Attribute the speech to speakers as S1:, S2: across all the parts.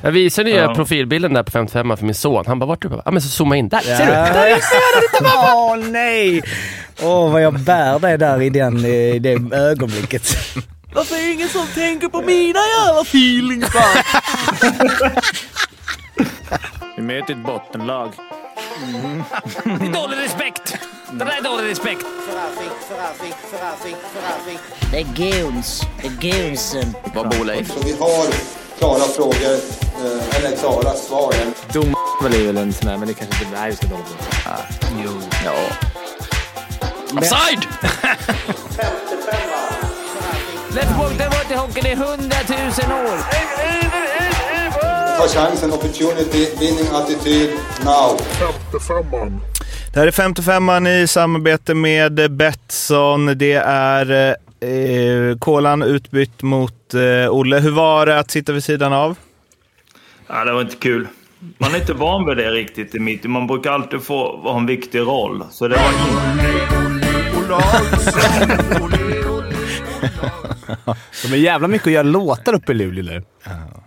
S1: Jag visade ju
S2: Ja.
S1: profilbilden där på 55 för min son. Han bara, vart är du? Ja, men så zooma in. Där, ser du?
S3: Ja. Åh nej! Åh vad jag bär dig där i, den, i det ögonblicket.
S4: Varför är det ingen som tänker på mina jävla feelings? va?
S2: Vi möter ett bottenlag.
S5: Dålig respekt! Det där är dålig respekt.
S6: Det är goons. Det är goonsen.
S7: Vad bor Leif?
S8: Så vi har klara frågor, eh, eller klara svar.
S9: Dom väl är väl en sån där, men det kanske inte... Nej, vi ska inte hålla på.
S7: Jo. Ja.
S5: Offside! Let's walk the road till hockeyn i hundratusen år.
S8: Ta chansen, opportunity, winning attityd, now.
S2: Det här är 55an i samarbete med Betsson. Det är eh, kolan utbytt mot eh, Olle. Hur var det att sitta vid sidan av?
S10: Ja, det var inte kul. Man är inte van vid det riktigt i mitt. Man brukar alltid få ha en viktig roll. Så det var inte...
S4: De är jävla mycket att göra låtar uppe i Luleå nu.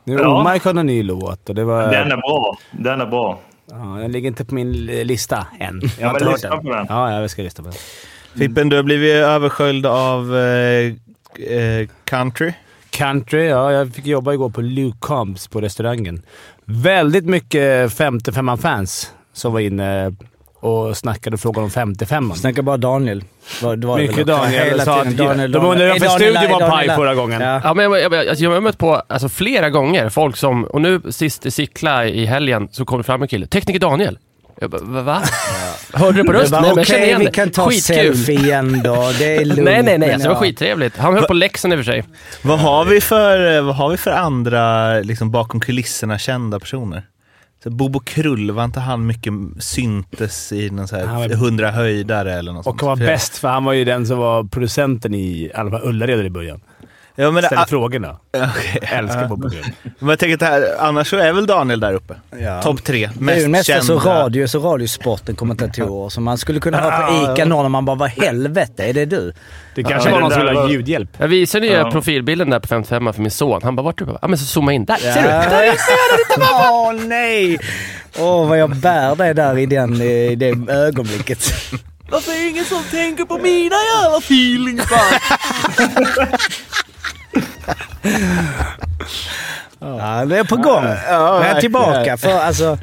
S4: Nu
S10: Ja.
S4: Omark hade en ny låt och det var...
S10: Den är bra. Den är bra.
S4: Ja, den ligger inte på min eh, lista än. Jag
S10: Ja,
S4: har inte
S10: men
S4: hört
S10: lyssna
S4: den.
S10: på den.
S4: Ja, jag ska lyssna på den.
S2: Fippen, du har blivit översköljd av eh, eh, country.
S4: Country, ja. Jag fick jobba igår på Luke Combs på restaurangen. Väldigt mycket 55-fans som var inne eh, och snackade och frågade om 55
S3: Snacka bara Daniel. Var, det var det
S4: Mycket
S3: väl också.
S4: Daniel.
S3: Hela
S4: Sa
S3: tiden
S4: att- de undrade varför
S3: Är
S4: studion
S3: Daniel-
S4: var
S3: är
S4: paj
S3: Daniel-
S4: förra gången.
S3: Ja.
S1: Ja, men jag, jag, jag, jag har mött på alltså, flera gånger folk som, och nu sist i Sickla i helgen så kom det fram en kille. Tekniker Daniel. Jag bara, va? va? Hörde du på
S3: Jag
S1: rösten? Nej,
S3: bara,
S1: men jag
S3: Okej,
S1: känner igen
S3: vi
S1: dig.
S3: kan ta
S1: Skitkul.
S3: selfie igen då. Det är lugnt.
S1: Nej, nej, nej.
S3: men
S1: Alltså, det var
S3: ja.
S1: skittrevligt. Han höll på läxan i och för sig.
S2: Vad har vi för, eh, vad har vi för andra liksom, bakom kulisserna kända personer? Så Bobo Krull, var inte han mycket syntes i någon så
S4: Han
S2: här
S4: var-
S2: 100 höjdare eller något
S4: Och
S2: sånt?
S4: han var
S2: För-
S4: bäst, för han var ju den som var producenten i alla fall Ullared i början.
S2: Ja, men,
S3: ah.
S4: Ställ
S2: det,
S4: frågorna. Jag älskar Bobo Grön.
S2: men jag tänker att det här, annars så är väl Daniel där uppe? Topp tre,
S3: Det är
S2: mest
S3: ju nästan så
S2: kända.
S3: radio, så radiosporten kommentatorer som man skulle kunna ha på ICA någon och man bara vad helvete är det du?
S4: Det kanske var
S10: det
S4: någon som
S10: där
S4: ville ha
S10: var-
S4: ljudhjälp.
S1: Jag visade ju
S10: Ja.
S1: profilbilden där på 55 för min son. Han bara, vart är du? Ja, men så zooma in. Där, ser du?
S3: Åh nej! Åh vad jag bär dig där i, den, i det ögonblicket.
S1: Alltså,
S4: Varför är det ingen som tänker på mina jävla feelings
S3: Ja, det är på gång.
S2: Ja,
S3: Jag är
S2: verkligen.
S3: tillbaka. För, alltså,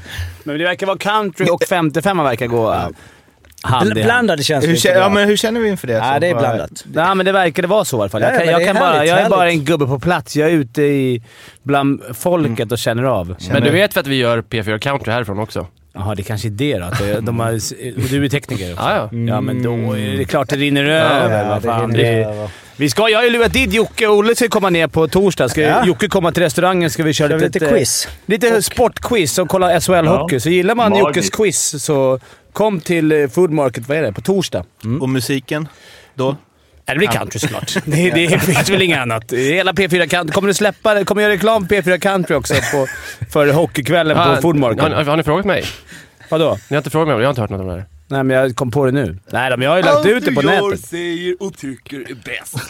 S4: Men det verkar vara country och 55 verkar gå hand i
S3: bl-
S4: hand.
S3: blandade känslor.
S2: Hur,
S3: lite
S2: kä- ja,
S3: bra.
S2: men hur känner vi inför det? Alltså,
S3: Ja,
S2: Så
S3: det är
S2: bara-
S3: blandat.
S4: Nej, men det verkade vara så i alla fall. Jag,
S3: Ja,
S4: kan,
S3: men
S4: jag,
S3: det är
S4: kan bara,
S3: härligt,
S4: jag är bara
S3: härligt.
S4: en gubbe på plats. Jag är ute i, bland folket och känner av.
S1: Men du vet väl att vi gör P4 Country härifrån också?
S4: Jaha, det kanske är det då. Att det, de har, och du är tekniker också.
S1: Ja, ja.
S4: Ja, men då är det klart det rinner över.
S3: Ja,
S4: vad
S3: det
S4: fan.
S3: rinner
S4: Det-
S3: över.
S4: Vi ska, jag har ju lurat dit Jocke och Olle ska komma ner på torsdag. Ska
S3: Ja.
S4: Jocke komma till restaurangen ska vi köra
S3: Kör vi
S4: litet,
S3: lite
S4: eh,
S3: quiz.
S4: Lite sportquiz och kolla SHL-hockey.
S10: Ja.
S4: Så gillar man
S10: Magiskt.
S4: Jockes quiz så kom till eh, Food Market, vad är det, på torsdag.
S2: Och musiken då?
S4: Ja, det blir country såklart. Det, det finns väl inget annat. Hela P4 Country. Kommer du släppa Kommer jag göra reklam för P4 Country också på, för hockeykvällen
S1: Ah,
S4: på Food
S1: har,
S4: Market?
S1: ni- har ni frågat mig?
S4: Vadå?
S1: Ni har inte frågat mig om det? Jag har inte hört något om det här.
S4: Nej, men jag kom på det nu. Nej då, men jag har ju lagt ut det på nätet.
S5: säger och tycker är bäst.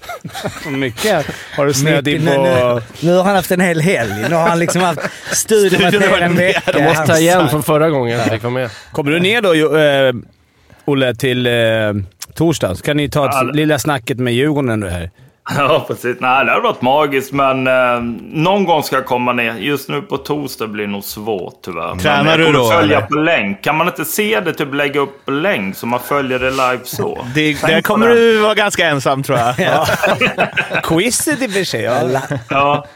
S4: Mycket har du snöat
S3: Mycket-
S4: in
S3: nu,
S4: på...
S3: nu, nu har han haft en hel helg. Nu har han liksom haft studion varit med en vecka.
S1: Jag måste ta
S3: Hans-
S1: igen från förra gången jag fick vara med.
S4: Kommer du ner då, Jo- eh, Olle, till eh, torsdagen? Så kan ni ta
S10: Alla-
S4: ett lilla snacket med Djurgården ändå här.
S10: Ja, precis. Nej, det hade varit magiskt, men eh, någon gång ska jag komma ner. Just nu på torsdag blir det nog svårt tyvärr. Men
S2: Tränar
S10: jag
S2: du
S10: kommer
S2: då,
S10: följa
S2: eller?
S10: på länk. Kan man inte se det, typ lägga upp på länk så man följer det live så?
S2: Det,
S10: Tänk
S2: där
S10: på
S2: kommer
S10: det.
S2: du vara ganska ensam tror jag.
S4: Quizet i och för sig. Ja.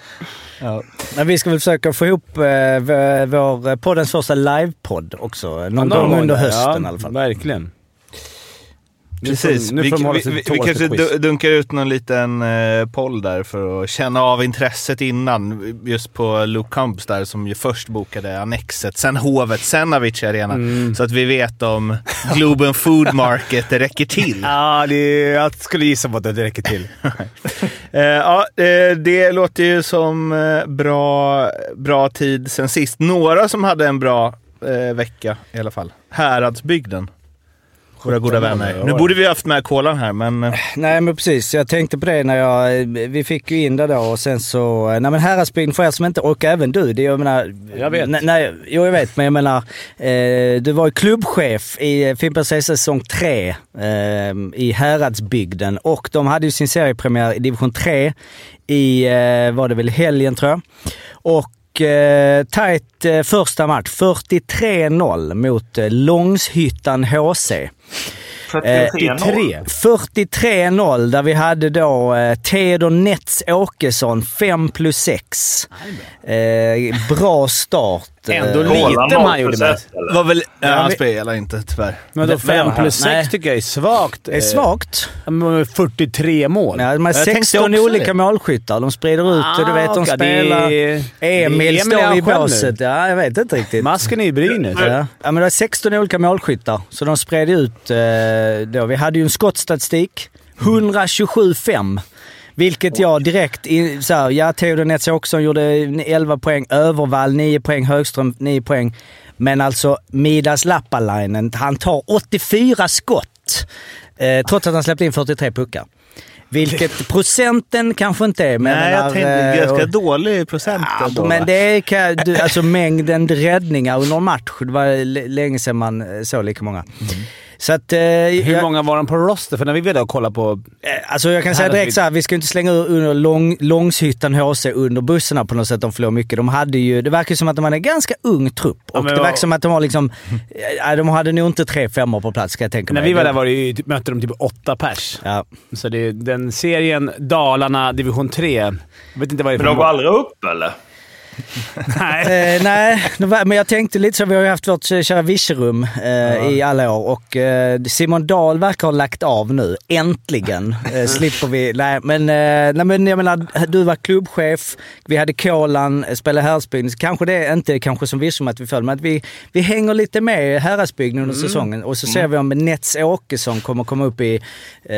S10: Ja,
S3: Men vi ska väl försöka få ihop eh, v- vår, eh, poddens första livepodd också. Någon gång under hösten i alla fall.
S4: Verkligen.
S2: Precis.
S4: Nu får, nu
S2: vi,
S4: får de hålla sig
S2: vi,
S4: till
S2: vi
S4: tårta
S2: kanske
S4: quiz.
S2: du- dunkar ut någon liten eh, poll där för att känna av intresset innan. Just på Luke Combs där som ju först bokade Annexet, sen Hovet, sen Avicii Arena. Så att vi vet om Globen Food Market räcker till.
S4: Ja, det, jag skulle gissa på att det räcker till.
S2: Eh, ja, eh, det låter ju som eh, bra, bra tid sen sist. Några som hade en bra eh, vecka i alla fall. Häradsbygden. Våra goda vänner. Nu borde vi haft med kolan här, men... eh,
S3: Nej men precis, jag tänkte på det när jag... Vi fick ju in det då och sen så... Nej men Häradsbyn för er som inte... Och även du. Det, jag menar...
S4: Jag vet.
S3: Nej, nej, jo jag vet men jag menar... Eh, du var ju klubbchef i eh, Fimpen C säsong 3 eh, i Häradsbygden och de hade ju sin seriepremiär i division 3 i, eh, var det väl helgen tror jag. Och eh, tajt eh, första match. 43-0 mot eh, Långshyttan HC.
S2: eh,
S3: Eh,
S10: 43-0.
S3: 43-0 där vi hade då eh, Theodor Nets Åkesson 5 plus 6. Eh, bra start.
S4: Ändå
S3: Eh,
S4: lite man gjorde med.
S2: Var väl, nej, han spelar inte tyvärr.
S4: Men då
S3: Men-
S4: 5 plus
S3: Nej.
S4: 6 tycker jag är svagt.
S3: Det är svagt.
S4: Eh, 43 mål.
S3: Ja, de har
S2: tänkte
S3: 16
S2: också
S3: olika
S2: det.
S3: målskyttar. De sprider ut Ah, det. Du vet, de
S4: Ah, okej, det är-
S3: spelar...
S4: det är
S3: Emil
S4: Emil
S3: står i
S4: Alsjö nu.
S3: båset. Ja, jag vet inte riktigt.
S4: Masken är i Brynäs.
S3: Ja. ja, men det var 16 olika målskyttar, så de spred ut eh, då. Vi hade ju en skottstatistik. 127-5. Vilket jag direkt... I, så här, ja, Theodor Nets Åkesson gjorde 11 poäng. Övervall 9 poäng. Högström 9 poäng. Men alltså Midas Lappalainen, han tar 84 skott. Eh, trots att han släppte in 43 puckar. Vilket procenten kanske inte är, men...
S2: Nej,
S3: den
S2: jag
S3: här,
S2: tänkte
S3: eh,
S2: ganska
S3: och-
S2: dålig procent ändå.
S3: men
S2: va?
S3: det är, ka- du, alltså mängden räddningar under en match. Det var l- länge sedan man eh, såg lika många. Så att... Eh,
S4: Mm. Hur
S3: jag,
S4: många var de på roster? För när vi var där och kollade på...
S3: eh, Alltså jag kan säga
S4: Här har vi-
S3: direkt så här, vi ska inte slänga ur under lång, Långshyttan HC under bussarna på något sätt. De förlorar mycket. De hade ju, det verkar ju som att de hade en ganska ung trupp.
S4: men
S3: och det
S4: vad-
S3: verkar som att de var liksom... Eh, de hade nog inte tre femmor på plats ska jag tänka
S4: När
S3: mig.
S4: vi var där var det ju, mötte de typ åtta pers.
S3: Ja.
S4: Så det är den serien Dalarna division 3. Jag vet inte vad det är
S10: Men
S4: för
S10: de går aldrig upp eller?
S4: Nej.
S3: Eh, nej, det var- men jag tänkte lite så. Vi har ju haft vårt eh, kära vischerum eh, i alla år och eh, Simon Dahl verkar ha lagt av nu. Äntligen eh, slipper vi... Nej men, eh, nej, men jag menar, du var klubbchef, vi hade Kolan, eh, spelade Häradsbygden. Så Kanske det, inte kanske som vischerum att vi följer, men att vi, vi hänger lite med i Häradsbygden under säsongen och så ser vi om Nets Åkesson kommer komma upp i, eh,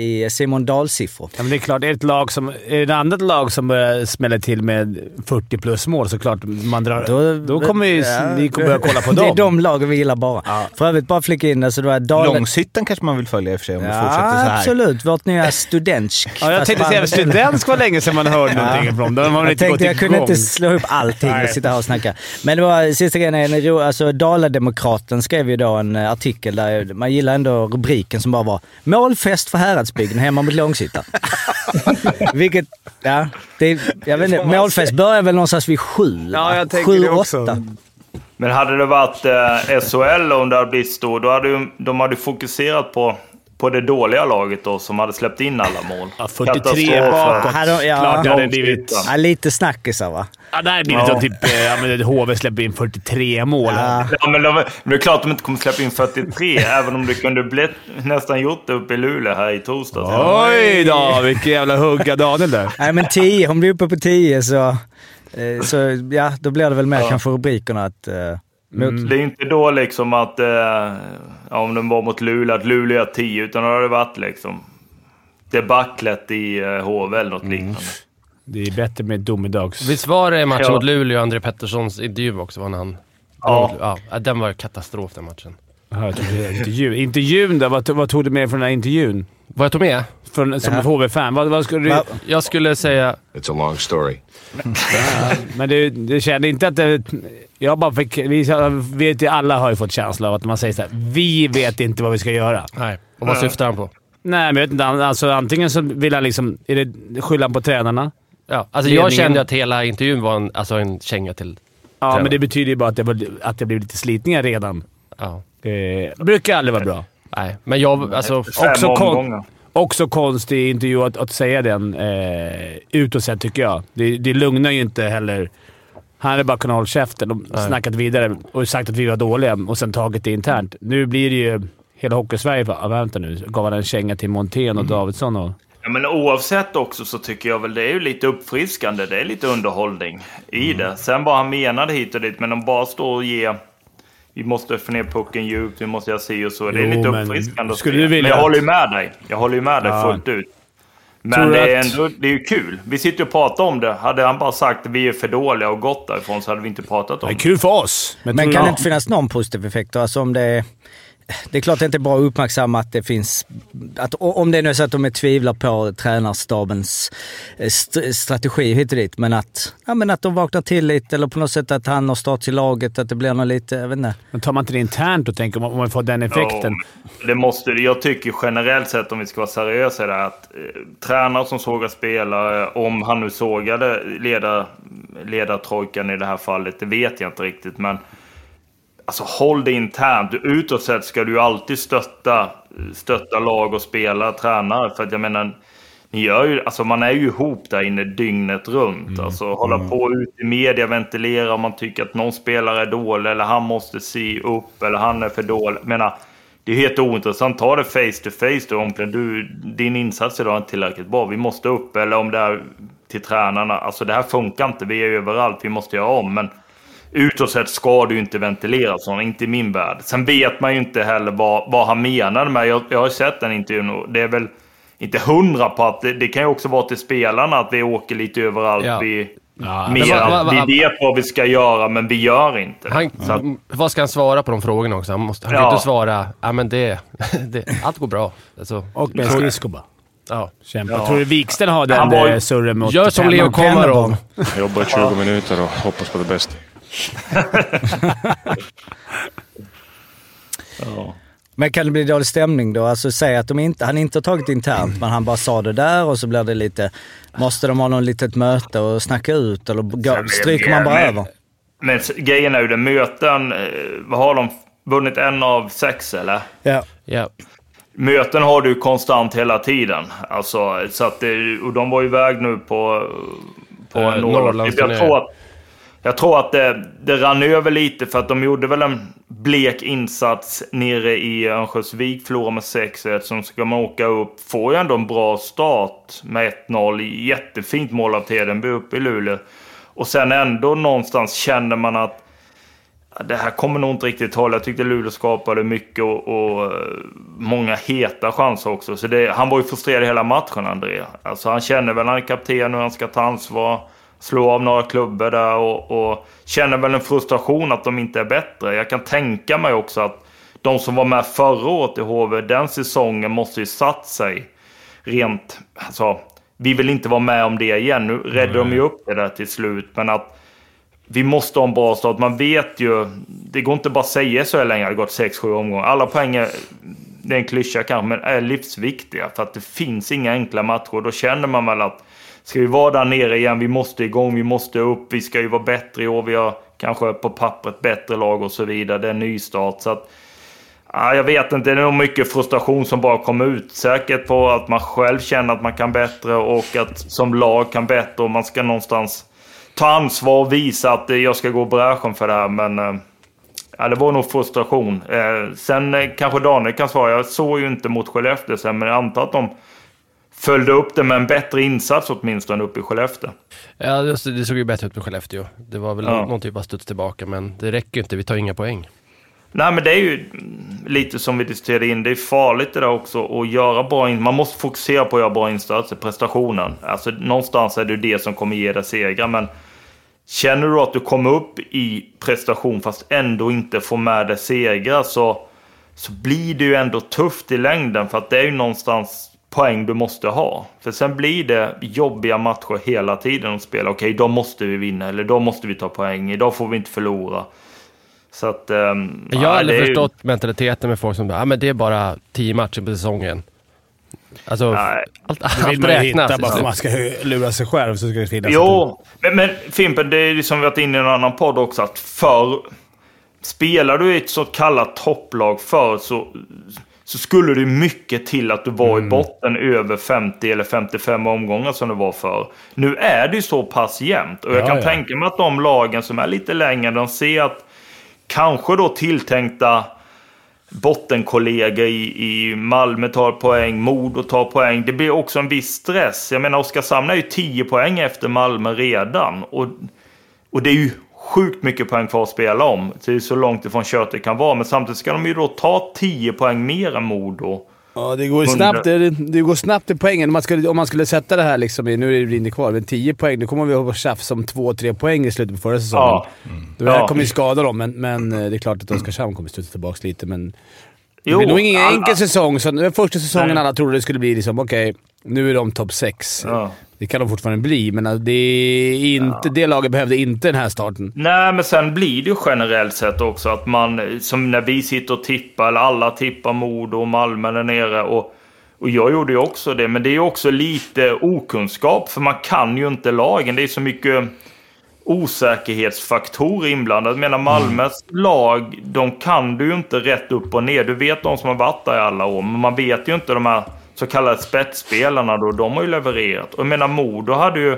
S3: i Simon Dahl-siffror.
S4: Ja, men det är klart, är det ett lag som, är det ett annat lag som börjar smälla till med 40 plus mål så klart man drar... Då, kommer ju,
S3: Ja,
S4: ni kommer börja kolla på dem.
S3: Det är de lagen vi gillar bara. För övrigt, bara flika in alltså, det var Dalen...
S2: Långshyttan kanske man vill följa i och för sig om det fortsätter så
S3: Ja,
S2: här.
S3: absolut. Vårt nya studentsk.
S4: Ja, jag
S3: Fast
S4: tänkte
S3: fan-
S4: säga studentsk var länge sedan man hörde någonting från dem. De har väl
S3: Jag
S4: inte gått
S3: tänkte jag kunde
S4: igång.
S3: inte slå upp allting och
S4: Nej.
S3: sitta här och snacka. Men det var sista grejen, är en ro- alltså Dalademokraten skrev ju då en eh, artikel där jag- man gillar ändå rubriken som bara var “Målfest för Häradsbygden hemma mot Långshyttan”. Vilket, ja, det, jag vet inte, målfest börjar väl någonstans vid sju?
S4: Ja,
S3: va?
S4: jag tänker
S3: sju,
S4: det också.
S3: åtta.
S10: Men hade det varit eh, SHL om det hade blivit stor, då hade ju, de hade fokuserat på, på det dåliga laget då, som hade släppt in alla mål.
S4: Ja, 43
S10: Katastrof.
S4: bakåt.
S3: Ja, de- ja.
S4: Klart det hade blivit...
S10: Ja.
S3: Ja, lite snackisar va?
S4: Ja, det hade blivit
S10: Ja.
S4: som typ... eh, Ja, men HV släpper in 43 mål.
S3: Ja.
S10: Ja, men, de, men det är klart att de inte kommer släppa in 43, även om det kunde blivit nästan gjort det uppe i Luleå här i torsdags.
S4: Oj då! Vilken jävla hugga Daniel där.
S3: Nej men 10, om vi är uppe på 10 så, eh, så ja, då blir det väl mer kanske rubrikerna att...
S4: Mm.
S3: Eh, mot,
S10: Det är ju inte då liksom att, eh, ja, om de var mot Luleå, att Luleå har 10, utan då har det varit liksom debaclet i eh, HV eller något liknande.
S4: Det är bättre med domedags...
S1: Visst var det matchen
S10: Ja.
S1: mot Luleå, André Petterssons intervju också, var när han...
S10: Ja.
S1: ja. Den var katastrof den matchen.
S4: Ja, jag trodde det var intervju. Intervjun då? Vad, to- vad tog du med från den här intervjun?
S1: Vad jag tog med?
S4: Från, som
S3: Ja.
S4: ett HV-fan? Vad, vad skulle du...
S3: Va?
S1: Jag skulle säga...
S7: It's a long story.
S4: Men du, du kände inte att det... Jag bara fick... Vi vet ju, alla har ju fått känsla av att man säger så här. Vi vet inte vad vi ska göra.
S1: Nej. Och vad syftar han på?
S4: Nej, men jag vet inte. Han- Alltså, antingen så vill han liksom... Är det skyllan på tränarna?
S1: Ja, alltså
S4: Ledningen.
S1: jag kände att hela intervjun var en, alltså en känga till...
S4: Ja,
S1: Tränarna.
S4: men det betyder ju bara att det, var, att det blev lite slitningar redan.
S1: Ja.
S4: Eh, brukar aldrig vara bra.
S1: Nej, men jag... Alltså,
S10: Fem
S4: Också,
S10: omgångar.
S4: kon också konstig intervju att, att säga den eh, utåt sett, tycker jag. Det, det lugnar ju inte heller. Han hade bara kunnat hålla käften och snackat vidare och sagt att vi var dåliga och sen tagit det internt. Nu blir det ju... Hela Hockeysverige bara ah, “Vänta nu, gav han en känga till Montén och Davidsson?” och,
S10: Ja, men oavsett också så tycker jag väl det är ju lite uppfriskande. Det är lite underhållning i
S4: Mm.
S10: det. Sen vad han menade hit och dit, men de bara står och ger... Vi måste få ner pucken djupt, vi måste göra si och så. Det är
S4: Jo,
S10: lite
S4: men
S10: uppfriskande att
S4: skulle
S10: se.
S4: du vilja
S10: Men jag
S4: att-
S10: håller ju med dig. Jag håller ju med dig fullt ut.
S4: Tror
S10: Men
S4: du
S10: det är,
S4: att-
S10: ändå, det är ju kul. Vi sitter och pratar om det. Hade han bara sagt att vi är för dåliga och gått därifrån så hade vi inte pratat om
S4: det är
S10: det.
S4: kul för oss!
S3: Men
S4: tror
S3: kan
S4: jag-
S3: det inte finnas någon positiv effekt då? Alltså om det är... det är klart det inte är bra att uppmärksamma att det finns... Att, o- om det nu är så att de är tvivlar på tränarstabens eh, st- strategi hit och dit, men att, ja, men att de vaknar till lite eller på något sätt att han har start i laget, att det blir något lite... Jag vet inte.
S4: Men tar man inte det internt och tänker om om man får den effekten?
S10: Ja, det måste, jag tycker generellt sett, om vi ska vara seriösa, är det att eh, tränare som sågar spelare, eh, om han nu sågade leda- ledartrojkan i det här fallet, det vet jag inte riktigt. Men alltså, håll det internt. Utåt sett ska du ju alltid stötta, stötta lag och spelare, tränare. För att jag menar, ni gör ju, alltså man är ju ihop där inne dygnet runt. Alltså hålla på ut i media, ventilera om man tycker att någon spelare är dålig eller han måste se upp eller han är för dålig. Jag menar, det är helt ointressant. Ta det face to face då. Onkel, du, din insats idag är inte tillräckligt bra. Vi måste upp. Eller om det är till tränarna. Alltså det här funkar inte. Vi är överallt. Vi måste göra om. Men utåt sett ska du inte ventilera sådana, inte i min värld. Sen vet man ju inte heller vad, vad han menade med, jag, jag har ju sett den intervjun och det är väl inte hundra på att det, det kan ju också vara till spelarna att vi åker lite överallt.
S1: Ja.
S10: Vi,
S4: Ja,
S10: mer,
S1: men vad- vad- vad-
S10: vi vet vad vi ska göra, men vi gör inte det.
S1: Han,
S10: Så att-
S1: Vad ska han svara på de frågorna också? Han, måste, han kan
S10: Ja.
S1: ju inte svara ja men det, det, allt går bra. Alltså,
S4: Och med skridsko bara.
S1: ja.
S4: Kämpa. Tror du Wiksten har den
S10: Han var ju-
S4: eh, surren mot...
S1: Gör som Leo Komarov.
S7: Jobbar 20 minuter och hoppas på det bästa.
S3: Men kan det bli dålig stämning då? Alltså säg att de inte, han inte har tagit internt, men han bara sa det där och så blir det lite... Måste de ha något litet möte och snacka ut eller gå, stryker man bara
S10: Men-
S3: över?
S10: Men s- grejen är ju det, möten, eh, vad har de vunnit en av sex eller?
S3: Ja.
S1: Ja.
S10: Möten har du konstant hela tiden. Alltså, så att det, och de var ju iväg nu på, på
S1: Eh,
S10: en
S1: Norrlandsturné.
S10: Jag tror att, jag tror att det, det rann över lite för att de gjorde väl en blek insats nere i Örnsköldsvik, förlorade med 6-1. Sen ska man åka upp, får ju ändå en bra start med 1-0. Jättefint mål av Tedenby uppe i Luleå. Och sen ändå någonstans känner man att Ja, Det här kommer nog inte riktigt hålla. Jag tyckte Luleå skapade mycket och, och eh, många heta chanser också. Så det, han var ju frustrerad hela matchen, André. Alltså, han känner väl, han är kapten och han ska ta ansvar. Slå av några klubbor där och, och känner väl en frustration att de inte är bättre. Jag kan tänka mig också att de som var med förra året i HV, den säsongen måste ju satt sig rent... Alltså, vi vill inte vara med om det igen. Nu räddade de ju upp det där till slut, men att vi måste ha en bra start. Man vet ju. Det går inte bara att säga så här länge. Det har gått 6-7 omgångar. Alla poäng är, det är en klyscha kanske, men är livsviktiga. För att det finns inga enkla matcher. Då känner man väl att ska vi vara där nere igen, vi måste igång, vi måste upp, vi ska ju vara bättre i år. Vi har kanske på pappret bättre lag och så vidare. Det är en nystart. Så att, ja, jag vet inte, det är nog mycket frustration som bara kom ut. Säkert på att man själv känner att man kan bättre och att som lag kan bättre och man ska någonstans ta ansvar och visa att eh, jag ska gå i bräschen för det här. Men eh, ja, det var nog frustration. Eh, sen eh, kanske Daniel kan svara. Jag såg ju inte mot Skellefteå sen, men jag antar att de följde upp det med en bättre insats åtminstone uppe i Skellefteå.
S1: Ja, det, det såg ju bättre ut med Skellefteå. Det var väl
S10: Ja.
S1: någon typ av studs tillbaka, men det räcker ju inte. Vi tar inga poäng.
S10: Nej, men det är ju lite som vi diskuterade in. Det är farligt det där också att göra bra in. Man måste fokusera på att göra bra insatser, prestationen. Alltså någonstans är det ju det som kommer ge dig segrar, men känner du att du kommer upp i prestation fast ändå inte får med dig segrar så, så blir det ju ändå tufft i längden för att det är ju någonstans poäng du måste ha. För sen blir det jobbiga matcher hela tiden att spela. Okej, idag måste vi vinna eller idag måste vi ta poäng. Idag får vi inte förlora. Så att... ehm,
S1: Jag
S10: ja,
S1: har
S10: det är
S1: aldrig
S10: ju-
S1: förstått mentaliteten med folk som bara, ja men det är bara tio matcher på säsongen. Alltså,
S10: Nej.
S1: allt,
S4: Det vill
S1: allt
S4: man ju hitta
S1: räknas.
S4: bara för att man ska lura sig själv så ska det finnas... ett-
S10: Jo, men, men Fimpen, det är ju som vi varit inne i en annan podd också, att förr... Spelar du i ett så kallat topplag förr så, så skulle det mycket till att du var
S4: Mm.
S10: i botten över 50 eller 55 omgångar som det var förr. Nu är det ju så pass jämnt och jag
S4: Ja,
S10: kan
S4: ja.
S10: tänka mig att de lagen som är lite längre, de ser att kanske då tilltänkta bottenkollega i, i Malmö tar poäng, Modo tar poäng. Det blir också en viss stress. Jag menar, Oskarshamn är ju 10 poäng efter Malmö redan. Och, och det är ju sjukt mycket poäng kvar att spela om. Så Det är så långt ifrån kört det kan vara. Men samtidigt ska de ju då ta 10 poäng mer än Modo.
S4: Ja, det går ju snabbt, det, det går snabbt i poängen. Om man skulle, om man skulle sätta det här liksom i... Nu är det Rinne kvar, men 10 poäng. Då kommer vi att tjafsa om 2-3 poäng i slutet på förra säsongen.
S10: Ja.
S4: Det här
S10: Ja.
S4: kommer ju skada dem, men, men eh, det är klart att Oskarshamn kommer studsa tillbaka lite, men... det blir nog ingen
S10: alla-
S4: enkel säsong. Så den första säsongen
S10: Nej.
S4: alla trodde det skulle bli liksom, okej, nu är de topp sex.
S10: Ja.
S4: Det kan de fortfarande bli, men alltså, det, är inte, det laget behövde inte den här starten.
S10: Nej, men sen blir det ju generellt sett också att man, som när vi sitter och tippar, eller alla tippar Modo och Malmö där nere. Och, och jag gjorde ju också det, men det är ju också lite okunskap, för man kan ju inte lagen. Det är så mycket osäkerhetsfaktorer inblandade. Jag menar Malmös lag, de kan du ju inte rätt upp och ner. Du vet de som har varit där i alla år, men man vet ju inte de här så kallade spetsspelarna då. De har ju levererat. Och jag menar Modo hade ju...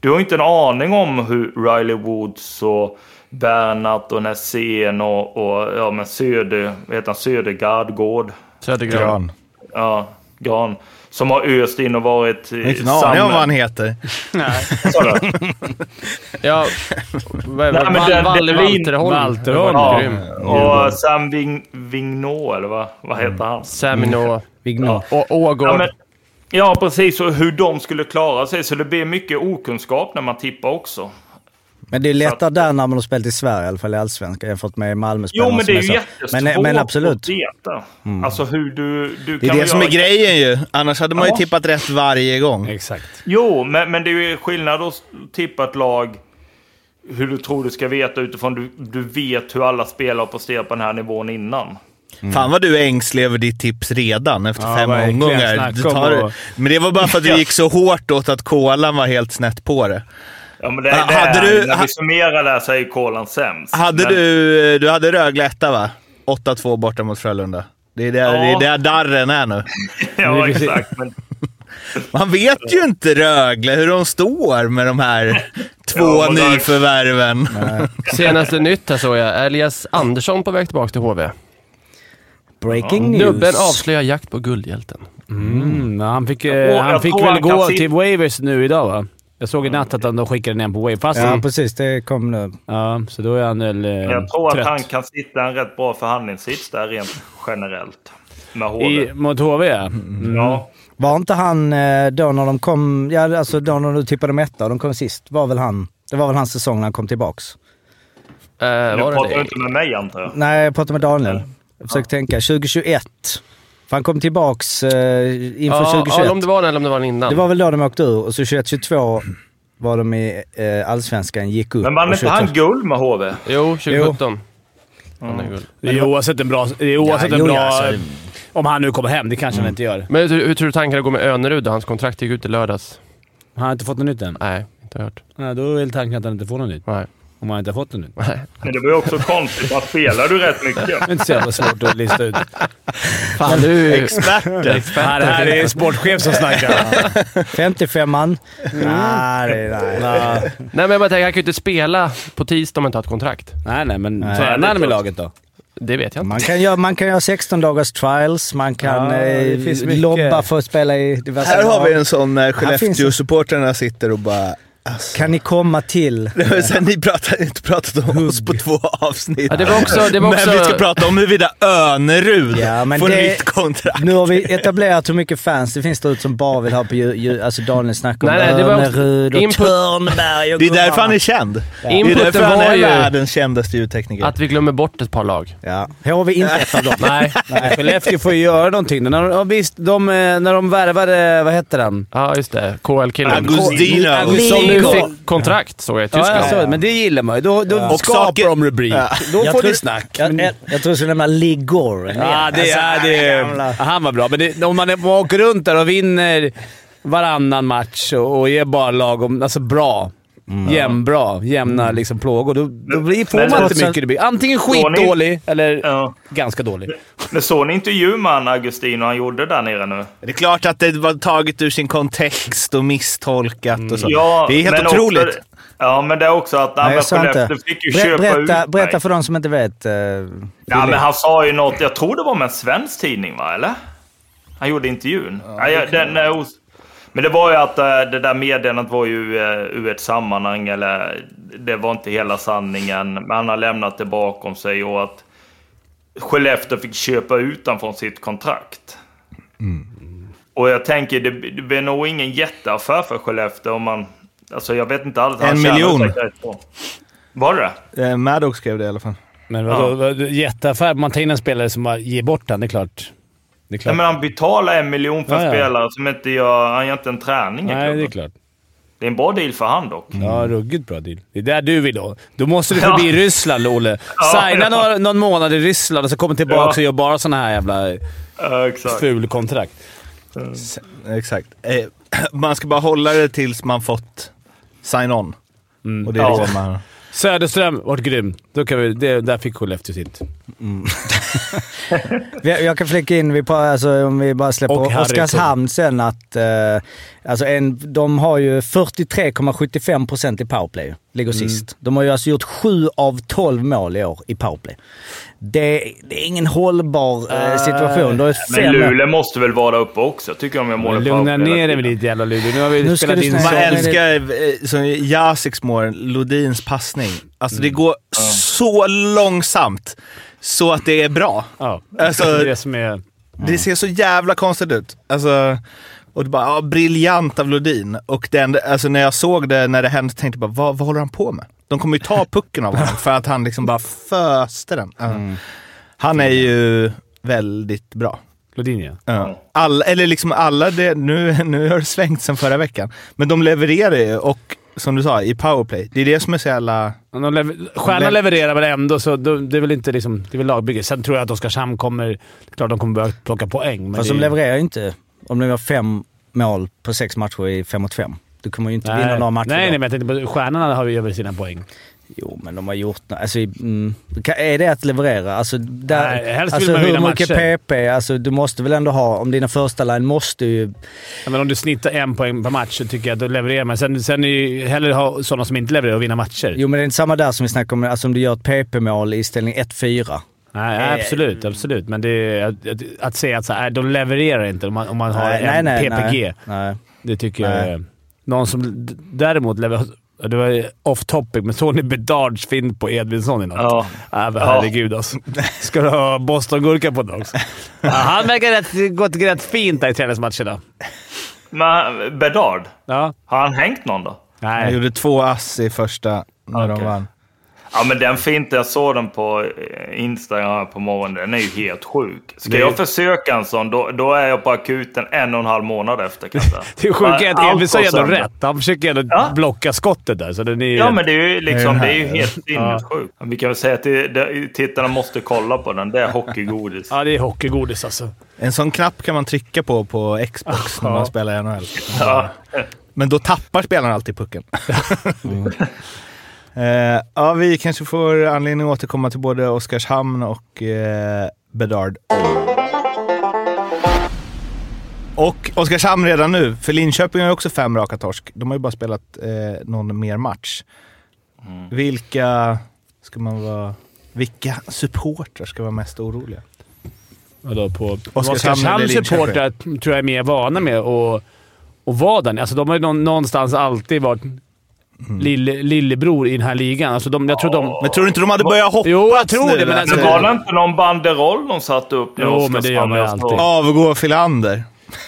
S10: Du har ju inte en aning om hur Riley Woods och Bernat och Nässén och, och ja, men Söder, vad heter han? Södergaard, Gård,
S1: Södergran.
S2: Gran.
S10: ja, Gran, som har öst in och varit... eh,
S2: Inte en aning om
S10: samlad-
S2: vad han heter.
S10: Sa du?
S1: Ja, vad-
S10: Nej, men
S1: Val-
S10: den-
S1: Valle
S10: den-
S1: Walterholm.
S4: Walterholm,
S1: Ja.
S10: Ja. Och Sam Ving, Vigneault, eller vad, vad heter han?
S1: Samino
S4: Vigneault.
S1: och Ågård.
S10: Mm. Ja, men, ja, precis. Och hur de skulle klara sig. Så det blir mycket okunskap när man tippar också.
S3: Men det är lättare där när man har spelat i Sverige i alla fall, i Allsvenskan, jämfört med Malmö-spelarna
S10: Jo, men det är ju
S3: som
S10: jättesvårt
S3: så- men, men absolut.
S10: att veta. Alltså hur du... du
S2: Mm. Det är
S10: kan
S2: det
S10: väl
S2: som är
S10: göra-
S2: grejen ju. Annars hade man ju
S10: Ja.
S2: tippat rätt varje gång.
S4: Exakt.
S10: Jo, men, men det är ju skillnad att tippa ett lag hur du tror du ska veta utifrån du, du vet hur alla spelare har presterat på den här nivån innan.
S2: Fan vad du är ängslig över ditt tips redan efter
S4: Ja,
S2: fem
S4: verkligen.
S2: omgångar.
S4: Snacka
S2: Du
S4: om
S2: tar...
S4: att-
S2: Men det var bara för att du gick så hårt åt att kolan var helt snett på det.
S10: Ja, men det,
S2: Ha-
S10: det
S2: hade
S10: är,
S2: du-
S10: när
S2: ha-
S10: vi summerar där så är ju kolan sämst.
S2: Hade
S10: men,
S2: du, du hade Rögle etta va? 8-2 borta mot Frölunda. Det är där,
S10: Ja.
S2: det är där darren är nu.
S10: Ja, exakt. Men,
S2: Man vet ju inte Rögle, hur de står med de här två
S10: Ja, men där-
S2: nyförvärven.
S1: Senaste nytt här såg jag. Elias Andersson på väg tillbaka till HV.
S3: Breaking
S1: Nubben
S3: news.
S1: avslöjar jakt på guldhjälten. Eh,
S4: Mm, han fick, eh,
S10: Jag tror-
S4: han
S10: jag
S4: fick
S10: tror
S4: väl
S10: han kan
S4: gå
S10: se-
S4: till Waivers nu idag, va? Jag såg i natt att de skickade ner på Waivers. Fast
S3: Ja, precis. Det kom nu.
S4: Ja, så då är han väl eh,
S10: jag tror att
S4: trött.
S10: han kan sitta en rätt bra förhandlingssits där rent generellt. Med HV.
S4: I, mot HV, ja. Mm.
S10: Ja.
S3: Var inte han eh, då när de kom... Ja, alltså då när du tippade dem etta och de kom sist. Var väl han, det var väl hans säsong när han kom tillbaks?
S1: Eh,
S10: Nu
S1: var
S10: pratar
S1: det
S10: du
S1: det?
S10: inte med mig antar jag.
S3: Nej, jag pratade med Daniel. Jag försökte tänka. 2021. För han kom tillbaks eh, inför
S1: Ja,
S3: 2021.
S1: ja, om det var den eller om det var den innan.
S3: Det var väl då de åkte ur och så 21-22 var de i eh, Allsvenskan, gick upp.
S10: Men vann
S3: Och
S10: inte han
S3: 22
S10: guld med HV?
S1: Jo, 2017. Han är guld.
S4: Det är oavsett en bra... Det är oavsett
S3: Ja,
S4: en
S3: jo,
S4: bra
S3: ja, alltså, Mm. det-
S4: Om han nu kommer hem, det kanske han inte gör.
S1: Men hur, hur tror du tankarna går med Önerud då? Hans kontrakt gick ut i lördags.
S4: Han har inte fått något nytt än.
S1: Nej, inte hört.
S4: Nej, då är väl tanken att han inte får något nytt.
S1: Nej.
S4: Om han inte har fått något nytt. Det
S10: Men det var ju också konstigt. Man spelar du rätt mycket.
S4: är inte så jävla svårt att lista ut.
S1: Fan, du...
S2: Experter.
S4: Nej, det här är en sportchef som snackar.
S3: 55an. Nej, det är nej.
S4: Nej,
S1: Nej, men jag bara tänker, han kan ju inte spela på tisdag om han inte har ett kontrakt.
S4: nej, nej, men tränar han med laget då?
S1: Det vet jag inte.
S3: Man kan, göra, man kan göra 16 dagars trials, man kan
S4: Ja, det
S3: eh,
S4: finns mycket.
S3: lobba för att spela i diverse
S2: Här har vi
S3: lag.
S2: en sån när
S3: finns det.
S2: Skellefteå-supportrarna sitter och bara... Alltså.
S3: Kan ni komma till...
S2: Sen ni pratar, inte pratat om oss på två avsnitt.
S1: Ja, det var också- det var också-
S2: Men vi ska prata om huruvida Önerud
S3: Ja, men
S2: får
S3: det-
S2: nytt kontrakt.
S3: Nu har vi etablerat hur mycket fans det finns där ute som bara vill ha på ju, ju, Alltså Daniel snackar om
S1: Nej, nej, det var-
S3: Önerud och
S1: input-
S3: Törnberg och
S2: Det är därför han är
S3: gubbarna.
S2: känd. det är
S1: Inputen
S2: därför han
S1: var
S2: är
S1: ju
S2: världens kändaste ljudtekniker.
S1: att vi glömmer bort ett par lag.
S3: Ja. HV är inte ett av dem.
S1: Nej.
S4: Nej, Skellefteå får ju göra någonting. När de, ja, visst, de, eh, när de värvade... Vad heter han?
S1: Ja, just det. KL-killen.
S2: Agustino.
S1: Som nu
S4: Nico.
S1: fick kontrakt, såg jag i
S4: Ja,
S1: Tyskland.
S4: jag såg det, men det gillar man ju. Då, då
S2: Och
S4: skapar
S2: saker-
S4: de rubrik.
S2: Ja.
S4: Då
S3: Jag
S4: får
S3: tror-
S4: du snack.
S3: Jag, jag, jag tror du skulle nämna Ligor. Alltså,
S4: Ja, det, ja,
S3: gamla.
S4: det, han var bra. Men det, om man är- man åker runt där och vinner varannan match och, och är bara lagom... Alltså bra. Mm. Jämnbra. Jämna liksom, plågor. Då, då blir, får
S10: Men-
S4: man
S10: men-
S4: inte mycket rubrik. Antingen
S10: Står ni-
S4: skitdålig eller
S10: Ja.
S4: ganska dålig.
S10: Men såg ni intervjun med han Augustin och han gjorde där nere nu?
S2: Det är klart att det var taget ur sin kontext och misstolkat och så.
S10: Mm. Ja,
S2: det är helt
S10: men
S2: otroligt.
S10: Också, ja, men det är också att
S3: Nej,
S10: nej,
S3: jag sa inte.
S10: Skellefteå fick ju
S3: Ber-
S10: köpa
S3: berätta,
S10: ut
S3: berätta
S10: mig.
S3: för de som inte vet. eh,
S10: Ja,
S3: Fille.
S10: men han sa ju något. Jag tror det var med en svensk tidning, va? Eller? Han gjorde intervjun. Ja, jag, den, är os- men det var ju att eh, det där meddelandet var ju eh, ur ett sammanhang. Eller, det var inte hela sanningen. Men han har lämnat det bakom sig och att Skellefteå fick köpa ut den från sitt kontrakt.
S2: Mm.
S10: Och jag tänker, det, det blir nog ingen jätteaffär för Skellefteå om man... Alltså jag vet inte alls. Han
S2: En
S10: tjänar
S2: miljon.
S10: säkert rätt på- Var det det?
S2: Eh, Maddox skrev det i alla fall.
S4: Men vadå? vadå, Jätteaffär. Man tar in en spelare som bara ger bort den. Det är klart. Det är klart.
S10: Nej, men han betalar en miljon för en
S4: Ja, ja.
S10: spelare som inte gör... Han gör inte en träning i
S4: Nej, det är
S10: klubben.
S4: klart. Mm.
S10: Det är en bra deal för han dock.
S4: Ja, ruggigt bra deal. Det är där du vill då. Då måste du
S10: Ja.
S4: förbi Ryssland, Olle.
S10: Ja,
S4: Signa
S10: ja.
S4: några- någon månad i Ryssland och så kommer tillbaka
S10: Ja.
S4: och gör bara såna här jävla
S10: Ja, exakt.
S4: fulkontrakt.
S2: Exakt. Eh, man ska bara hålla det tills man fått sign-on. Och det är
S10: Mm. Ja.
S2: då man...
S4: Söderström vart grym. Då kan vi, det, där fick Skellefteå sitt.
S3: Vi- Jag kan flicka in, vi pratar, alltså, om vi bara släpper
S4: Och Harry
S3: Oskarshamn sen, att eh, alltså en, de har ju 43,75% i powerplay. Ligger
S4: Mm.
S3: sist. De har ju alltså gjort 7 av 12 mål i år i powerplay. Det, det är ingen hållbar eh, situation. Då är
S10: Men
S3: fem-
S10: Luleå måste väl vara uppe också? Tycker de jag målar
S4: Lugna
S10: powerplay
S4: ner
S10: hela
S4: dig med
S10: tiden.
S4: ditt jävla Luleå. Nu har vi
S3: Nu ska
S4: spelat
S3: du
S4: in...
S3: snälla-
S2: Man
S3: Nej, men det-
S2: älskar eh, som Jasics mål, Lodins passning. Alltså
S10: Mm.
S2: det går så långsamt så att det är bra.
S4: Ja,
S2: Alltså-
S4: det är det som är...
S2: Det ser så jävla konstigt ut. Alltså, och det bara, ja, briljant av Lodin. Och den, alltså när jag såg det när det hände tänkte jag bara, vad, vad håller han på med? De kommer ju ta pucken av honom för att han liksom bara föste den. Ja. Han är ju väldigt bra.
S4: Lodin, ja.
S2: Ja. Alla, eller liksom alla det, nu, nu har det svängt sen förra veckan. Men de levererar ju och som du sa, i powerplay. Det är det som är så jävla...
S4: Men de lever- Stjärnan
S2: Lev-
S4: levererar väl ändå, så de, det är väl inte liksom, det är väl lagbygge. Sen tror jag att Oskarshamn kommer... det är Klart de kommer börja plocka poäng, men
S3: Fast
S4: det,
S3: de levererar ju inte. Om de gör fem mål på sex matcher i fem mot fem. Du kommer ju inte vinna några matcher
S4: nej,
S3: då.
S4: nej, men jag tänkte på stjärnorna har ju över sina poäng.
S3: Jo, men de har gjort nå- alltså, mm, Ka- Är det att leverera? Alltså, där,
S4: Nej, helst vill
S3: alltså
S4: man
S3: hur
S4: vinna
S3: mycket
S4: matcher.
S3: PP? Alltså, du måste väl ändå ha... Om dina första line måste ju...
S4: Ja, Men om du snittar en poäng per match så tycker jag att då levererar man. Sen, sen är ju hellre ha sådana som inte levererar och vinna matcher.
S3: Jo, men det är inte samma där som vi snackade om. Alltså om du gör ett PP-mål i ställning 1-4.
S4: Nej,
S3: Eh,
S4: absolut, absolut. Men det, är- att, att, att säga att så här, de levererar inte om man, om man har en PPG,
S3: Nej, nej.
S4: det tycker jag är... Någon som d- däremot levererar... Det var ju off topic, men såg ni Bedards fint på Edvinsson i natt?
S10: Ja.
S4: Äh, men herregud alltså. Ska du ha bostongurka på den också? Ja, han verkar rätt, gått rätt fint där i träningsmatcherna.
S10: Men Bedard,
S4: Ja.
S10: har han hängt någon då?
S2: Han
S4: Nej.
S2: gjorde två ass i första när de
S10: Okej.
S2: vann.
S10: Ja, men den finten. Jag såg den på eh, Instagram här på morgonen. Den är ju helt sjuk. Ska
S4: är-
S10: jag försöka en sån, då, då är jag på akuten en och en halv månad efter kanske.
S4: Det sjuka är att
S10: Allt
S4: Edvinsson
S10: går
S4: gör ändå
S10: sönder.
S4: rätt. Han försöker ändå
S10: Ja.
S4: blocka skottet där, så den är ju
S10: Ja,
S4: rätt-
S10: men det är ju liksom,
S2: Det
S10: det
S2: är
S10: är ju
S2: den här,
S10: helt sinnessjukt. Vi kan väl säga att det, det, tittarna måste kolla på den. Det är hockeygodis.
S4: ja, det är hockeygodis alltså.
S2: En sån knapp kan man trycka på på Xbox när man spelar i NHL.
S10: Ja.
S2: Men då tappar spelaren alltid pucken. Eh, ja, vi kanske får anledning att återkomma till både Oskarshamn och eh, Bedard. Och Oskarshamn redan nu, för Linköping har ju också fem raka torsk. De har ju bara spelat eh, någon mer match. Vilka ska man vara... Vilka supportrar ska vara mest oroliga?
S4: Vadå, på
S2: Oskarshamn
S4: Oskarshamns
S2: eller Linköping?
S4: supportrar tror jag är mer vana med att, att vara där. Alltså, de har ju nå- någonstans alltid varit
S3: Mm.
S4: lille, lillebror i den här ligan. Alltså, de, jag tror de...
S3: typ,
S2: Men tror du inte de hade börjat hoppas
S4: Jo, jag tror
S2: nu
S4: det, men
S2: att,
S4: alltså-
S10: Men
S2: eh,
S10: var det inte någon banderoll de satte upp? när
S4: Jo,
S10: Oskarshamn
S4: men det gör man ju
S10: stod-
S4: alltid.
S2: Avgå Filander.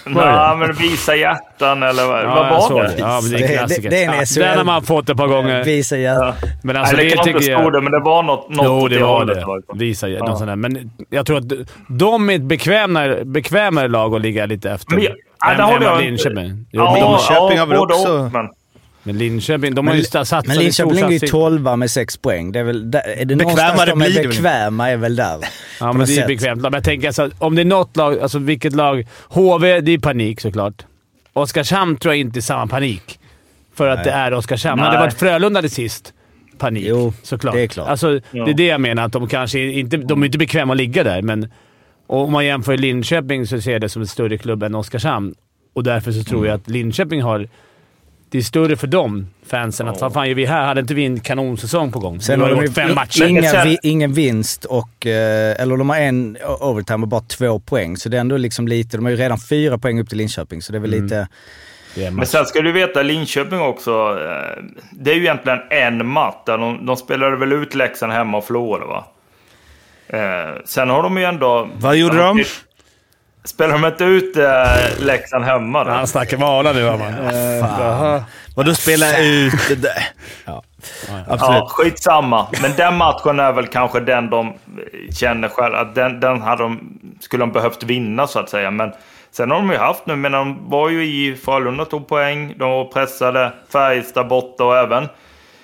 S10: Alltså, Nej, men visa hjärtan eller vad,
S4: Ja,
S10: vad
S4: jag
S10: var
S4: såg
S10: det?
S4: Ja, men det är
S3: Det-
S4: en klassiker.
S3: det- det är en
S4: Ja,
S3: SHL.
S4: Den har man fått ett par gånger.
S3: Visa ja.
S4: Men alltså,
S10: Nej, det
S4: det
S10: kan inte
S4: tycker
S10: stå
S4: jag...
S10: det, men det var något, något
S4: Jo,
S10: åt
S4: det var
S10: hållet,
S4: det.
S10: var det.
S4: Visa ja. någon sån där. Men jag tror att de är ett bekvämare, bekvämare lag att ligga lite efter.
S10: Men- Ja,
S4: än,
S10: där
S4: än
S10: håller
S4: vad
S10: jag inte.
S4: Linköping. Jo,
S10: Ja,
S4: men, de,
S2: Linköping har väl
S10: både
S2: också-
S10: och, men-
S4: men Linköping, de har ju sta- satsat
S3: Men
S4: i
S3: Linköping ligger ju
S4: storsatsning.
S3: 12 med sex poäng. Det är väl där, är det
S2: Bekvämare
S3: någonstans de
S2: blir det
S3: är
S2: väl inte?
S3: bekväma är väl där. på
S4: Ja, men
S3: något
S4: det är
S3: sätt.
S4: bekvämt. Men jag tänker alltså, om det är något lag, alltså vilket lag... HV, det är panik såklart. Oskarshamn tror jag inte är samma panik. För att det är Oskarshamn. Hade det
S10: Nej.
S4: varit Frölunda det sist, panik
S3: Jo,
S4: såklart.
S3: det är klart.
S4: Alltså, Det är det jag menar, att de kanske inte... De är inte bekväma att ligga där, men och om man jämför Linköping så ser jag det som en större klubb än Oskarshamn. Och därför så tror jag
S3: Mm.
S4: att Linköping har... Det är större för dem, fansen, att vad fan gör vi här? Hade inte vi en kanonsäsong på gång?
S3: Sen
S4: Nu
S3: har
S4: det
S3: de ju
S4: gått fem matcher.
S3: Inga,
S10: Sen-
S3: vi, ingen vinst och... eh, Eller de har en o- overtime och bara två poäng. Så det är ändå liksom lite... De har ju redan fyra poäng upp till Linköping, så det är väl lite...
S4: Det är
S10: Men
S4: match.
S10: sen ska du veta, Linköping också. eh, Det är ju egentligen en match. där De, de spelade väl ut Leksand hemma och förlorade, va? Eh, sen har de ju ändå...
S2: Vad gjorde de?
S10: Spelade de inte ut eh, Leksand hemma då?
S4: Han snackar med Arla nu, hör man.
S2: Vadå spela ut? Det där? Absolut.
S10: Ja, skitsamma. Men den matchen är väl kanske den de känner själv att den, den hade de, skulle de behövt vinna så att säga. Men sen har de ju haft nu, men de var ju i Frölunda tog poäng, de var pressade Färjestad borta och även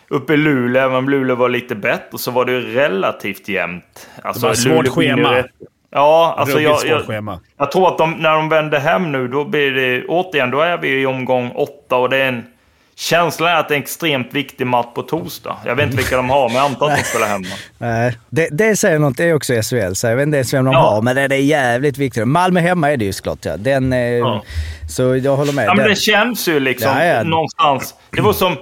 S10: uppe i Luleå, även om Luleå var lite bättre, så var det ju relativt jämnt. Alltså,
S4: var ett svårt
S10: Luleå vinner
S4: schema.
S10: ju- Ja, alltså
S4: Ruggigt
S10: jag,
S4: svårt
S10: jag,
S4: schema.
S10: jag tror att de, när de vänder hem nu, då blir det återigen, då är vi i omgång åtta och det är en... Känslan är att det är en extremt viktig match på torsdag. Jag vet inte vilka de har, men jag antar att de spelar hemma.
S3: Nej, det, det säger något. Det är också SHL, så jag vet inte ens vem de
S10: Ja.
S3: har, men det är jävligt viktigt. Malmö hemma är det ju såklart, ja. Den, eh, Så jag håller med.
S10: Ja, men
S3: Den-
S10: det känns ju liksom
S3: Ja, ja.
S10: någonstans. Det var som...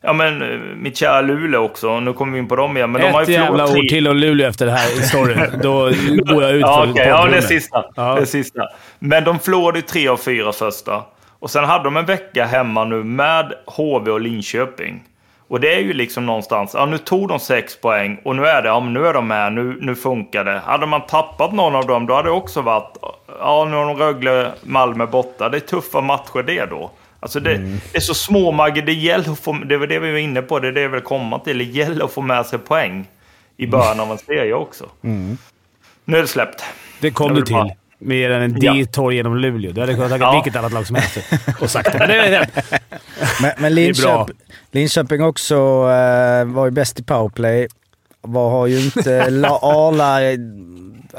S10: Ja, men eh, mitt kära Luleå också. Nu kommer vi in på dem igen, men de har
S4: Ett
S10: ju
S4: jävla
S10: förlorat
S4: ord
S10: tre.
S4: till om Luleå efter det här storyn. Då går jag ut
S10: Ja,
S4: från
S10: okej. ja, det
S4: poddrummet.
S10: sista.
S4: Ja.
S10: det sista. Men de förlorade ju tre av fyra första. Och sen hade de en vecka hemma nu med HV och Linköping. Och det är ju liksom någonstans, ja nu tog de sex poäng och nu är det, ja men nu är de med, nu, nu funkar det. Hade man tappat någon av dem, då hade det också varit, ja nu har de Rögle, Malmö borta. Det är tuffa matcher det då. Alltså det, det är så små marginaler, det gäller att få, det var det vi var inne på, det är det jag vill komma till. Det gäller att få med sig poäng i början av en serie också. Nu är det släppt.
S4: Det kom du
S10: vill bara-
S4: till. Mer än en
S10: Ja.
S4: D-torg genom Luleå. Du hade kunnat tagit
S10: Ja.
S4: vilket annat lag som helst typ. och sagt det. Men det är det.
S3: Men, men
S4: är bra.
S3: Linköp, Linköping också eh, var ju bäst i powerplay. Var, har ju inte La Arla... eh,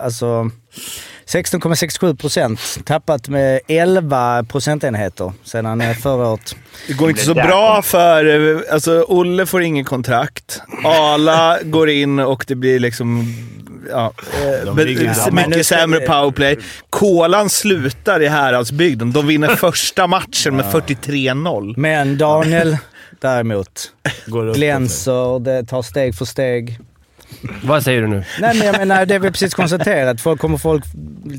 S3: Alltså 16,67 procent. Tappat med 11 procentenheter sedan eh, förra året.
S2: Det går inte så
S10: där
S2: bra för... eh, Alltså, Olle får ingen kontrakt. Ala går in och det blir liksom... Ja, eh, be-
S4: ligger
S2: s-
S4: där.
S3: Men nu
S2: mycket
S3: ska
S2: sämre
S3: vi-
S2: powerplay. Kolan slutar i Häradsbygden. De vinner första matchen med 43-0.
S3: Men Daniel däremot
S4: Går upp.
S3: glänser, det tar steg för steg.
S1: Vad säger du nu?
S3: Nej men jag menar, det har vi precis konstaterat. Folk kommer folk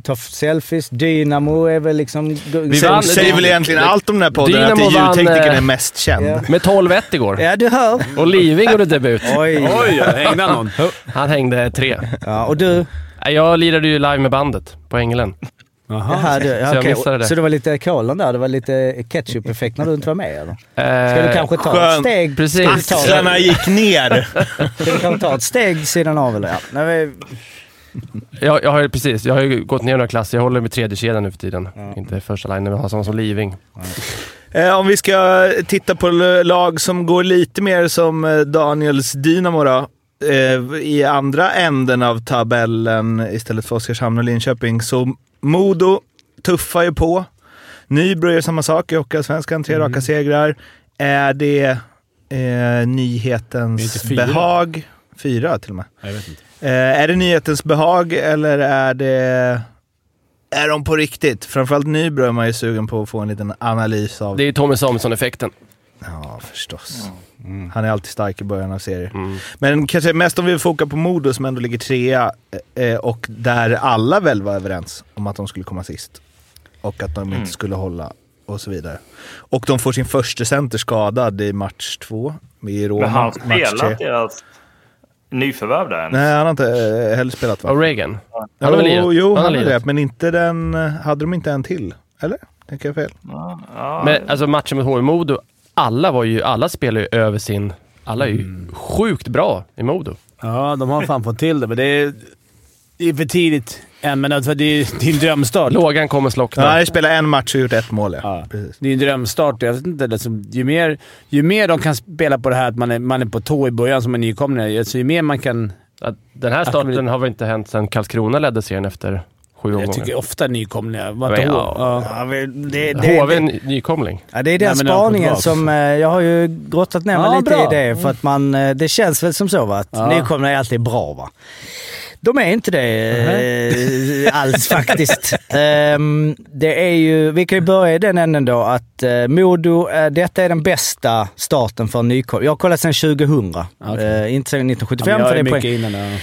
S3: ta selfies. Dynamo är väl liksom...
S1: Vi
S2: Det
S1: vann-
S2: säger väl egentligen allt om den här podden, att det
S1: Dynamo
S2: är
S1: vann,
S2: ljudteknikern
S1: eh,
S2: är mest känd.
S3: Ja.
S1: Med 12-1 igår.
S3: Ja, du hör.
S1: Och Living gjorde debut.
S3: Oj.
S4: Oj, hängde han någon?
S1: Han hängde tre.
S3: Ja, och du?
S1: Nej, Jag lirade ju live med bandet på Ängelen.
S4: Jaha.
S3: Jaha, du,
S1: jag
S3: okej.
S1: missade det.
S3: Så det var lite kolan där, det var lite ketchup-effekt när du inte var med eller? Ska du
S1: Eh,
S3: kanske ta ett
S2: skönt.
S3: steg?
S1: Precis.
S3: Ska du ta-
S2: Axlarna gick ner.
S3: Ska du kanske ta ett steg sidan av eller? Ja. Nej, men-
S1: Jag, jag har ju precis, jag har ju gått ner några klasser. Jag håller med tredje kedjan nu för tiden. Inte första linjen, men jag har sådana som Living.
S2: Eh, Om vi ska titta på l- lag som går lite mer som eh, Daniels Dynamo då. eh, I andra änden av tabellen istället för Oskarshamn och Linköping. Så Modo tuffar ju på. Nybro gör samma sak i Hockeyallsvenskan. Tre
S4: Mm.
S2: raka segrar. Är det eh,
S4: Är det
S2: nyhetens
S4: inte fyra?
S2: behag? Fyra till och med.
S4: Jag vet inte.
S2: Eh, är det nyhetens behag eller är det... Är de på riktigt? Framförallt Nybro är man ju sugen på att få en liten analys av.
S1: Det är ju Tommy Samuelsson-effekten.
S2: Ja, förstås. Mm. Han är alltid stark i början av serier. Men kanske mest om vi fokar på Modo som ändå ligger trea eh, och där alla väl var överens om att de skulle komma sist. Och att de inte skulle hålla och så vidare. Och de får sin första center skadad i match två. I Roma,
S10: Men han
S2: match tre.
S10: spelat deras nyförvärv där än.
S2: Nej, han har inte eh, heller spelat va?
S1: Och Reagan. Han har väl lirat?
S2: jo, jo, han har
S1: lirat.
S2: lirat. Men inte den... eh, Hade de inte en till? Eller? Tänker jag fel?
S10: Ja,
S1: Men alltså matchen mot HV Modo, alla var ju, alla spelar ju över sin... Alla är ju sjukt bra i Modo.
S4: Ja, de har fan fått till det, men det är, det är för tidigt än. Men alltså, det är din drömstart.
S1: Lågan kommer
S2: Ja,
S1: slockna.
S2: han har spelat en match och gjort ett mål ja.
S4: Ja.
S2: Precis.
S4: Det är en drömstart. Jag vet inte, liksom, ju, mer, ju mer de kan spela på det här att man är, man är på tå i början som en nykomling, alltså, ju mer man kan...
S1: Att Den här
S4: Att det
S1: starten
S4: blir-
S1: har väl inte hänt sedan Karlskrona ledde serien efter sju
S4: Jag
S1: omgångar.
S4: tycker ofta nykomlingar. Vad
S1: Men,
S4: då?
S1: ja.
S4: Ja.
S3: Ja, men det, det,
S1: HV är en
S3: det,
S1: nykomling.
S3: ja, det
S4: Nej,
S3: är den
S4: men den har gått
S3: spaningen
S4: bra.
S3: som... eh, Jag har ju grottat ner mig
S4: Ja,
S3: lite
S4: bra.
S3: i det för att man... eh, Det känns väl som så va? Att
S4: Ja.
S3: nykomlingar är alltid bra va? De är inte det eh, alls faktiskt. Ehm, det är ju, vi kan ju börja i den änden då att eh, Modo, eh, detta är den bästa starten för en nykomling. Jag har kollat sedan 2000.
S4: Okej.
S3: Eh, inte sedan
S4: Ja, men
S3: 1975
S4: jag
S3: för det
S4: är
S3: är
S4: mycket
S3: poäng.
S4: innan.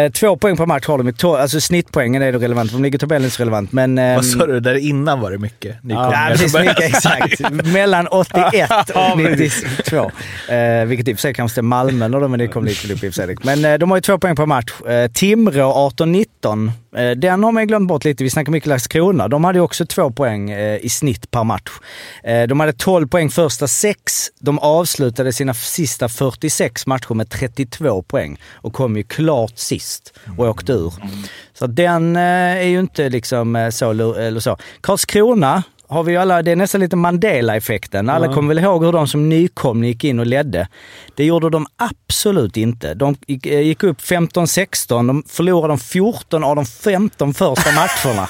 S4: Ja.
S3: Eh, två poäng per match har de. ju. To- Alltså snittpoängen är då relevant. De ligger i tabellen är det så relevant. Men, ehm,
S2: Vad sa du? Där innan var det mycket
S3: Ja,
S2: nykomlingar.
S3: precis. Lika exakt. Mellan 81 och 92. Eh, vilket i och för sig kanske är Malmö när de men det kom lite upp i och för sig. Men eh, de har ju två poäng per match. Eh, Timrå 18-19 2013, eh, den har man ju glömt bort lite. Vi snackar mycket Landskrona. De hade ju också två poäng eh, i snitt per match. Eh, de hade 12 poäng första sex. De avslutade sina f- sista 46 matcher med 32 poäng och kom ju klart sist och åkte ur. Så den eh, är ju inte liksom eh, så, lu- eller så. Karlskrona har vi ju alla, det är nästan lite Mandela-effekten. Alla kommer väl ihåg hur de som nykomling gick in och ledde. Det gjorde de absolut inte. De gick, eh, gick upp 15-16, de förlorade de 14 av de 15 första matcherna.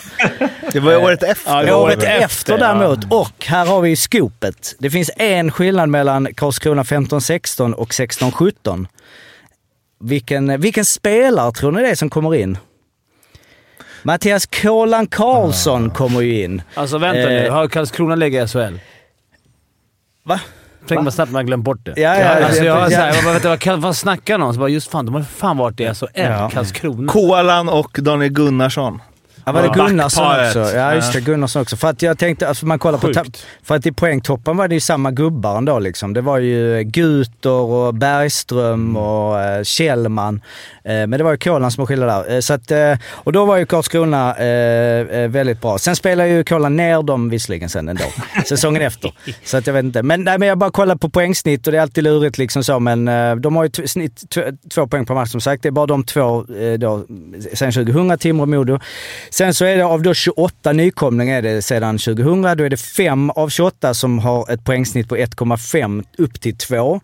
S2: Det var ju året efter.
S4: det var
S3: Året
S4: året
S3: efter,
S4: efter,
S3: däremot, och här har vi ju skopet. Det finns en skillnad mellan Karlskrona 15-16 och 16-17. Vilken, vilken spelare tror ni det är som kommer in? Mattias Kolan
S4: Ah.
S3: Karlsson kommer ju in.
S4: Alltså vänta nu.
S3: Eh.
S4: Har Karlskrona legat i SHL?
S3: Va?
S4: Tänk vad snabbt man har glömt bort det.
S3: Ja, ja,
S4: alltså,
S3: ja,
S4: jag, var
S3: ja.
S4: så här, jag bara, vänta, vad, kan- vad snackar någon? Så bara, just fan, de har för fan varit i SHL.
S3: Ja.
S4: Karlskrona.
S2: Kolan och Daniel Gunnarsson.
S3: Ja, var det
S2: Ja.
S3: Gunnarsson
S2: Backparet.
S3: också? Ja, just det. Gunnarsson också. För att jag tänkte, alltså man kollar på...
S4: Sjukt.
S3: tapp- För att i poängtoppen var det ju samma gubbar ändå liksom. Det var ju Guter och Bergström och eh, Kjellman. Eh, men det var ju Kolan som var skillnad där. Eh, så att, eh, och då var ju Karlskrona eh, eh, väldigt bra. Sen spelade ju Kolan ner dem visserligen sen ändå, säsongen efter. Så att jag vet inte. Men, nej, men jag bara kollar på poängsnitt och det är alltid lurigt liksom så. Men eh, de har ju t- snitt t- två poäng per match som sagt. Det är bara de två eh, då, sen 2000, Timrå och Modo. Sen så är det av då 28 nykomlingar är det sedan 2000, då är det 5 av 28 som har ett poängsnitt på 1,5 upp till 2.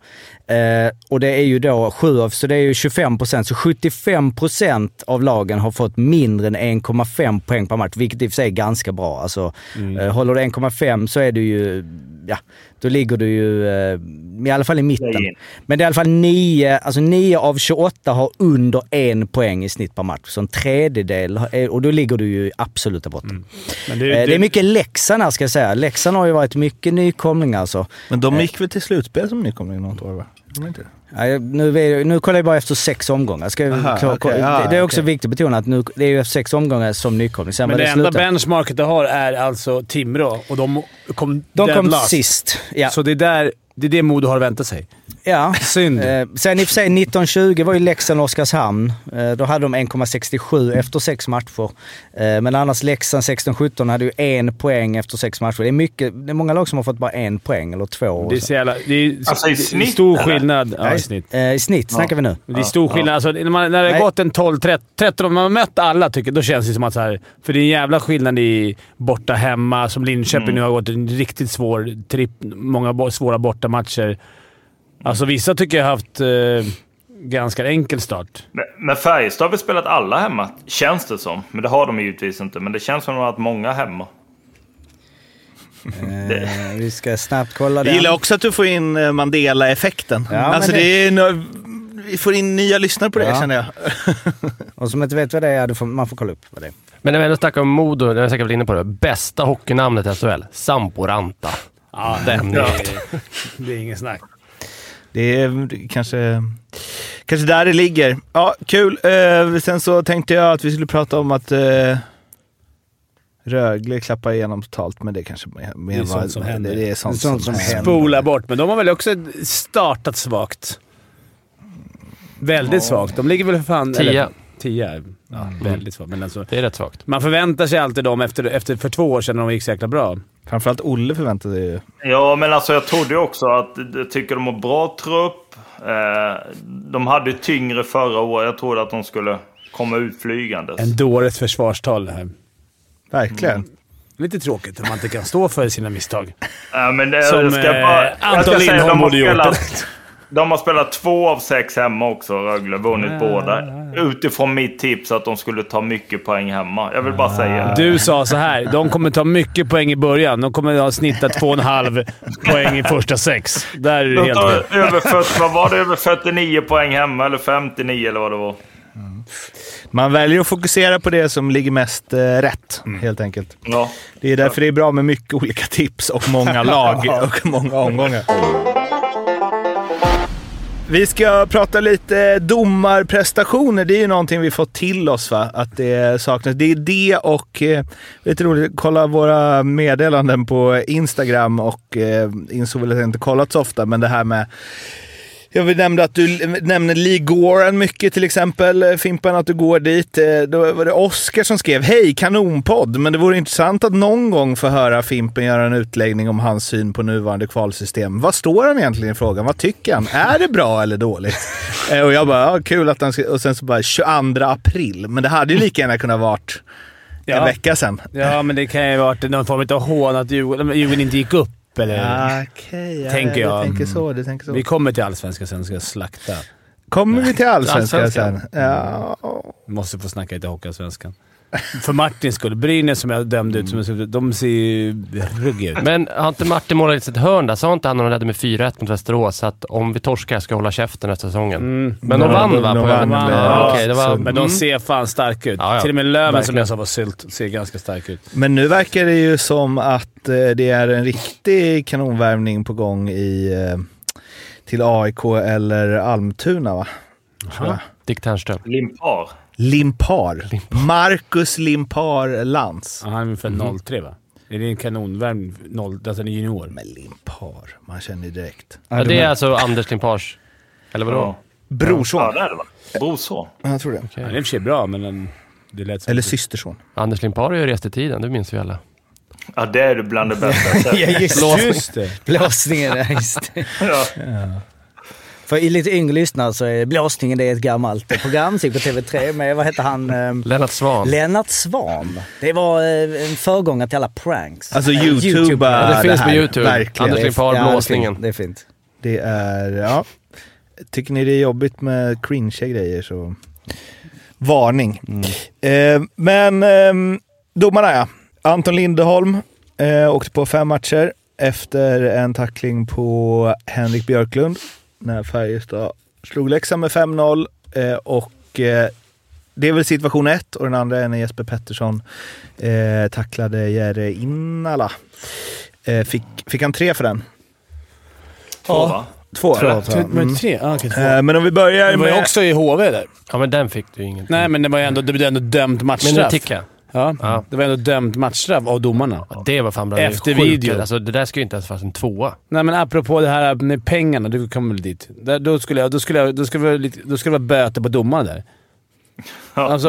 S3: Eh, och det är ju då 7 av, så det är ju 25 procent. Så 75 procent av lagen har fått mindre än 1,5 poäng per match, vilket i och för sig är ganska bra. Alltså, eh, håller du 1,5 så är du ju, ja, då ligger du ju eh, i alla fall i mitten. Men det är i alla fall 9, alltså 9 av 28 har under en poäng i snitt per match. Så en tredjedel, har- är- och då ligger du ju i absoluta botten.
S4: Men Mm. det,
S3: Eh, Det är mycket Leksand här ska jag säga. Leksand har ju varit mycket nykomling alltså.
S2: Men de gick väl till slutspel som nykomling något år va? Gjorde de inte det?
S3: Ja, jag- Nu, är det- nu kollar jag bara efter sex omgångar. Ska jag
S2: Aha,
S3: klar,
S2: okej.
S3: det,
S2: Ah,
S3: det är också
S2: okej.
S3: viktigt att betona att nu, det är ju efter sex omgångar som nykomling. Sen
S4: Men
S3: var
S4: det,
S3: det,
S4: enda
S3: slut.
S4: benchmarket det har är alltså Timrå och de kom
S3: De
S4: dead
S3: kom
S4: last.
S3: sist. Ja.
S4: Så det är, där, det är det Modo har väntat sig.
S3: ja.
S4: Synd.
S3: Eh, sen i och för sig 1920 var ju Leksand och Oskarshamn. Eh, då hade de 1,67 efter sex matcher. Eh, men annars Leksand 16-17 hade ju en poäng efter sex matcher. Det är, mycket, det är många lag som har fått bara en poäng eller två. och
S4: det är
S3: så.
S4: så jävla... Det är,
S10: Alltså, i
S4: det är
S10: snitt,
S4: stor
S10: eller?
S4: skillnad. Ja, i
S3: Nej,
S4: snitt.
S3: eh, I snitt snackar vi nu.
S4: Det är stor skillnad. Alltså, när, man, när det har
S3: Nej.
S4: gått en 12, 13, 13, om man har mött alla tycker jag, då känns det som att så här, För det är en jävla skillnad i borta hemma, som Linköping nu har gått en riktigt svår tripp. Många bo, svåra bortamatcher. Alltså vissa tycker jag har haft eh, ganska enkel start.
S10: Men- Men Färjestad har väl spelat alla hemma, känns det som. Men det har de givetvis inte. Men det känns som att de har haft många hemma.
S3: Eh, vi ska snabbt kolla
S2: Jag
S3: det.
S2: gillar också att du får in eh, Mandela-effekten.
S3: Ja,
S2: alltså
S3: men
S2: det...
S3: det-
S2: är nå- vi får in nya lyssnare på det
S3: Ja.
S2: känner jag.
S3: Och som inte vet vad det är, då får, man får kolla upp vad det är.
S1: Men när vi ändå snackar om Modo, jag har säkert varit inne på det. Bästa hockeynamnet i SHL? Samporanta.
S4: Ja,
S1: Den
S4: det, det är ingen snack.
S2: Det är kanske, kanske där det ligger. Ja, kul. Eh, sen så tänkte jag att vi skulle prata om att eh, Rögle klappar igenom totalt, men det kanske mer mer
S4: Det är sånt
S2: var-
S4: som händer.
S2: Det är sånt,
S3: Det är sånt
S2: som,
S3: som
S2: händer.
S4: spola bort, men de har väl också startat svagt. Väldigt svagt. De ligger väl för fan...
S1: Tia.
S4: eller- Tia. Ja, väldigt svagt. Men alltså,
S1: Det är rätt svagt.
S4: man förväntar sig alltid dem efter, efter för två år sedan när de gick så jäkla bra.
S2: Framförallt Olle förväntade ju...
S10: Ja, men alltså jag trodde ju också att... Jag tycker de har bra trupp. Eh, De hade ju tyngre förra året. Jag trodde att de skulle komma ut flygandes.
S4: En dåres försvarstal det här.
S2: Verkligen.
S4: Lite tråkigt om man inte kan stå för sina misstag.
S10: Ja, men det,
S4: Som,
S10: jag ska
S4: eh,
S10: bara, jag
S4: Anton
S10: ska säga,
S4: Lindholm
S10: de har
S4: borde gjort.
S10: spelat, De har spelat två av sex hemma också, Rögle. Vunnit båda. Utifrån mitt tips att de skulle ta mycket poäng hemma. Jag vill bara säga det.
S4: Ah. Du sa så här. De kommer ta mycket poäng i början. De kommer ha snittat två och en halv poäng i första sex. Där är du
S10: De
S4: helt rätt.
S10: tar över 40, vad var det? Över 49 poäng hemma, eller 59 eller vad det var.
S2: Man väljer att fokusera på det som ligger mest eh, rätt, helt enkelt.
S10: Ja.
S2: Det är därför det är bra med mycket olika tips och många lag och många omgångar. Vi ska prata lite domarprestationer. Det är ju någonting vi fått till oss, va? att det saknas. Det är det och... Eh, lite roligt, kolla våra meddelanden på Instagram och eh, insåg väl att det inte kollat så ofta, men det här med Jag vill nämna att du l- nämner Lee Goran mycket till exempel, eh, Fimpen, att du går dit. Eh, Då var det Oscar som skrev “Hej, kanonpodd!” Men det vore intressant att någon gång få höra Fimpen göra en utläggning om hans syn på nuvarande kvalsystem. Vad står han egentligen i frågan? Vad tycker han? Är det bra eller dåligt? Eh, Och jag bara, ja, kul att han skrev. Och sen så bara 22 april. Men det hade ju lika gärna kunnat varit en
S4: Ja.
S2: vecka sedan.
S4: Ja, men det kan ju ha varit någon form av hån att Djurgården, Djurgården inte gick upp. Eller?
S2: Okej,
S4: Tänker jag. Mm.
S2: Du tänker så, du tänker så.
S4: Vi kommer till Allsvenskan sen och ska slakta.
S2: Kommer vi till allsvenskan sen?
S1: Allsvenskan.
S2: Ja.
S4: Måste få snacka lite Hockeyallsvenskan. För Martins skull. Brynäs som jag dömde ut, som jag, skulle- de ser ju ruggiga ut.
S1: Men har inte Martin målat lite sitt hörn där? Sa inte han när de ledde med 4-1 mot Västerås att om vi torskar ska jag hålla käften efter säsongen? Men de
S2: Ja,
S1: vann
S2: de-
S1: va?
S2: de
S1: på
S2: vann.
S1: över-
S4: Ja,
S1: Ja, okej, det var...
S2: så-
S4: Men de ser fan starka ut.
S1: Mm. Ja, ja.
S4: Till och med Löven som
S1: Verkligen.
S4: jag sa var sylt ser ganska stark ut.
S2: Men nu verkar det ju som att eh, det är en riktig kanonvärvning på gång i, eh, till AIK eller Almtuna, va?
S1: Dick Ternström.
S10: Limpar.
S2: Limpar. Marcus Limpar Lantz.
S4: Ja, Han är väl
S2: Mhm.
S4: för 03 va? Är det en kanonvärm noll, alltså en junior?
S2: Men Limpar, man känner ju direkt.
S1: Ja, det är alltså Anders Limpars... Eller vadå?
S10: Ja.
S2: Brorson.
S10: Ja, det är det va? Brorson.
S2: Jag tror det.
S4: Han är i och för sig bra, men en, det lät som...
S2: Eller systerson.
S1: Anders Limpar har ju rest i tiden, det minns vi alla.
S10: Ja, det är bland det bästa.
S3: Ja, just
S1: Blåsning.
S4: Just det!
S3: Blåsningen, ja, just det.
S10: Ja.
S3: För i lite yngre lyssnare så är Blåsningen det är ett gammalt program, typ på TV3 med, vad hette han? eh,
S1: Lennart Swahn.
S3: Lennart Svan. Det var eh, en förgångare till alla pranks.
S2: Alltså
S3: Eh,
S2: YouTube.
S3: YouTube.
S1: Ja, det finns
S2: här,
S1: på YouTube.
S2: Verkligen.
S1: Anders Limpar,
S3: Ja, det är
S1: blåsningen.
S3: fint. Det är fint.
S2: Det är, ja. Tycker ni det är jobbigt med cringea grejer så varning. Eh, men eh, domarna ja. Anton Lindeholm eh, åkte på fem matcher efter en tackling på Henrik Björklund när Färjestad slog Leksand med 5-0. Eh, och eh, det är väl situation ett och den andra är när Jesper Pettersson eh, tacklade Jere Innala. Eh, fick, fick han tre för den?
S10: Två va?
S2: Två? eller?
S4: Men tre? Ah, okay,
S2: mm. Eh, Men om vi börjar
S4: det var ju
S2: med...
S4: också i HV där.
S1: Ja, men den fick du ju ingenting.
S4: Nej, men det var ju ändå, det blev ändå dömt
S1: men nu
S4: matchstraff.
S1: tickar
S4: ja.
S1: Ja.
S4: Det var ändå dömt matchstraff av domarna.
S1: Ja, det var fan bra. Det är
S4: Efter
S1: sjukt.
S4: video.
S1: Alltså, det där skulle ju inte ens varit en tvåa.
S4: Nej, men apropå det här med pengarna. Du kommer väl dit. Där, då, skulle jag, då, skulle jag, då, skulle det vara lite, då skulle det vara böter på domarna där. Alltså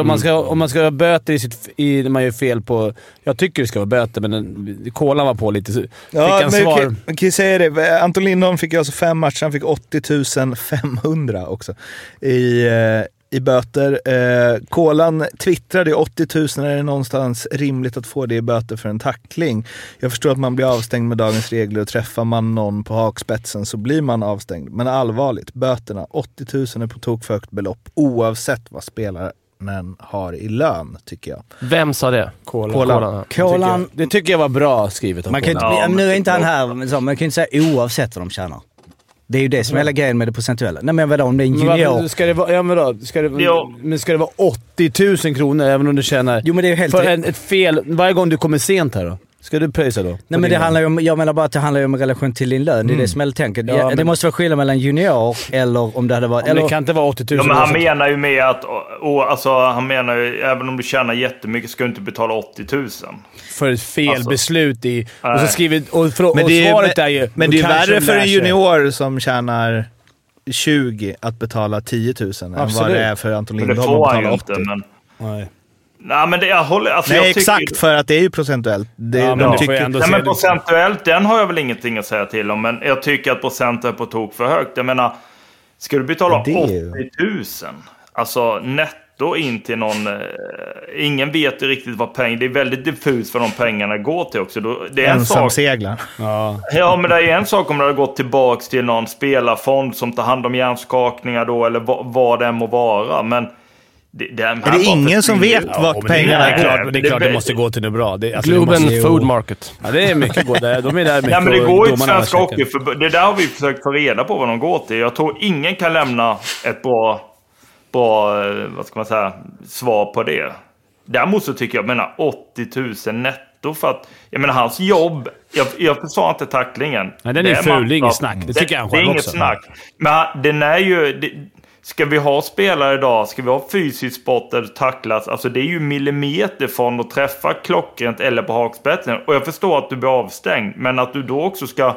S2: Mm.
S4: om man ska, om man ska ha böter i sitt, i, när man gör fel på... Jag tycker det ska vara böter, men den, kolan var på lite. så Fick
S2: Ja,
S4: han
S2: men
S4: svar.
S2: Kan, kan jag säga det. Eh, Anton Lindholm fick ju alltså fem matcher. Han fick 80 500 också i, eh, i böter. Eh, Kolan twittrade ju, 80 000. Är det någonstans rimligt att få det i böter för en tackling? Jag förstår att man blir avstängd med dagens regler och träffar man någon på hakspetsen så blir man avstängd. Men allvarligt, böterna. 80 000 är på tok för högt belopp oavsett vad spelaren har i lön, tycker jag.
S1: Vem sa det? Kolan. ja.
S3: Kolan.
S4: Det tycker jag var bra skrivet av
S3: Man kan ju
S4: kolan.
S3: inte,
S10: Ja, men
S3: nu är
S10: det
S3: inte
S10: är
S3: han
S10: bra.
S3: här, men så, man kan ju inte säga oavsett vad de tjänar. Det är ju det som är hela grejen med det procentuella. Nej men vadå, om det är en
S4: Men varför-
S3: junior...
S4: Ska det vara, ja, men då, ska det,
S10: Jo.
S4: men ska det vara 80 000 kronor även om du tjänar...
S3: Jo men det är ju helt...
S4: för en, ett fel. Varje gång du kommer sent här då? Ska du pröjsa då?
S3: Nej men det handlar ju om, jag menar bara att det handlar ju om relation till din lön. Det är det som jag tänker.
S4: Mm. Ja,
S3: Ja, Det
S4: men-
S3: måste vara skillnad mellan junior eller om det hade varit...
S4: Eller,
S3: Eller,
S4: det kan inte vara 80 000
S10: Ja, men han
S4: oavsett.
S10: menar ju med att... Och, alltså, han menar ju, även om du tjänar jättemycket ska du inte betala 80 000.
S4: för ett fel
S10: Alltså.
S4: beslut i... Och så
S10: Nej.
S4: skrivit... Och, för, och
S2: Men det är ju-
S4: svaret är ju...
S2: Men
S4: då
S2: det är
S4: kanske
S2: värre
S4: de
S2: för
S4: lär
S2: en
S4: sig.
S2: junior som tjänar 20 att betala 10 000 än vad
S4: Absolut.
S2: det är för Anton
S10: Men det
S2: Lindholm
S10: får
S2: att
S10: han ju
S2: betala
S10: inte.
S2: 80.
S10: Men,
S4: Nej.
S10: nej, men det, jag håller... Alltså,
S2: Nej,
S10: jag tycker-
S2: exakt. För att det är ju procentuellt. Det,
S4: Ja, men
S2: de
S4: det får
S2: tycker,
S4: jag ändå
S10: Nej,
S4: se.
S10: men
S4: liksom.
S10: procentuellt, den har jag väl ingenting att säga till om, men jag tycker att procent är på tok för högt. Jag menar, ska du betala
S2: Det är
S10: 80
S2: ju-
S10: 000, alltså netto in till någon... Eh, ingen vet ju riktigt vad pengar... Det är väldigt diffust vad de pengarna går till också. Då, det är en sak,
S2: ensamseglaren.
S4: Ja.
S10: ja, men det är en sak om det har gått tillbaka till någon spelarfond som tar hand om hjärnskakningar då, eller vad, vad det än må vara. Men det, det,
S2: Är det ingen som vet
S4: Ja,
S2: vart
S4: men det-
S2: pengarna
S4: Det är
S2: är?
S10: Nej.
S4: klart det, är klart det måste gå till något bra. Det, alltså, det
S1: Globen
S4: måste ju-
S1: Food Market.
S4: Ja, det är mycket gå där. De är där mycket.
S10: Nej, men det
S4: och
S10: går ju inte
S4: domarna har
S10: Svenska
S4: käkat.
S10: Hockeyförbundet. Det där har vi försökt få reda på vad de går till. Jag tror ingen kan lämna ett bra, bra eh, vad ska man säga, svar på det. Däremot så tycker jag, jag menar 80 000 netto för att, jag menar hans jobb, jag, jag försvarar inte tacklingen.
S4: Nej, den är ju ful,
S10: matchstraff.
S4: det är inget snack. Det tycker han
S10: Det är
S4: själv
S10: inget
S4: också.
S10: snack. Men han- den är ju, det, ska vi ha spelare idag, ska vi ha fysisk sport där det tacklas, alltså det är ju millimeter från att träffa klockrent eller på hakspetsen. Och jag förstår att du blir avstängd, men att du då också ska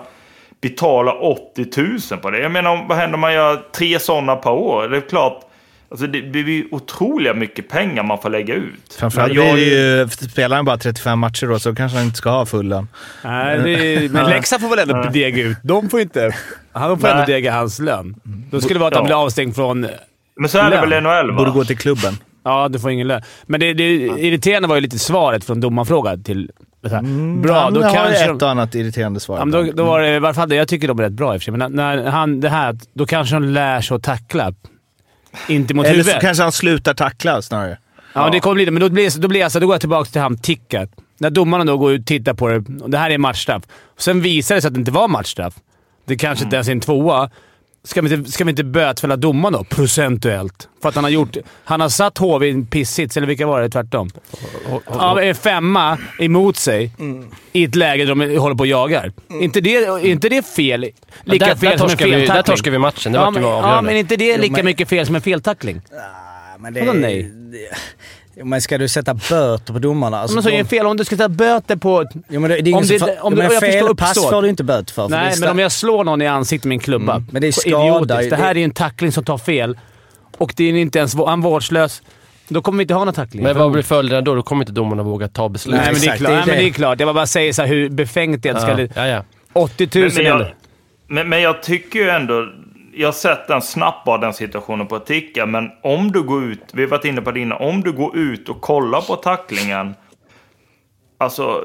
S10: betala 80 000 på det. Jag menar, om- vad händer om man gör tre sådana per år? Det är klart, alltså det blir ju otroliga mycket pengar man får lägga ut.
S2: Framförallt
S10: Men
S2: jag
S10: jag-
S2: är ju, spelar han bara 35 matcher då, så kanske han inte ska ha full lön.
S4: Nej, det är, men Leksand får väl ändå dega ut. De får inte... Han får
S10: Nej.
S4: ändå dega hans lön. Då skulle det vara att han
S10: Ja.
S4: blir avstängd från...
S10: Men så är det
S4: Lön.
S10: väl i NHL va?
S2: Borde gå till klubben.
S4: Ja, du får ingen lön. Men det, det irriterande var ju lite svaret från domarfrågan till... Så här, bra,
S2: Mm, han
S4: då
S2: har
S4: kanske...
S2: ett
S4: de-
S2: och annat irriterande svar.
S4: Ja, men då, då var det, varför hade, jag tycker de är rätt bra i och för sig, men när- när han, det här, att- då kanske de lär sig att tackla. Inte mot
S2: Eller
S4: huvudet.
S2: så kanske han slutar tackla snarare.
S4: Ja, men det kommer bli det. Men då, blir, då, blir jag, så- då går jag tillbaka till han Ticka. När domarna då går ut och tittar på det. och Det här är matchstraff. Och sen visar det sig att det inte var matchstraff. Det kanske inte ens är en tvåa. Ska vi inte, ska vi inte bötfälla domaren då? Procentuellt. För att han har gjort... Han har satt HV i en pissits, eller vilka var det? Tvärtom. Ja, men en femma emot sig i ett läge där de håller på och jagar. Inte det, är inte det fel? Lika
S1: där,
S4: fel
S1: där,
S4: som en
S1: torskar vi, där
S4: feltackling?
S1: torskar vi matchen. Det
S4: Ja,
S1: vart ju
S4: men, ja,
S1: avgörande.
S4: men inte det är lika
S3: men-
S4: mycket fel som en feltackling?
S3: Ja, men det,
S4: Vadå nej?
S3: Jo, men ska du sätta böter på domarna? Alltså,
S4: Men så är det ju fel om du ska ta böter på...
S3: jo, men det, det är ingen
S4: om
S3: som
S4: det-
S3: fa-
S4: om
S3: jo,
S4: det-
S3: men
S4: och jag förstår
S3: felpass
S4: uppsåt.
S3: får du inte böter för. för alltså, det är
S4: Nej,
S3: sta- Mm.
S4: men om jag slår någon i ansiktet med en klubba.
S3: men det är
S4: Så
S3: skada,
S4: idiotiskt. Det här
S3: det-
S4: är ju en tackling som tar fel och det är inte ens, han är vårdslös. Då kommer vi inte ha någon tackling.
S1: Men vad blir följderna då? Då kommer inte domarna våga ta beslut.
S4: Nej, men det är
S3: Exakt,
S4: klart.
S3: det är
S4: Nej, men
S3: det.
S4: det är klart. Jag bara säger så här hur befängt det är. att
S1: ja.
S4: Ska,
S1: Ja, ja.
S4: 80 000
S10: men, jag,
S4: eller?
S10: men, men jag tycker ju ändå... Jag har sett den snabbt av den situationen på Ticka, men om du går ut... Vi har varit inne på det innan. Om du går ut och kollar på tacklingen, alltså...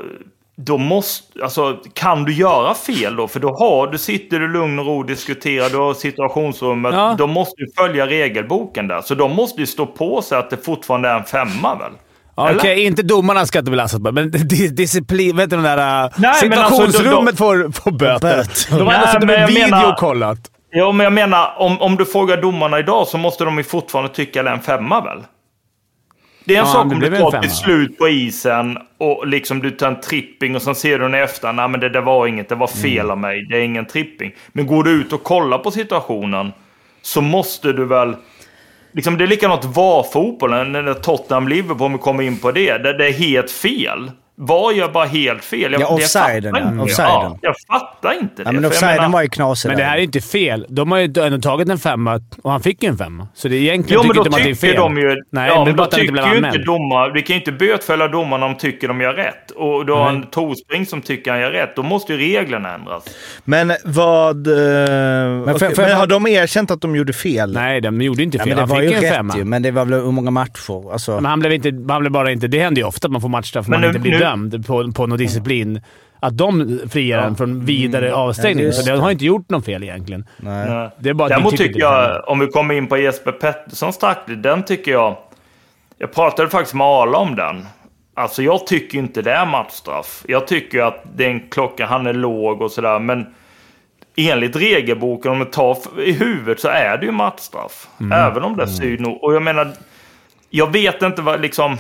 S10: Då måste, alltså, kan du göra fel då? För då har, du sitter du i lugn och ro diskuterar, du har situationsrummet.
S4: Ja.
S10: De måste ju följa regelboken där. Så de måste ju stå på sig att det fortfarande är en femma väl?
S4: Ja, Okej,
S10: Eller?
S4: inte domarna ska inte belastas bara, men di- disciplin... Vet du den där... äh,
S10: Nej, men alltså, de- de-
S4: situationsrummet får, får böter.
S3: Böter.
S4: De har ändå
S10: Nej,
S4: suttit
S10: men
S4: med
S10: jag
S4: video
S10: menar-
S4: och kollat.
S10: Ja, men jag menar, om, om du frågar domarna idag så måste de ju fortfarande tycka det är en femma väl? Det är en
S4: Ja,
S10: sak
S4: det
S10: om
S4: blev
S10: du
S4: en
S10: tar
S4: femma.
S10: ett beslut på isen och liksom du tar en tripping och sen ser du den i efterhand. Nej, men det där var inget. Det var
S3: Mm.
S10: fel av mig. Det är ingen tripping. Men går du ut och kollar på situationen så måste du väl... Liksom, det är likadant VAR-fotbollen, när Tottenham-Liverpool, om vi kommer in på det. Det, det är helt fel. VAR gör bara helt fel.
S3: Ja,
S10: det fattar
S3: offsiden, ja.
S10: inte.
S3: Offsiden.
S10: Ja, jag fattar inte det.
S3: Ja,
S10: för jag
S3: men
S10: menar-
S3: offsiden var ju knasig
S4: Men det
S3: där.
S4: här är ju inte fel. De har ju ändå tagit en femma och han fick ju en femma. Så det är egentligen
S10: Jo, men
S4: tycker
S10: då
S4: inte man att det är
S10: tycker
S4: fel.
S10: de ju...
S4: Nej, men det
S10: ja,
S4: är
S10: men
S4: bara
S10: då
S4: att han inte blev
S10: tycker ju inte
S4: anmäld.
S10: domar, Vi kan ju inte bötfälla domarna om de tycker de gör rätt. Och då har en Torsbring som tycker han gör rätt, då måste ju reglerna ändras.
S2: Men vad... eh, okej,
S3: för- för-
S2: men har de erkänt att de gjorde fel?
S4: Nej, de gjorde inte
S3: Ja,
S4: fel.
S3: men det
S4: han
S3: var
S4: fick
S3: ju
S4: en
S3: rätt
S4: femma.
S3: ju, men det var väl hur många matcher? Alltså,
S4: Men han blev, inte, han blev bara inte... Det händer ju ofta att man får matchstraff man
S10: Men nu-
S4: inte blir
S10: nu-
S4: dömd på, på någon disciplin. Att de friar en från vidare avstängning.
S3: Mm. just
S4: så de har inte gjort något fel egentligen.
S3: nej.
S4: Det är bara att vi tycker
S10: Däremot tycker
S4: inte det
S10: jag, om vi kommer in på Jesper Petterssons tackling, den tycker jag... Jag pratade faktiskt med Arla om den. Alltså jag tycker inte det är matchstraff. Jag tycker att det är en klocka, han är låg och sådär, men... Enligt regelboken, om du tar f- i huvudet, så är det ju matchstraff.
S4: Mm.
S10: Även om det är syd nog. Och jag menar, jag vet inte vad liksom...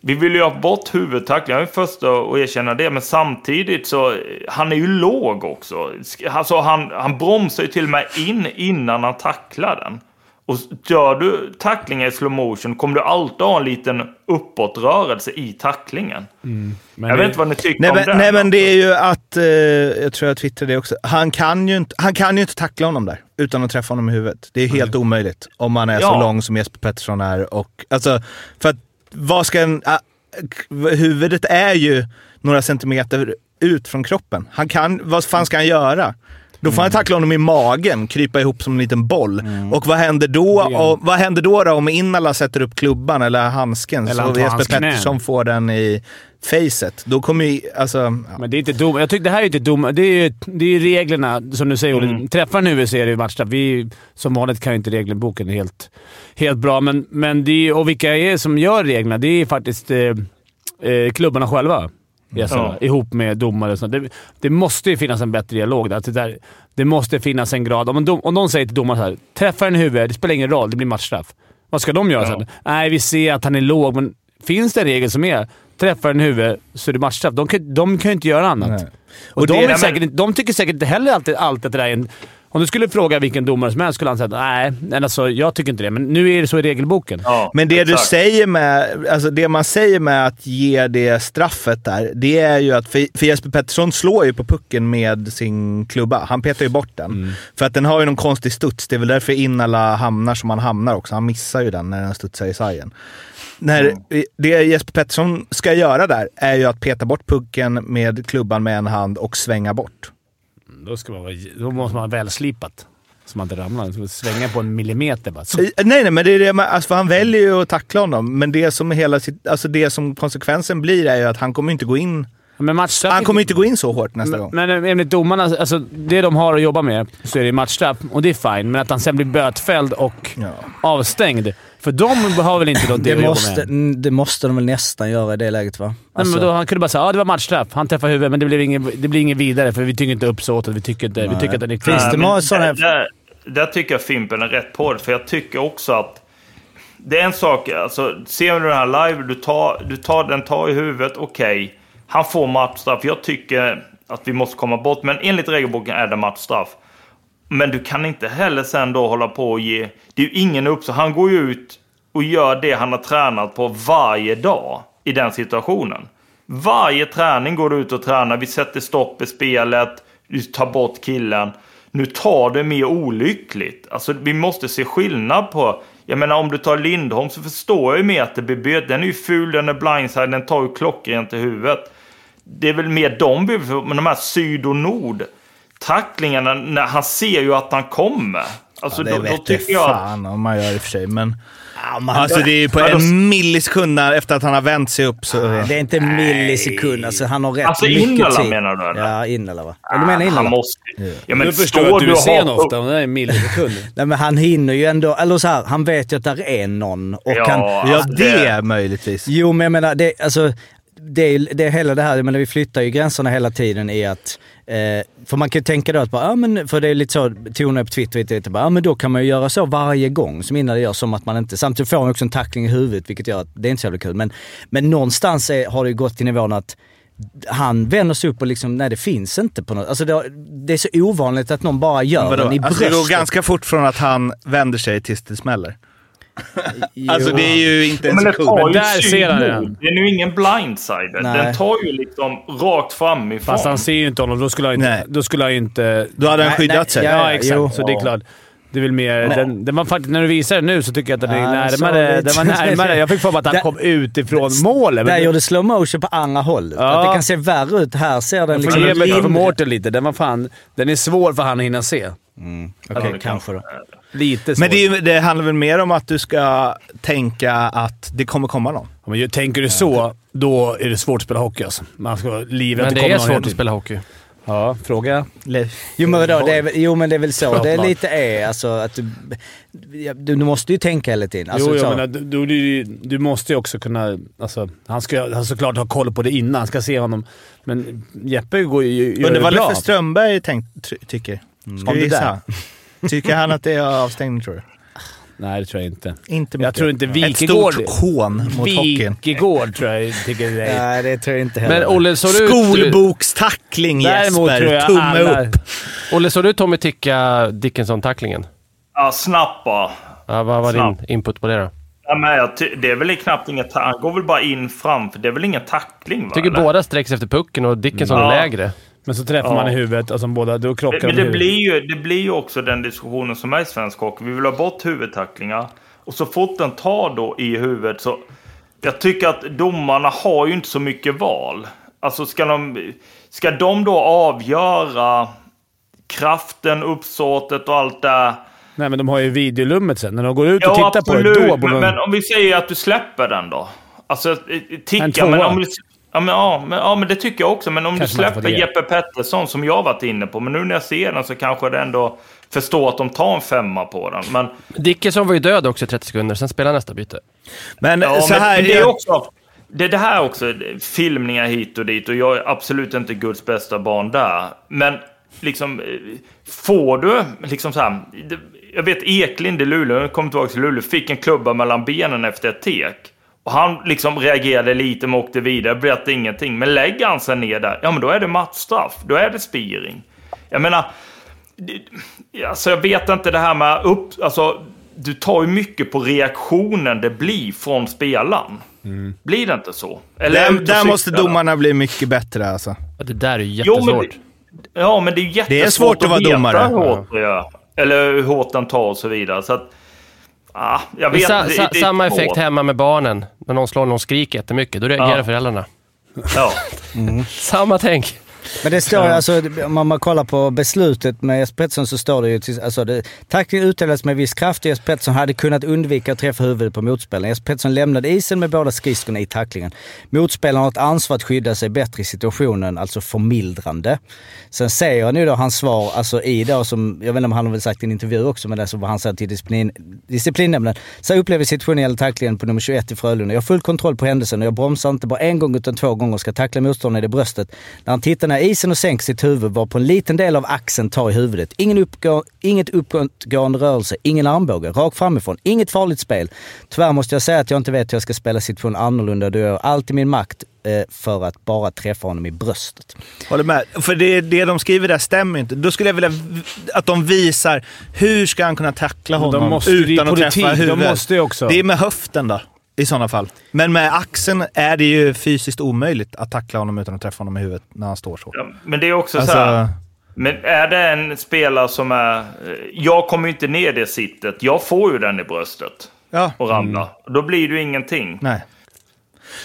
S10: Vi vill ju ha bort huvudtackling, jag är den första att erkänna det. Men samtidigt så, eh, han är ju låg också. Sk- Alltså han, han bromsar ju till och med in innan han tacklar den. Och s- gör du tacklingar i slow motion kommer du alltid ha en liten uppåtrörelse i tacklingen.
S4: Men
S10: jag
S4: det-
S10: vet inte vad ni tycker
S2: Nej,
S10: om
S2: men,
S10: det.
S2: nej, men det är ju
S4: alltså.
S2: att... eh, jag tror jag twittrade det också. Han kan, ju inte, han kan ju inte tackla honom där utan att träffa honom i huvudet. Det är
S4: Mm.
S2: helt omöjligt om man är så
S10: Ja.
S2: lång som Jesper Pettersson är. Och, alltså, för att, vad ska en... ah, k- huvudet är ju några centimeter ut från kroppen. Han kan, vad fan ska han göra? Då
S4: Mm.
S2: får han tackla honom i magen, krypa ihop som en liten boll. Och vad händer då? Och, vad händer då, då om Innala sätter upp klubban eller handsken
S4: Eller han
S2: så
S4: tar
S2: Jesper
S4: hans knä.
S2: Pettersson får den i facet? Då kommer ju... Alltså, ja.
S4: Men det är inte dom. Jag tycker det här är inte dom. Det är ju det är ju reglerna, som du säger Olle.
S10: Mm.
S4: Träffar han huvudet så är det ju matchstraff. Vi, som vanligt kan ju inte regelboken helt, helt bra, men, men det är, och vilka är det som gör reglerna? Det är faktiskt eh, eh, klubbarna
S2: Mm.
S4: själva. Gästerna,
S10: Ja.
S4: Ihop med domare och sånt. Det, det måste ju finnas en bättre dialog. Där. Att Det, där, det måste finnas en grad. Om, en dom, om någon säger till domaren så här “Träffar en huvud, det spelar ingen roll. Det blir matchstraff”. Vad ska de göra sen? Nej, vi ser att han är låg, men finns det en regel som är “Träffar en huvud så är det matchstraff”. De kan, de kan ju inte göra annat. Och,
S2: Och
S4: de,
S2: det-
S4: är
S2: nej, men-
S4: säkert, inte- de tycker säkert inte heller alltid, alltid att det där är en... Om du skulle fråga vilken domare som helst skulle han säga nej, nej alltså, jag tycker inte det. Men nu är det så i regelboken.
S10: Ja,
S2: Men det du
S10: exakt.
S2: säger med, alltså det man säger med att ge det straffet där, det är ju att, för, för Jesper Pettersson slår ju på pucken med sin klubba. Han petar ju bort den. För att den har ju någon konstig studs. Det är väl därför Innala hamnar som han hamnar också. Han missar ju den när den studsar i sargen. När, Det Jesper Pettersson ska göra där är ju att peta bort pucken med klubban med en hand och svänga bort.
S4: Då, ska man vara, då måste man vara välslipat. Så man inte ramlar. Så man svänga på en millimeter bara. Så.
S2: I- Nej, nej, men det är det med, alltså, för han väljer ju att tackla honom, men det som, hela sitt, alltså, det som konsekvensen blir är ju att han kommer inte gå in
S4: Men matchstraff
S2: Han kommer inte gå in så hårt nästa gång.
S4: Men enligt domarna, alltså det de har att jobba med, så är det matchstraff och det är fine. Men att han sen blir bötfälld och
S2: Ja.
S4: avstängd. För de har väl inte då det,
S3: Det
S4: att jobba
S3: måste,
S4: med?
S3: mm, det måste de väl nästan göra i det läget va?
S4: Nej, men då, han kunde bara säga att ah, det var matchstraff. Han träffade huvudet, men det blev inget, det blir inget vidare för vi tycker inte uppsåtet. Vi tycker, inte, vi tycker att den är
S3: Finns
S4: clean.
S3: det
S10: Nej,
S3: många
S10: Äh, men
S3: sådana
S10: där, där, där tycker jag Fimpen är rätt på det, för jag tycker också att... Det är en sak, alltså, ser du den här live, du tar, du tar, den tar i huvudet, okej. Han får matchstraff. Jag tycker att vi måste komma bort, men enligt regelboken är det matchstraff. Men du kan inte heller sen då hålla på och ge... Det är ju ingen upp, så han går ju ut och gör det han har tränat på varje dag i den situationen. Varje träning går du ut och tränar. Vi sätter stopp i spelet. Du tar bort killen. Nu tar det mer olyckligt. Alltså, vi måste se skillnad på... Jag menar, om du tar Lindholm så förstår jag ju mer att det blir böter. Den är ju ful, den är blindside, den tar ju klockrent i huvudet. Det är väl mer de vi behöver- men de här syd och nord tacklingarna när han ser ju att han kommer. Alltså,
S2: Det
S10: då, då
S2: vete
S10: tycker jag att,
S2: fan om man gör i och för sig, men... alltså det är ju på en millisekund när- efter att han har vänt sig upp så...
S3: Det är inte en millisekund. Alltså han har rätt
S10: Alltså,
S3: mycket
S10: Innala
S3: tid.
S10: menar du, eller? Ah,
S3: Ja, Innala va? Eller du menar Innala?
S10: han måste... Ja, men
S4: Nu förstår jag
S10: står
S4: att du är sen
S10: har-
S4: ofta. Det är en millisekund.
S3: Nej men han hinner ju ändå, eller så här, han vet ju att där är någon. Och
S10: Ja.
S3: han,
S2: Ja,
S10: Alltså,
S2: det
S10: det-
S2: är möjligtvis.
S3: Jo, men jag menar, det, alltså, det, är, ju- det är hela det här, jag menar, vi flyttar ju gränserna hela tiden i att... Eh, för man kan ju tänka då att bara, ja, men, för det är lite så, Tone på Twitter lite, lite bara, ja, men då kan man ju göra så varje gång som innan det gör som att man inte... Samtidigt får man också en tackling i huvudet vilket gör att det är inte så jävla kul. Men, men någonstans är, har det ju gått till nivån att han vänder sig upp och liksom, nej det finns inte på något. Alltså det, har- det är så ovanligt att någon bara gör
S2: Vadå?
S3: den i
S2: Alltså,
S3: bröstet.
S2: det går ganska fort från att han vänder sig tills det smäller. Alltså det är ju inte en
S10: Men det
S2: sekund.
S10: tar ju
S4: Alltså, där
S10: syn
S4: ser han
S10: nu.
S4: den.
S10: Det är ju ingen blindsider.
S3: Nej.
S10: Den tar ju liksom rakt framifrån.
S4: Fast han ser ju inte honom. Då skulle han
S2: Nej.
S4: inte... Då skulle han inte
S2: Då hade han
S3: Nej,
S2: skyddat
S3: nej,
S2: sig.
S3: ja,
S4: Ja,
S3: ja,
S4: exakt.
S3: jo.
S4: Så det är klart. Det är väl mer... Den, den var faktiskt, när du visar den nu så tycker jag att den
S3: Ja,
S4: är
S3: jag sa
S4: närmare.
S3: det.
S4: Den var närmare. Jag fick för mig att han
S3: Där-
S4: kom utifrån målet.
S3: Där
S4: Men
S3: gjorde slow motion på andra hållet.
S4: Ja.
S3: Att det kan se värre ut. Här ser den
S4: jag får ge
S3: liksom...
S4: mig för
S3: lindrigt-
S4: Mårten lite. Den var fan... Den är svår för han att hinna se.
S10: Alltså,
S3: Okej, kanske då.
S4: Lite svår.
S2: Men det, är ju, det handlar väl mer om att du ska tänka att det kommer komma någon.
S4: Ja, men ju- tänker du så, då är det svårt att spela hockey alltså. Man ska vara livrädd
S1: Men
S4: att
S1: det är
S4: kommer någon hela
S1: svårt att
S4: tiden.
S1: spela hockey.
S4: Ja, fråga.
S3: Jo men, vadå, det är, väl- jo men det är väl så. Det är
S4: Klart.
S3: lite är alltså att du... ja, Du, du måste ju tänka hela tiden. Alltså,
S4: jo,
S3: så.
S4: jag menar, du, du, du, du måste ju också kunna... Alltså, han ska han såklart ha koll på det innan. Han ska se honom. Men Jeppe går ju... gör
S2: Undrar
S4: det
S2: vad
S4: bra.
S2: Leffe Strömberg tänkt, ty- tycker. Ska vi
S4: det
S2: gissa? Tycker han att det är avstängning tror du?
S4: Nej, det tror jag inte.
S2: Inte
S4: Jag
S2: mycket.
S4: tror inte
S2: Ett stort
S4: Wikegård...
S2: hån mot hockeyn.
S4: Wikegård tror jag tycker det är.
S3: Nej, det tror jag inte heller.
S1: Men Olle, såg du,
S2: Skolbokstackling
S4: Däremot tror
S2: Jesper!
S4: jag
S2: Tumme
S4: alla...
S2: upp!
S1: Olle, såg du Tommy Ticka Dickinson-tacklingen?
S10: Ja, snabbt bara.
S1: Ja, vad var din
S10: Snabbt.
S1: input på det då?
S10: Ja, men jag ty- det är väl knappt ingen ta- Han går väl bara in framför. Det är väl ingen tackling? Va,
S1: tycker
S10: eller?
S1: båda sträcks efter pucken och Dickinson
S10: Ja.
S1: är lägre.
S4: Men så träffar man i huvudet. Alltså båda... Då krockar
S10: Men
S4: de i
S10: det
S4: huvudet.
S10: blir, ju, det blir ju också den diskussionen som är i svensk hockey. Vi vill ha bort huvudtacklingar. Och så fort den tar då i huvudet så... Jag tycker att domarna har ju inte så mycket val. Alltså ska de... Ska de då avgöra kraften, uppsåtet och allt det
S4: Nej, men de har ju videolummet sen. När de går ut och
S10: Ja,
S4: tittar
S10: absolut.
S4: på det, då borde
S10: men,
S4: de...
S10: men om vi säger att du släpper den då? Alltså, eh,
S4: En
S10: ticka,
S4: tvåa.
S10: men om du... Ja men, ja, men, ja, men det tycker jag också. Men om
S4: Kanske
S10: du
S4: man inte
S10: släpper
S4: får det.
S10: Jeppe Pettersson, som jag varit inne på, men nu när jag ser den så kanske det ändå förstår att de tar en femma på den. Men,
S1: Dickinson var ju död också i 30 sekunder, sen spelade han nästa byte.
S2: Men
S10: ja,
S2: så
S10: men,
S2: här...
S10: men det är också... Det, är det här också, filmningar hit och dit, och jag är absolut inte Guds bästa barn där. Men liksom, eh, får du liksom så här... det- Jag vet Eklind i Luleå, jag kommer tillbaka till Luleå, fick en klubba mellan benen efter ett tek. Och han liksom reagerade lite men åkte vidare, berättade ingenting. Men lägger han sig ner där, ja men då är det matchstraff. Då är det spiring. Jag menar, det- Alltså jag vet inte det här med upp... Alltså, du tar ju mycket på reaktionen det blir från spelaren. Blir det inte så? Eller är jag
S2: Där,
S10: ute och
S2: där måste
S10: cyklar?
S2: domarna bli mycket bättre alltså.
S1: Det där är ju
S10: Jo, men
S1: jättesvårt.
S10: det, ja, men det är ju jättesvårt
S2: Det är svårt att vara
S10: veta
S2: domare.
S10: Hur hårt det gör. Eller hur hårt den tar och så vidare. Så att, ah, jag
S1: Det är
S10: vet,
S1: sa,
S10: det-
S1: sa,
S10: det är
S1: samma
S10: svårt.
S1: effekt hemma med barnen. När någon slår någon skriker jättemycket, då reagerar
S10: Ja.
S1: föräldrarna.
S10: Ja.
S1: Samma tänk.
S3: Men det står ju alltså, om man kollar på beslutet med Jesper Pettersson så står det ju till- alltså, det, tacklingen utdelades med viss kraft och Jesper Pettersson hade kunnat undvika att träffa huvudet på motspelaren. Jesper Pettersson lämnade isen med båda skridskorna i tacklingen. Motspelaren har ett ansvar att skydda sig bättre i situationen, alltså förmildrande. Sen säger han ju då hans svar, alltså i då som, jag vet inte om han har väl sagt i en intervju också, men det är så vad han säger till disciplin, disciplinnämnden. Så jag upplever situationen gällande tacklingen på nummer 21 i Frölunda. Jag har full kontroll på händelsen och jag bromsar inte bara en gång utan två gånger. Ska tackla motståndaren i det bröstet. När han tittar ner i isen och sänker sitt huvud var på en liten del av axeln tar i huvudet. Ingen uppgå, inget uppgående rörelse, ingen armbåge, rakt framifrån, inget farligt spel. Tyvärr måste jag säga att jag inte vet hur jag ska spela situationen annorlunda då jag gör allt i min makt eh, för att bara träffa honom i bröstet.
S2: Håller med. För det, det de skriver där stämmer ju inte. Då skulle jag vilja v- att de visar hur ska han kunna tackla
S4: de
S2: honom
S4: måste- det är
S2: utan att
S4: politik.
S2: träffa
S4: De
S2: huvudet.
S4: måste ju också-
S2: Det är med höften då, i sådana fall. Men med axeln är det ju fysiskt omöjligt att tackla honom utan att träffa honom i huvudet när han står så.
S10: Ja, Men det är också
S2: Alltså-
S10: så här. Men är det en spelare som är... eh, Jag kommer ju inte ner det sittet. Jag får ju den i bröstet
S2: Ja.
S10: och ramlar.
S2: Mm.
S10: Då blir det ju ingenting.
S2: Nej.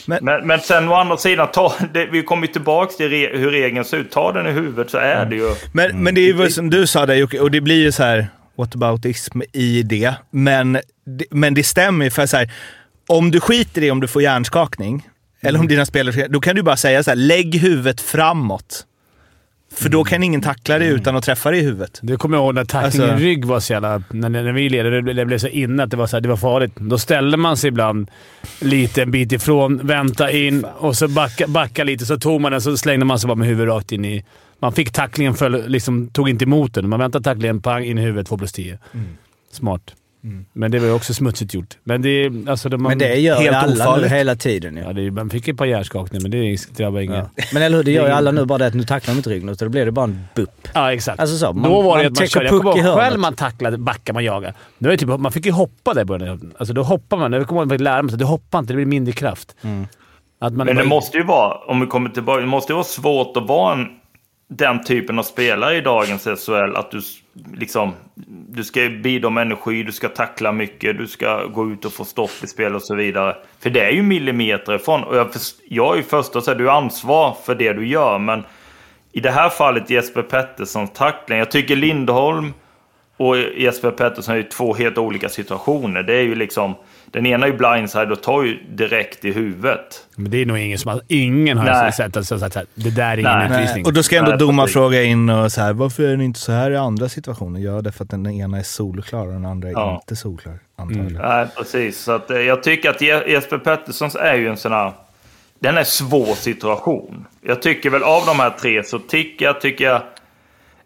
S10: Men, men sen å andra sidan, ta, det, vi kommer ju tillbaka till re, hur regeln ser ut. Ta den i huvudet så är Mm. det ju...
S2: Men, men det är ju vad som du sa där Jocke, och det blir ju så här whataboutism i det. Men, det- men det stämmer ju, för så här, om du skiter i om du får hjärnskakning, eller om
S10: Mm.
S2: dina spelare då kan du bara säga så här, lägg huvudet framåt. För
S10: Mm.
S2: då kan ingen tackla dig utan att träffa dig i huvudet.
S4: Det kommer jag ihåg när tacklingen
S2: Alltså-
S4: i rygg var så jävla... När, när vi ledde, det blev- det blev så inne att det var, så här, det var farligt. Då ställde man sig ibland lite en bit ifrån, vänta in och så backa, backa lite. Så tog man den så slängde man sig bara med huvudet rakt in i... Man fick tacklingen, föll, liksom, tog inte emot den. Man väntade tacklingen, pang, in i huvudet, två plus tio.
S3: Mm.
S4: Smart. Men det var ju också smutsigt gjort. Men det, alltså, det, man,
S3: Men det gör ju
S2: Helt
S3: alla nu
S2: ofarligt.
S3: hela tiden ju.
S4: Ja, det, man fick ett par hjärnskakningar, men det drabbar ingen. Ja,
S3: Men eller hur, det gör ju alla nu bara det att nu tacklar de inte ryggen utan då blir det bara en bupp.
S4: exakt.
S3: Alltså så, man-
S4: Då var
S3: man
S4: det att man
S3: täcker
S4: körde.
S3: puck
S4: Jag kommer
S3: i
S4: ihåg
S3: hörnet.
S4: själv man tacklade, backade, man jagade. Det var ju typ, man fick ju hoppa där i början. Alltså, då hoppar man. Jag kommer ihåg att jag lärde mig att du hoppar inte, det blir mindre kraft. Att man
S10: Mm. Men det
S4: bara-
S10: måste ju vara, om vi kommer tillbaka, det måste ju vara svårt att vara en, den typen av spelare i dagens SHL. Att du s- liksom, du ska ju bidra med energi, du ska tackla mycket, du ska gå ut och få stopp i spel och så vidare. För det är ju millimeter ifrån. Och jag, förs- jag är ju först att säga, du har ansvar för det du gör, men i det här fallet Jesper Petterssons tackling. Jag tycker Lindholm och Jesper Pettersson är ju två helt olika situationer. Det är ju liksom, den ena är ju blindside och tar ju direkt i huvudet.
S4: men det är nog ingen som har... Ingen har
S10: Nej.
S4: sett att sagt att det där är ingen
S10: Nej.
S4: utvisning.
S2: Och då ska ändå
S10: Nej,
S2: domaren
S10: precis.
S2: fråga in och så här, varför är den inte så här i andra situationer? Ja, därför att den ena är solklar och den andra är
S10: Ja. Mm.
S2: inte solklar, antagligen.
S10: Nej, precis. Så att, eh, jag tycker att Je- Jesper Petterssons är ju en sån här... Den är en svår situation. Jag tycker väl av de här tre så tycker jag... Tycker jag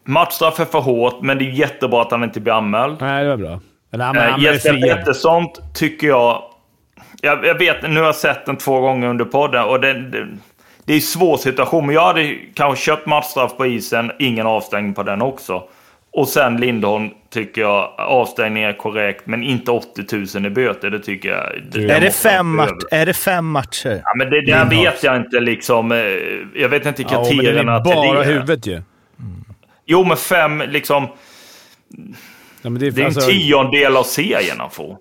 S10: matchstraff är för hårt, men det är jättebra att han inte blir anmäld.
S4: Nej, det var bra. Eller han,
S10: Eh,
S4: han blev
S10: Jesper
S4: friad.
S10: Pettersson tycker jag... Jag, jag vet, nu har jag sett den två gånger under podden och det, det, det är en svår situation. Men jag hade kanske köpt matchstraff på isen, ingen avstängning på den också. Och sen Lindholm tycker jag avstängning är korrekt, men inte 80 000 i böter. Det tycker jag...
S2: Är, det
S10: måste
S2: fem
S10: man se
S2: match,
S10: över.
S2: är det fem matcher?
S10: Ja, men det där vet jag inte liksom. eh, Jag vet inte
S4: Ja, men det är
S10: kriterierna
S4: bara
S10: till det.
S4: huvudet ju.
S10: Jo, men fem liksom.
S4: Ja, men det,
S10: Det är en
S4: alltså-
S10: tiondel av serien han får.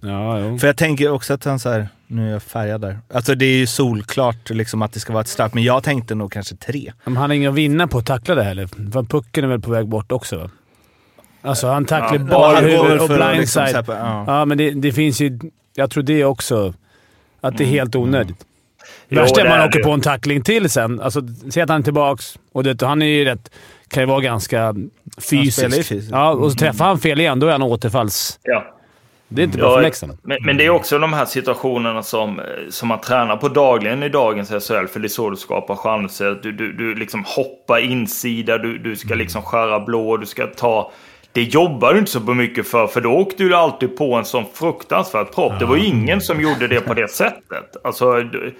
S4: Ja, jo.
S2: För jag tänker också att han så här, nu är jag färgad där. Alltså det är ju solklart liksom att det ska vara ett straff, men jag tänkte nog kanske tre.
S4: Men han har ingen att vinna på att tackla det heller. För pucken är väl på väg bort också va? Alltså han tacklar bara
S2: han går
S4: huvud
S2: väl
S4: och
S2: för att liksom
S4: blindside.
S2: så här på- ja.
S4: ja. men det, det finns ju... Jag tror det också. Att det är helt onödigt.
S10: Jo,
S4: Värst Mm. är
S10: det
S4: man
S10: är
S4: åker
S10: det.
S4: på en tackling till sen. Alltså, se att han är tillbaks och det, han är ju rätt... Kan ju vara ganska fysisk.
S2: spelar ju fysiskt.
S4: Ja, och så träffar han fel igen, då är han återfalls...
S10: Ja.
S4: Det är inte bra för Leksand.
S10: Men, men det är också de här situationerna som, eh, som man tränar på dagligen i dagens SHL, för det är så du skapar chanser. Du, du, du liksom hoppar insida, du, du
S4: Mm.
S10: ska liksom skära blå, du ska ta... Det jobbar du inte så mycket för, för då åkte du alltid på en sån fruktansvärd propp. Det var ju ingen som gjorde det på det sättet. Alltså, du,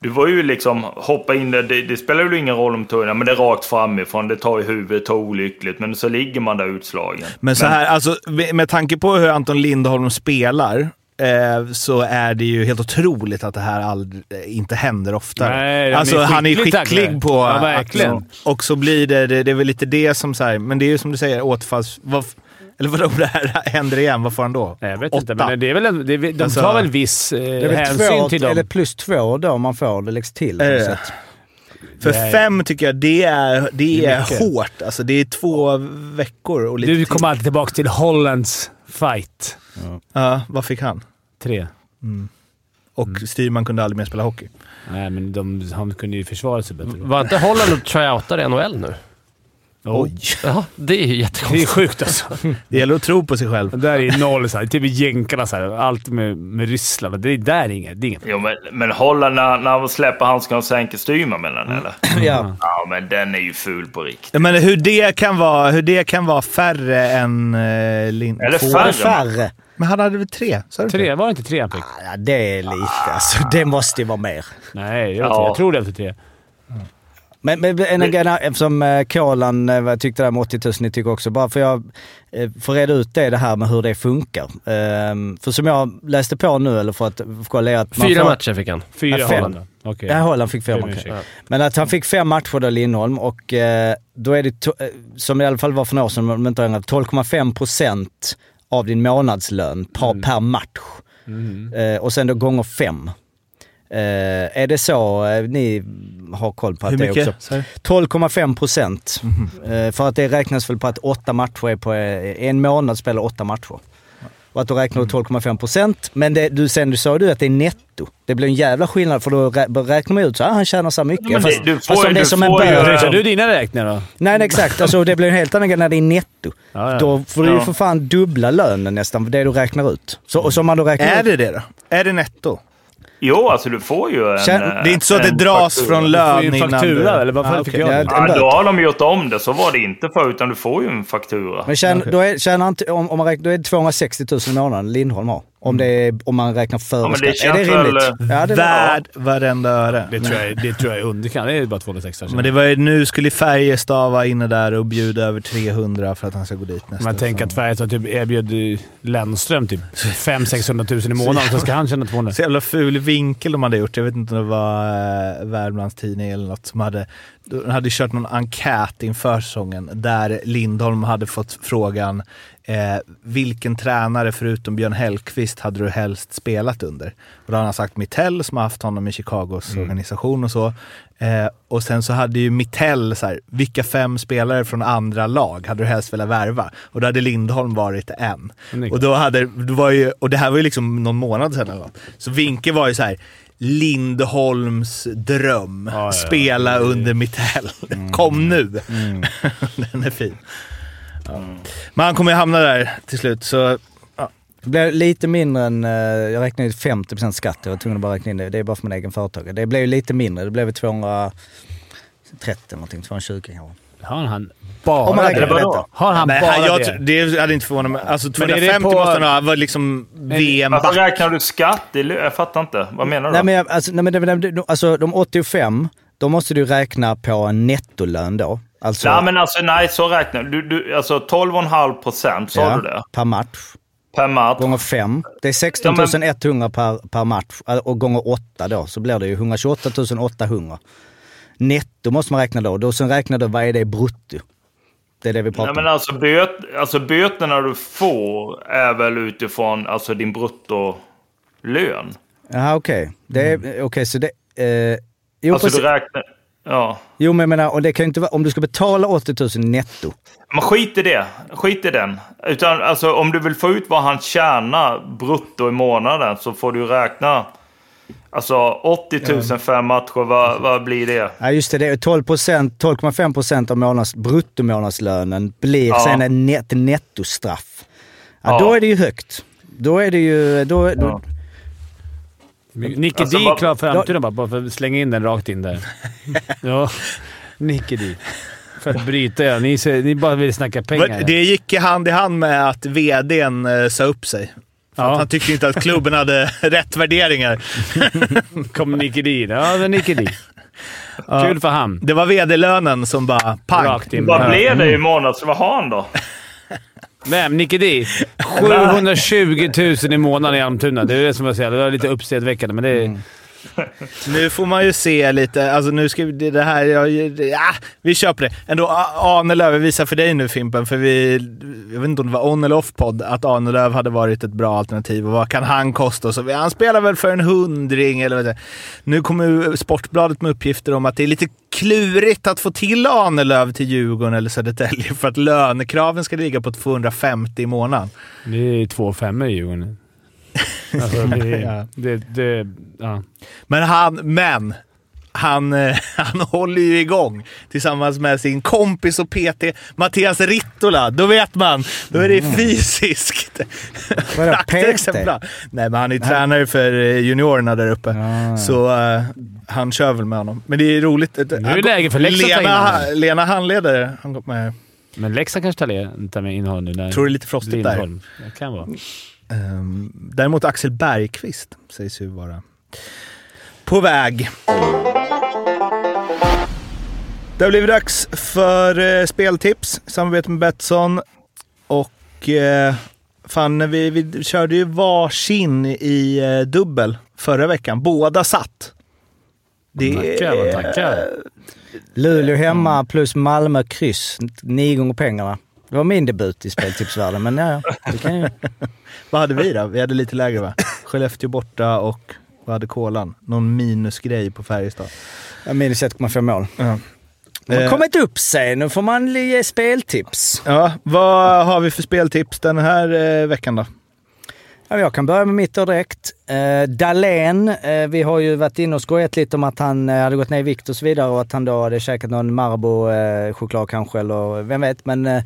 S10: Du var ju liksom, hoppa in där, det, det spelar ju ingen roll om tunnan, men det är rakt framifrån, det tar i huvudet, tar olyckligt, men så ligger man där utslagen.
S2: Men så här, alltså, med, med tanke på hur Anton Lindholm spelar eh, så är det ju helt otroligt att det här aldrig, eh, inte händer oftare.
S4: Nej, han
S2: alltså,
S4: är
S2: han är
S4: skicklig
S2: skicklig
S4: tacklare.
S2: på...
S4: Ja,
S2: att-
S4: verkligen.
S2: och så blir det, det... Det är väl lite det som... Så här, men det är ju som du säger, återfalls... Vad, f- eller vadå, om det här händer igen, vad får han då?
S4: Nej, jag vet inte,
S2: Åtta.
S4: men det är väl en, det är, de
S2: Alltså-
S4: tar väl viss
S3: Det
S4: eh,
S3: är väl två,
S4: hänsyn till dem.
S3: eller plus två då om man får det läggs till.
S2: Eh,
S3: Så att-
S2: För
S4: Nej.
S2: fem tycker jag det är, det är
S4: mycket.
S2: hårt. Alltså, det är två veckor och lite
S4: Du
S2: till.
S4: kommer alltid tillbaka till Hollands fight.
S2: Ja, vad fick han?
S4: Tre.
S2: Och Styrman kunde aldrig mer spela hockey.
S4: Nej, men de, han kunde ju försvara sig bättre.
S1: Var inte Holland och tryoutade i NHL nu?
S4: Oj.
S1: Ja, det är ju
S4: Det är
S1: jättekonstigt.
S4: sjukt alltså.
S2: Det gäller att tro på sig själv.
S4: Det där är noll. Så här. Typ jänkarna så här. Allt med, med Ryssland. och Det är där är inget. Det är inget.
S10: Jo, men, men Holland, när, när han släpper handskarna och sänker styrman med
S2: Mm.
S10: den, eller?
S4: Mm.
S3: ja.
S10: Ja, men den är ju ful på riktigt.
S2: Men hur det kan vara, hur det kan vara färre än eh, Lind...
S10: Eller
S2: två-
S10: färre.
S3: Färre.
S2: Men han hade väl tre? Sa du
S4: Tre? Var det inte tre han fick?
S3: Ja, det är lite. Alltså, det måste ju vara mer.
S4: Nej, jag, vet
S10: Ja.
S4: inte. jag tror det var tre.
S3: Men, men en en grej där, eftersom eh, Kolan eh, vad tyckte det där med 80 000, ni tycker också. Bara för jag eh, får reda ut det, det här med hur det funkar. Ehm, för som jag läste på nu, eller för att kolla är att... man
S1: Fyra
S3: får-
S1: matcher fick han.
S4: Fyra
S3: Ja, fem.
S4: Holland. då. Okej.
S3: Ja, Holland fick fem
S4: Ber om
S3: matcher.
S4: ursäkt.
S3: Men att han fick fem matcher då, Lindholm, och eh, då är det, to- eh, som i alla fall var för några år sedan, om jag inte har ändrat, 12,5 procent av din månadslön per,
S4: Mm.
S3: per match. Eh, och sen då gånger fem. Eh, är det så eh, ni har koll på att
S2: Hur
S3: det
S2: mycket? Mhm.
S3: också?
S2: Sa du?
S3: 12,5 procent. Eh, för att det räknas väl på att åtta matcher är på... eh, En månad spelar åtta matcher. Och att då räknar
S2: Mm.
S3: du 12,5 procent. Men det, du, sen du sa du att det är netto. Det blir en jävla skillnad för då rä- räknar man ut så ah, han tjänar så här mycket.
S10: men det-
S3: fast,
S10: du får
S3: fast
S10: ju-
S3: om det är
S10: du
S3: som en
S10: får ju-
S3: börda.
S4: Kör du dina räkningar då?
S3: Nej, nej exakt. Alltså, det blir en helt annan grej när det är netto.
S4: Ja, ja.
S3: Då får du ju
S10: Ja.
S3: för fan dubbla lönen nästan, det du räknar ut. Så, och som man då räknar
S2: Är
S3: ut.
S2: det det då? Är det netto?
S10: Jo, alltså du får ju en...
S3: Känn-
S10: eh,
S2: Det är inte så att det
S10: en
S2: dras
S10: faktura.
S2: från
S4: Får
S2: lön
S4: ju en
S2: innan
S4: faktura,
S2: du-
S4: eller vad fan
S2: Ah,
S4: fick
S2: okej.
S4: jag
S3: Ja,
S4: den?
S3: det-
S10: Ja, då har de gjort om det. Så var det inte förr, utan du får ju en faktura.
S3: Men tjän, då är, tjänar inte, om, om man räknar, då är det 260 000 i månaden Lindholm har. Om, det är, om man räknar före
S10: Ja, men det
S3: skatt. Är
S10: känns
S3: det rimligt?
S10: väl,
S3: ja, det är
S2: Värd varenda öre.
S4: Det tror jag, det tror jag är underkant. Det är bara 260
S2: Men det var ju, nu skulle Färjestad vara inne där och bjuda över 300 för att han ska gå dit nästa
S4: Man tänker att Färjestad typ erbjöd eh, Lennström typ 500-600 000 i månaden, så ska han tjäna 200.
S2: Så jävla ful vinkel de hade gjort. Jag vet inte om det var eh, Värmlands Tidning eller något som hade... De hade kört någon enkät inför säsongen där Lindholm hade fått frågan eh, vilken tränare förutom Björn Hellkvist hade du helst spelat under? Och då har han sagt Mittell som har haft honom i Chicagos organisation och så. Eh, och sen så hade ju Mittell så här, vilka fem spelare från andra lag hade du helst velat värva? Och då hade Lindholm varit en.
S4: Men det är
S2: Och, då hade, det var ju, och det här var ju liksom någon månad sedan eller något. Så Vinke var ju så här Lindholms dröm.
S4: ja, Mm. ja.
S2: Spela under Mittell. Kom nu!
S4: Mm.
S2: Den är fin. Ja. Men han kommer ju hamna där till slut, så
S3: Det blev lite mindre än... eh, Jag räknade ut 50 skatt. Jag var tvungen att bara räkna in det. Det är bara för min egen företagare. Det blev ju lite mindre. Det blev 230 någonting. 220 kanske.
S4: Har han bara
S3: Om man räknar
S4: det?
S3: på detta.
S4: Har han
S2: Nej,
S4: bara
S2: han, jag,
S4: det?
S2: tr- det hade inte förvånat mig. Alltså
S4: är det
S2: 250
S4: på-
S2: måste han ha. Han var liksom VM...
S4: Alltså,
S10: Varför Alltså, räknar du skatt? i lö- Jag fattar inte. Vad menar du?
S3: Nej men, jag, alltså, nej, men det- det- det- alltså de 85, då måste du räkna på en nettolön då. Alltså,
S10: Nej, men alltså, nej, så räknar du. du alltså 12,5 procent, sa
S3: ja,
S10: du det?
S3: Per match.
S10: Per match.
S3: Gånger 5. Det är 16
S10: Ja, men-
S3: 100 per, per match. Äh, Och gånger 8 då, så blir det ju 128 800. Netto måste man räkna då. Då sen räknar du vad är det i brutto. Det är det vi pratar
S10: Nej,
S3: om.
S10: men alltså, böt, alltså böterna du får är väl utifrån alltså, din bruttolön?
S3: Jaha, okej. Det är... Okej, så det... Eh, jo,
S10: Mm. Alltså
S3: precis.
S10: du räknar... Ja.
S3: jo, men jag menar, och det kan ju inte vara... Om du ska betala 80 000 netto.
S10: Men skit i det. Skit i den. Utan alltså, om du vill få ut vad han tjänar brutto i månaden så får du räkna... Alltså 80 000 fem matcher, vad, vad blir det?
S3: Ja, just det. Det är 12 12,5 procent av månads, bruttomånadslönen blir
S10: Ja.
S3: sen en net, nettostraff. Ja,
S10: Ja.
S3: Då är det ju högt. Då är det ju... Då, då,
S4: Nicky
S10: Alltså,
S4: D
S10: vad-
S4: klar för framtiden bara, bara för att slänga in den rakt in där. ja, Nicky D. För att bryta er. Ni, ser- ni bara vill snacka pengar.
S2: Det gick hand i hand med att vdn eh, sa upp sig.
S4: Ja.
S2: Han tyckte inte att klubben hade rätt värderingar.
S4: Kom Nicky Dean. Ja, det är Nicky Dean. Kul för han.
S2: Det var vd-lönen som bara pang.
S4: Rakt in.
S10: Vad blev det i månads? Vad har han då?
S4: Vem? Nicky D? 720 000 i månaden i Almtuna. Det är det som jag säger. Det var lite uppseendeväckande, men det
S2: Mm.
S4: är...
S2: Nu får man ju se lite. Alltså nu ska vi, det här... Ja, ja, vi köper det. Ändå, A- Ahnelöv, jag visar för dig nu Fimpen, för vi... Jag vet inte om det var on eller off-podd, att Ahnelöv hade varit ett bra alternativ. Och vad kan han kosta? Och Så, han spelar väl för en hundring eller vad det är. Nu kommer Sportbladet med uppgifter om att det är lite klurigt att få till Ahnelöv till Djurgården eller Södertälje för att lönekraven ska ligga på 250 i månaden.
S4: Det är två femmor i Djurgården. Alltså, det,
S2: Ja.
S4: är- det, det, ja.
S2: Men han, men, han, eh, han håller ju igång tillsammans med sin kompis och PT Mattias Rittola. Då vet man, då är det fysiskt.
S3: Vadå,
S2: Praktexemplar. Nej, men han är tränare för eh, juniorerna där uppe. Så eh, han kör väl med honom. Men det är roligt. Nu
S4: är det läge för Leksand att ta in
S2: Lena,
S4: honom.
S2: Lena handledare. Han kom med.
S4: Men Leksand kanske tar le- tar med in honom nu. när
S2: Tror det är lite frostigt
S4: Lindholm. Det kan vara.
S2: Ehm, Däremot Axel Bergqvist sägs ju vara på väg. Det har blivit dags för eh, speltips i samarbete med Betsson. Och eh, fan, när vi, vi körde ju varsin i eh, dubbel förra veckan. Båda satt. Det
S4: Tackar, tackar.
S3: Luleå hemma plus Malmö kryss. Nio gånger pengarna. Det var min debut i speltipsvärlden, men ja, ja, det kan ju...
S2: Vad hade vi då? Vi hade lite lägre va? Skellefteå borta och vad hade kolan? Någon minusgrej på Färjestad.
S3: Jag minns 1,5 mål.
S2: Ja.
S3: Man
S2: Eh.
S3: har kommit upp sig. Nu får man ge speltips.
S2: Ja, vad har vi för speltips den här eh, veckan då?
S4: Mm.
S3: Ja, Jag kan börja med mitt då direkt. Eh, Dahlén, eh, vi har ju varit inne och skojat lite om att han eh, hade gått ner i vikt och så vidare och att han då hade käkat någon Marabou-choklad kanske, eller vem vet. Men eh,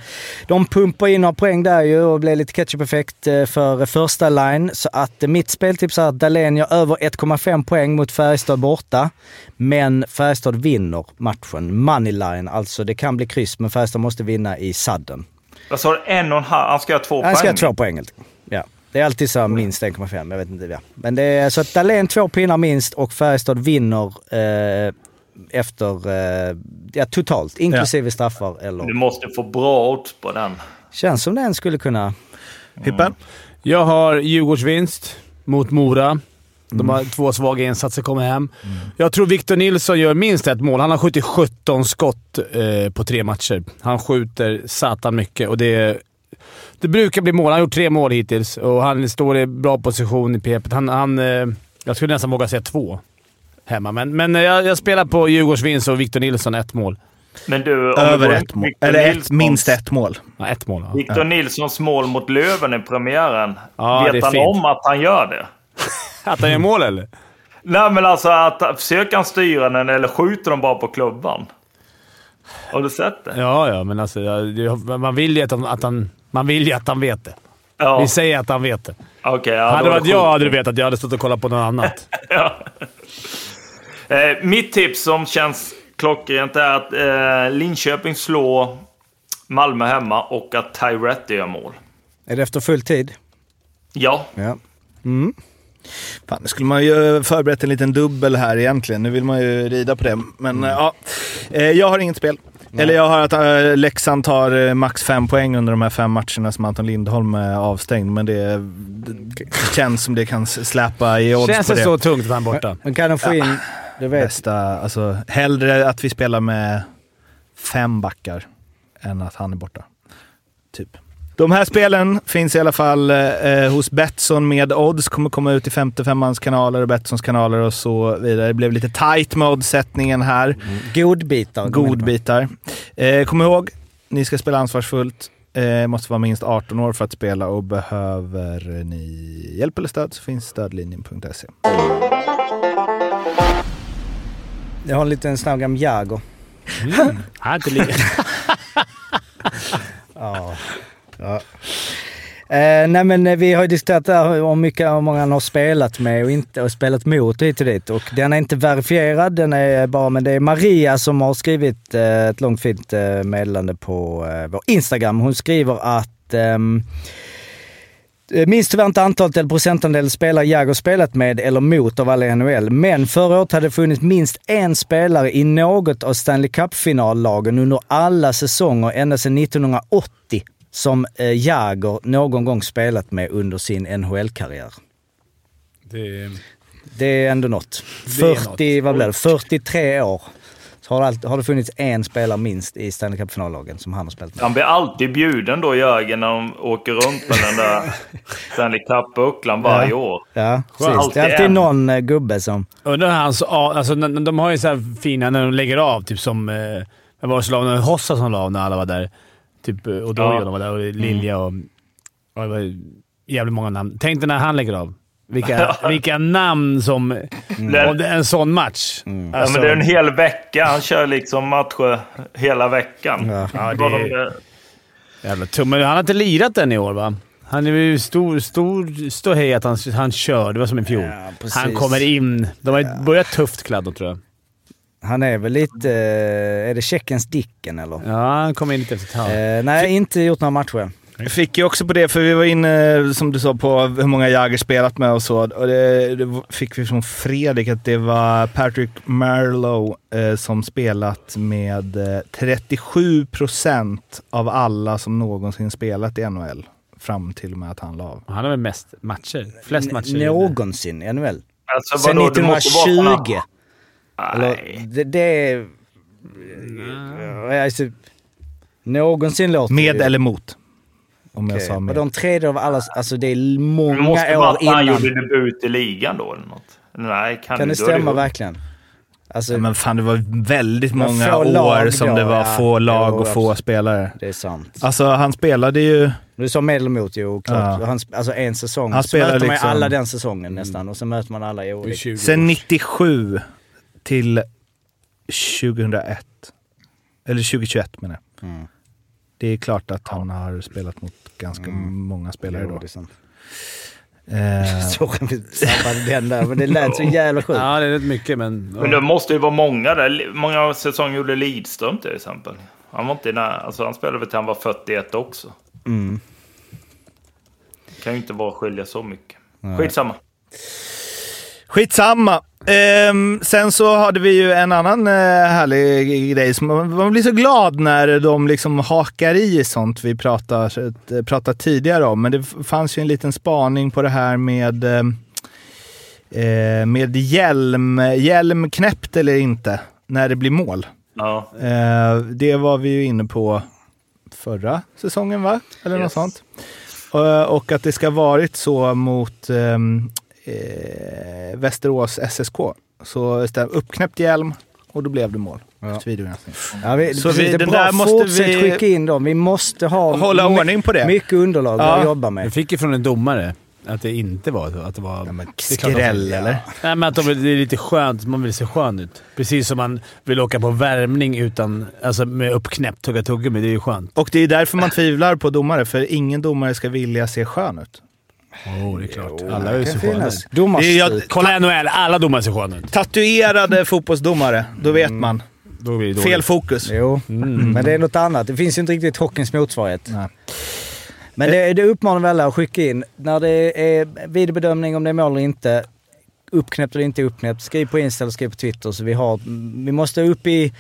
S3: de pumpar in några poäng där ju och blir lite ketchup-effekt eh, för första line. Så att eh, mitt speltips är att Dahlén gör över 1,5 poäng mot Färjestad borta. Men Färjestad vinner matchen. Moneyline, alltså det kan bli kryss, men Färjestad måste vinna i sadden.
S10: Jag sa det, en och en halv. Han ska ha två
S3: Han ska ha
S10: poäng.
S3: två poäng. helt enkelt. Ja. Det är alltid så här minst 1,5. Jag vet inte. Ja. Men det är så att Dahlén två pinnar minst och Färjestad vinner eh, efter, eh, ja totalt, inklusive straffar
S10: Du
S3: eller...
S10: måste få bra odds på den.
S3: Känns som den skulle kunna...
S2: Pippen?
S4: Jag har Djurgårdsvinst mot Mora. De har två svaga insatser kommer hem. Jag tror Victor Nilsson gör minst ett mål. Han har skjutit 17 skott eh, på tre matcher. Han skjuter satan mycket och det, det brukar bli mål. Han har gjort tre mål hittills och han står i bra position i PP. Han, han, eh, jag skulle nästan våga säga två hemma, men, men eh, jag, jag spelar på Djurgårdsvinst och Victor Nilsson ett mål.
S10: Men du, om
S2: Över
S10: du går
S2: ett
S10: ut
S2: mål.
S10: Victor
S2: Eller ett,
S10: Nilssons-
S2: minst ett mål.
S4: Ja, ett mål. Ja.
S10: Victor Nilssons mål mot Löven i premiären.
S4: Ja, det
S10: Vet
S4: är
S10: han
S4: fint.
S10: om att han gör det?
S4: Att han gör mål, eller?
S10: Nej, men alltså att försöker han styra den eller skjuter de bara på klubban? Har du sett det?
S4: Ja, ja, men alltså, ja, det- man vill ju att han, att han, man vill ju att han vet det.
S10: Ja,
S4: Vi säger att han vet det.
S10: okej. ja,
S4: hade
S10: då
S4: det
S10: var
S4: varit jag hade du vetat. Jag hade stått och kollat på något annat.
S10: Eh, mitt tips som känns klockrent är att eh, Linköping slår Malmö hemma och att Tyretti gör mål.
S3: Är det efter full tid?
S10: Ja,
S3: Ja.
S2: Fan, nu skulle man ju förberett en liten dubbel här egentligen. Nu vill man ju rida på det. Men
S4: Mm.
S2: eh, ja, Eh, jag har inget spel. Eller jag har att eh, Leksand tar eh, max fem poäng under de här fem matcherna som Anton Lindholm är avstängd. Men det, det känns som det kan s- släpa i odds
S4: Mm. Känns
S2: på
S4: det
S2: det.
S4: så tungt att han är borta?
S3: Men kan de få in... Du vet.
S2: Bästa, alltså, hellre att vi spelar med fem backar än att han är borta. Typ. De här spelen finns i alla fall eh, hos Betsson med odds. Kommer komma ut i 55-mans kanaler och Betssons kanaler och så vidare. Det blev lite tight med oddsättningen här.
S3: Godbitar.
S2: Godbitar. Eh, kom ihåg, ni ska spela ansvarsfullt. Eh, måste vara minst 18 år för att spela och behöver ni hjälp eller stöd så finns stödlinjen.se.
S3: Jag har en liten snabb om Jago.
S4: Han är inte lika...
S3: Eh, nej men eh, vi har ju diskuterat det här om mycket, hur många han har spelat med och inte och spelat mot hit och dit. Och den är inte verifierad, den är bara, men det är Maria som har skrivit eh, ett långt fint eh, meddelande på eh, vår Instagram. Hon skriver att ehm, Eh, Minst tyvärr inte antalet eller procentandel spelare Jagr spelat med eller mot av alla i NHL, men förra året hade det funnits minst en spelare i något av Stanley Cup-finallagen under alla säsonger ända sedan 1980 som eh, Jagr någon gång spelat med under sin NHL-karriär.
S4: Det,
S3: Det är ändå något.
S4: Det är
S3: 40,
S4: något.
S3: vad blir det? 43 år. Så har, det alltid, har det funnits en spelare minst i Stanley Cup-finallagen som han har spelat med.
S10: Han blir alltid bjuden då, Jörgen, när de åker runt med den där Stanley Cup-bucklan varje
S3: Ja.
S10: år.
S3: Ja, precis. Det är
S10: Alltid
S3: alltid
S10: en.
S3: någon eh, gubbe som...
S4: Undrar hur hans... a- Alltså, n- n- de har ju så här fina när de lägger av, typ som... Eh, vem var det som la av? när Hossa som la av när alla var där. Typ eh, och
S10: Ja.
S4: ja. var där och Lilja och... och det var jävligt många namn. Tänk dig när han lägger av. Vilka, vilka namn som...
S10: Mm.
S4: Om det är en sån match. Alltså-
S10: Ja, men det är en hel vecka. Han kör liksom matcher hela veckan.
S3: Ja.
S4: Ja, det
S10: Bara
S4: är-
S10: de-
S4: Jävla tummen. Han har inte lirat den i år, va? Han är ju stor, stor ståhej att han, han kör. Det var som i fjol.
S3: Ja, precis.
S4: han kommer in. De har ju börjat tufft kladdo, tror jag.
S3: Han är väl lite... eh, Är det Tjeckiens Dicken eller?
S4: Ja, han kom in lite efter ett halvår.
S3: Eh, nej, inte gjort några matcher.
S2: Jag fick ju också på det, för vi var inne, som du sa, på hur många Jagger spelat med och så. Och det, det fick vi från Fredrik att det var Patrick Marlowe eh, som spelat med eh, 37 procent av alla som någonsin spelat i NHL. Fram till och med att han la av.
S4: Han har väl mest matcher? Flest
S3: N-
S4: matcher?
S3: Någonsin i NHL.
S10: Alltså,
S3: Sen
S10: vadå, det måste vara såna-
S3: 1920. Eller,
S10: Nej.
S3: det, det är... Ja, Alltså, någonsin låter
S2: Med
S3: ju-
S2: eller mot? Om jag
S3: Okej.
S2: sa
S3: Och
S2: med.
S3: de tredje av alla... Alltså det är
S10: Det
S3: många
S10: måste vara
S3: år
S10: att han
S3: innan.
S10: gjorde debut i ligan då eller något. Nej, kan,
S3: Kan
S10: du-
S3: det
S10: då är
S3: stämma
S10: ju-
S3: verkligen? Alltså,
S2: Ja, Men fan, det var väldigt
S3: Men
S2: många
S3: få
S2: år
S3: lag
S2: som
S3: då,
S2: det var
S3: ja.
S2: få lag
S3: Jo,
S2: och få
S3: absolut.
S2: spelare.
S3: det är sant.
S2: Alltså, han spelade ju...
S3: Du sa med eller mot, jo klart.
S2: Ja.
S3: Han, sp- alltså en säsong.
S2: Han
S3: så
S2: spelar
S3: möter man ju
S2: liksom-
S3: alla den säsongen nästan och så möter man alla i olika.
S2: Sen 97 till 2001. Eller 2021 menar jag. Det är klart att han har spelat mot ganska många spelare då.
S3: Jo, det är sant.
S2: Eh,
S3: Sorry om vi sabbade den där, men det lät så jävla sjukt.
S4: Ja, det är rätt mycket, men...
S10: Men det måste ju vara många där. Li- Många säsonger gjorde Lidström till exempel. Han var inte nära. Alltså, han spelade väl till han var 41 också.
S3: Mm.
S10: Det kan ju inte vara skilja så mycket. Skitsamma.
S2: Skitsamma. Ehm, sen så hade vi ju en annan eh, härlig grej. Som, man- man blir så glad när de liksom hakar i sånt vi pratar, eh, pratat tidigare om. Men det f- fanns ju en liten spaning på det här med, ehm, eh, med hjälm, hjälm knäppt eller inte när det blir mål.
S10: Ja.
S2: Eh, det var vi ju inne på förra säsongen, va? Eller något
S10: Yes.
S2: sånt. Eh, och att det ska varit så mot ehm, eh, Västerås SSK. Så stä- uppknäppt hjälm och då blev det mål. Efter videogranskning.
S3: Ja, vi,
S2: Så
S3: så
S2: vi-
S3: det är
S2: den
S3: bra.
S2: där måste
S3: Fortsätt
S2: vi-
S3: skicka in dem. Vi måste ha
S2: Hålla
S3: my-
S2: ordning på det.
S3: mycket underlag
S2: Ja.
S3: att jobba
S4: Vi
S3: med.
S4: fick ju från en domare att det inte var så. Att det var...
S2: Ja, men
S4: Det är klart
S2: skräll eller?
S4: Nej, men att de, vill- det är lite skönt. Man vill se skön ut. Precis som man vill åka på värmning utan... Alltså med uppknäppt tugga tuggummi. Det är ju skönt.
S2: Och det är därför man tvivlar på domare, för ingen domare ska vilja se skön ut.
S4: Åh, Oh, det är klart. Alla är ju så sköna.
S3: Finnas.
S2: Det är ju
S3: Domarstryk.
S2: jag-
S4: Kolla NHL. Alla domare ser sköna ut.
S2: Tatuerade fotbollsdomare, då vet man.
S4: Då blir det dåligt.
S2: Fel fokus.
S3: Jo, men det är något annat. Det finns ju inte riktigt hockeyns motsvarighet.
S2: Mm. Nej.
S3: Men det, det uppmanar vi alla att skicka in. När det är videobedömning om det är mål eller inte, uppknäppt eller inte uppknäppt, skriv på Insta eller skriv på Twitter. Så vi, har, vi måste upp i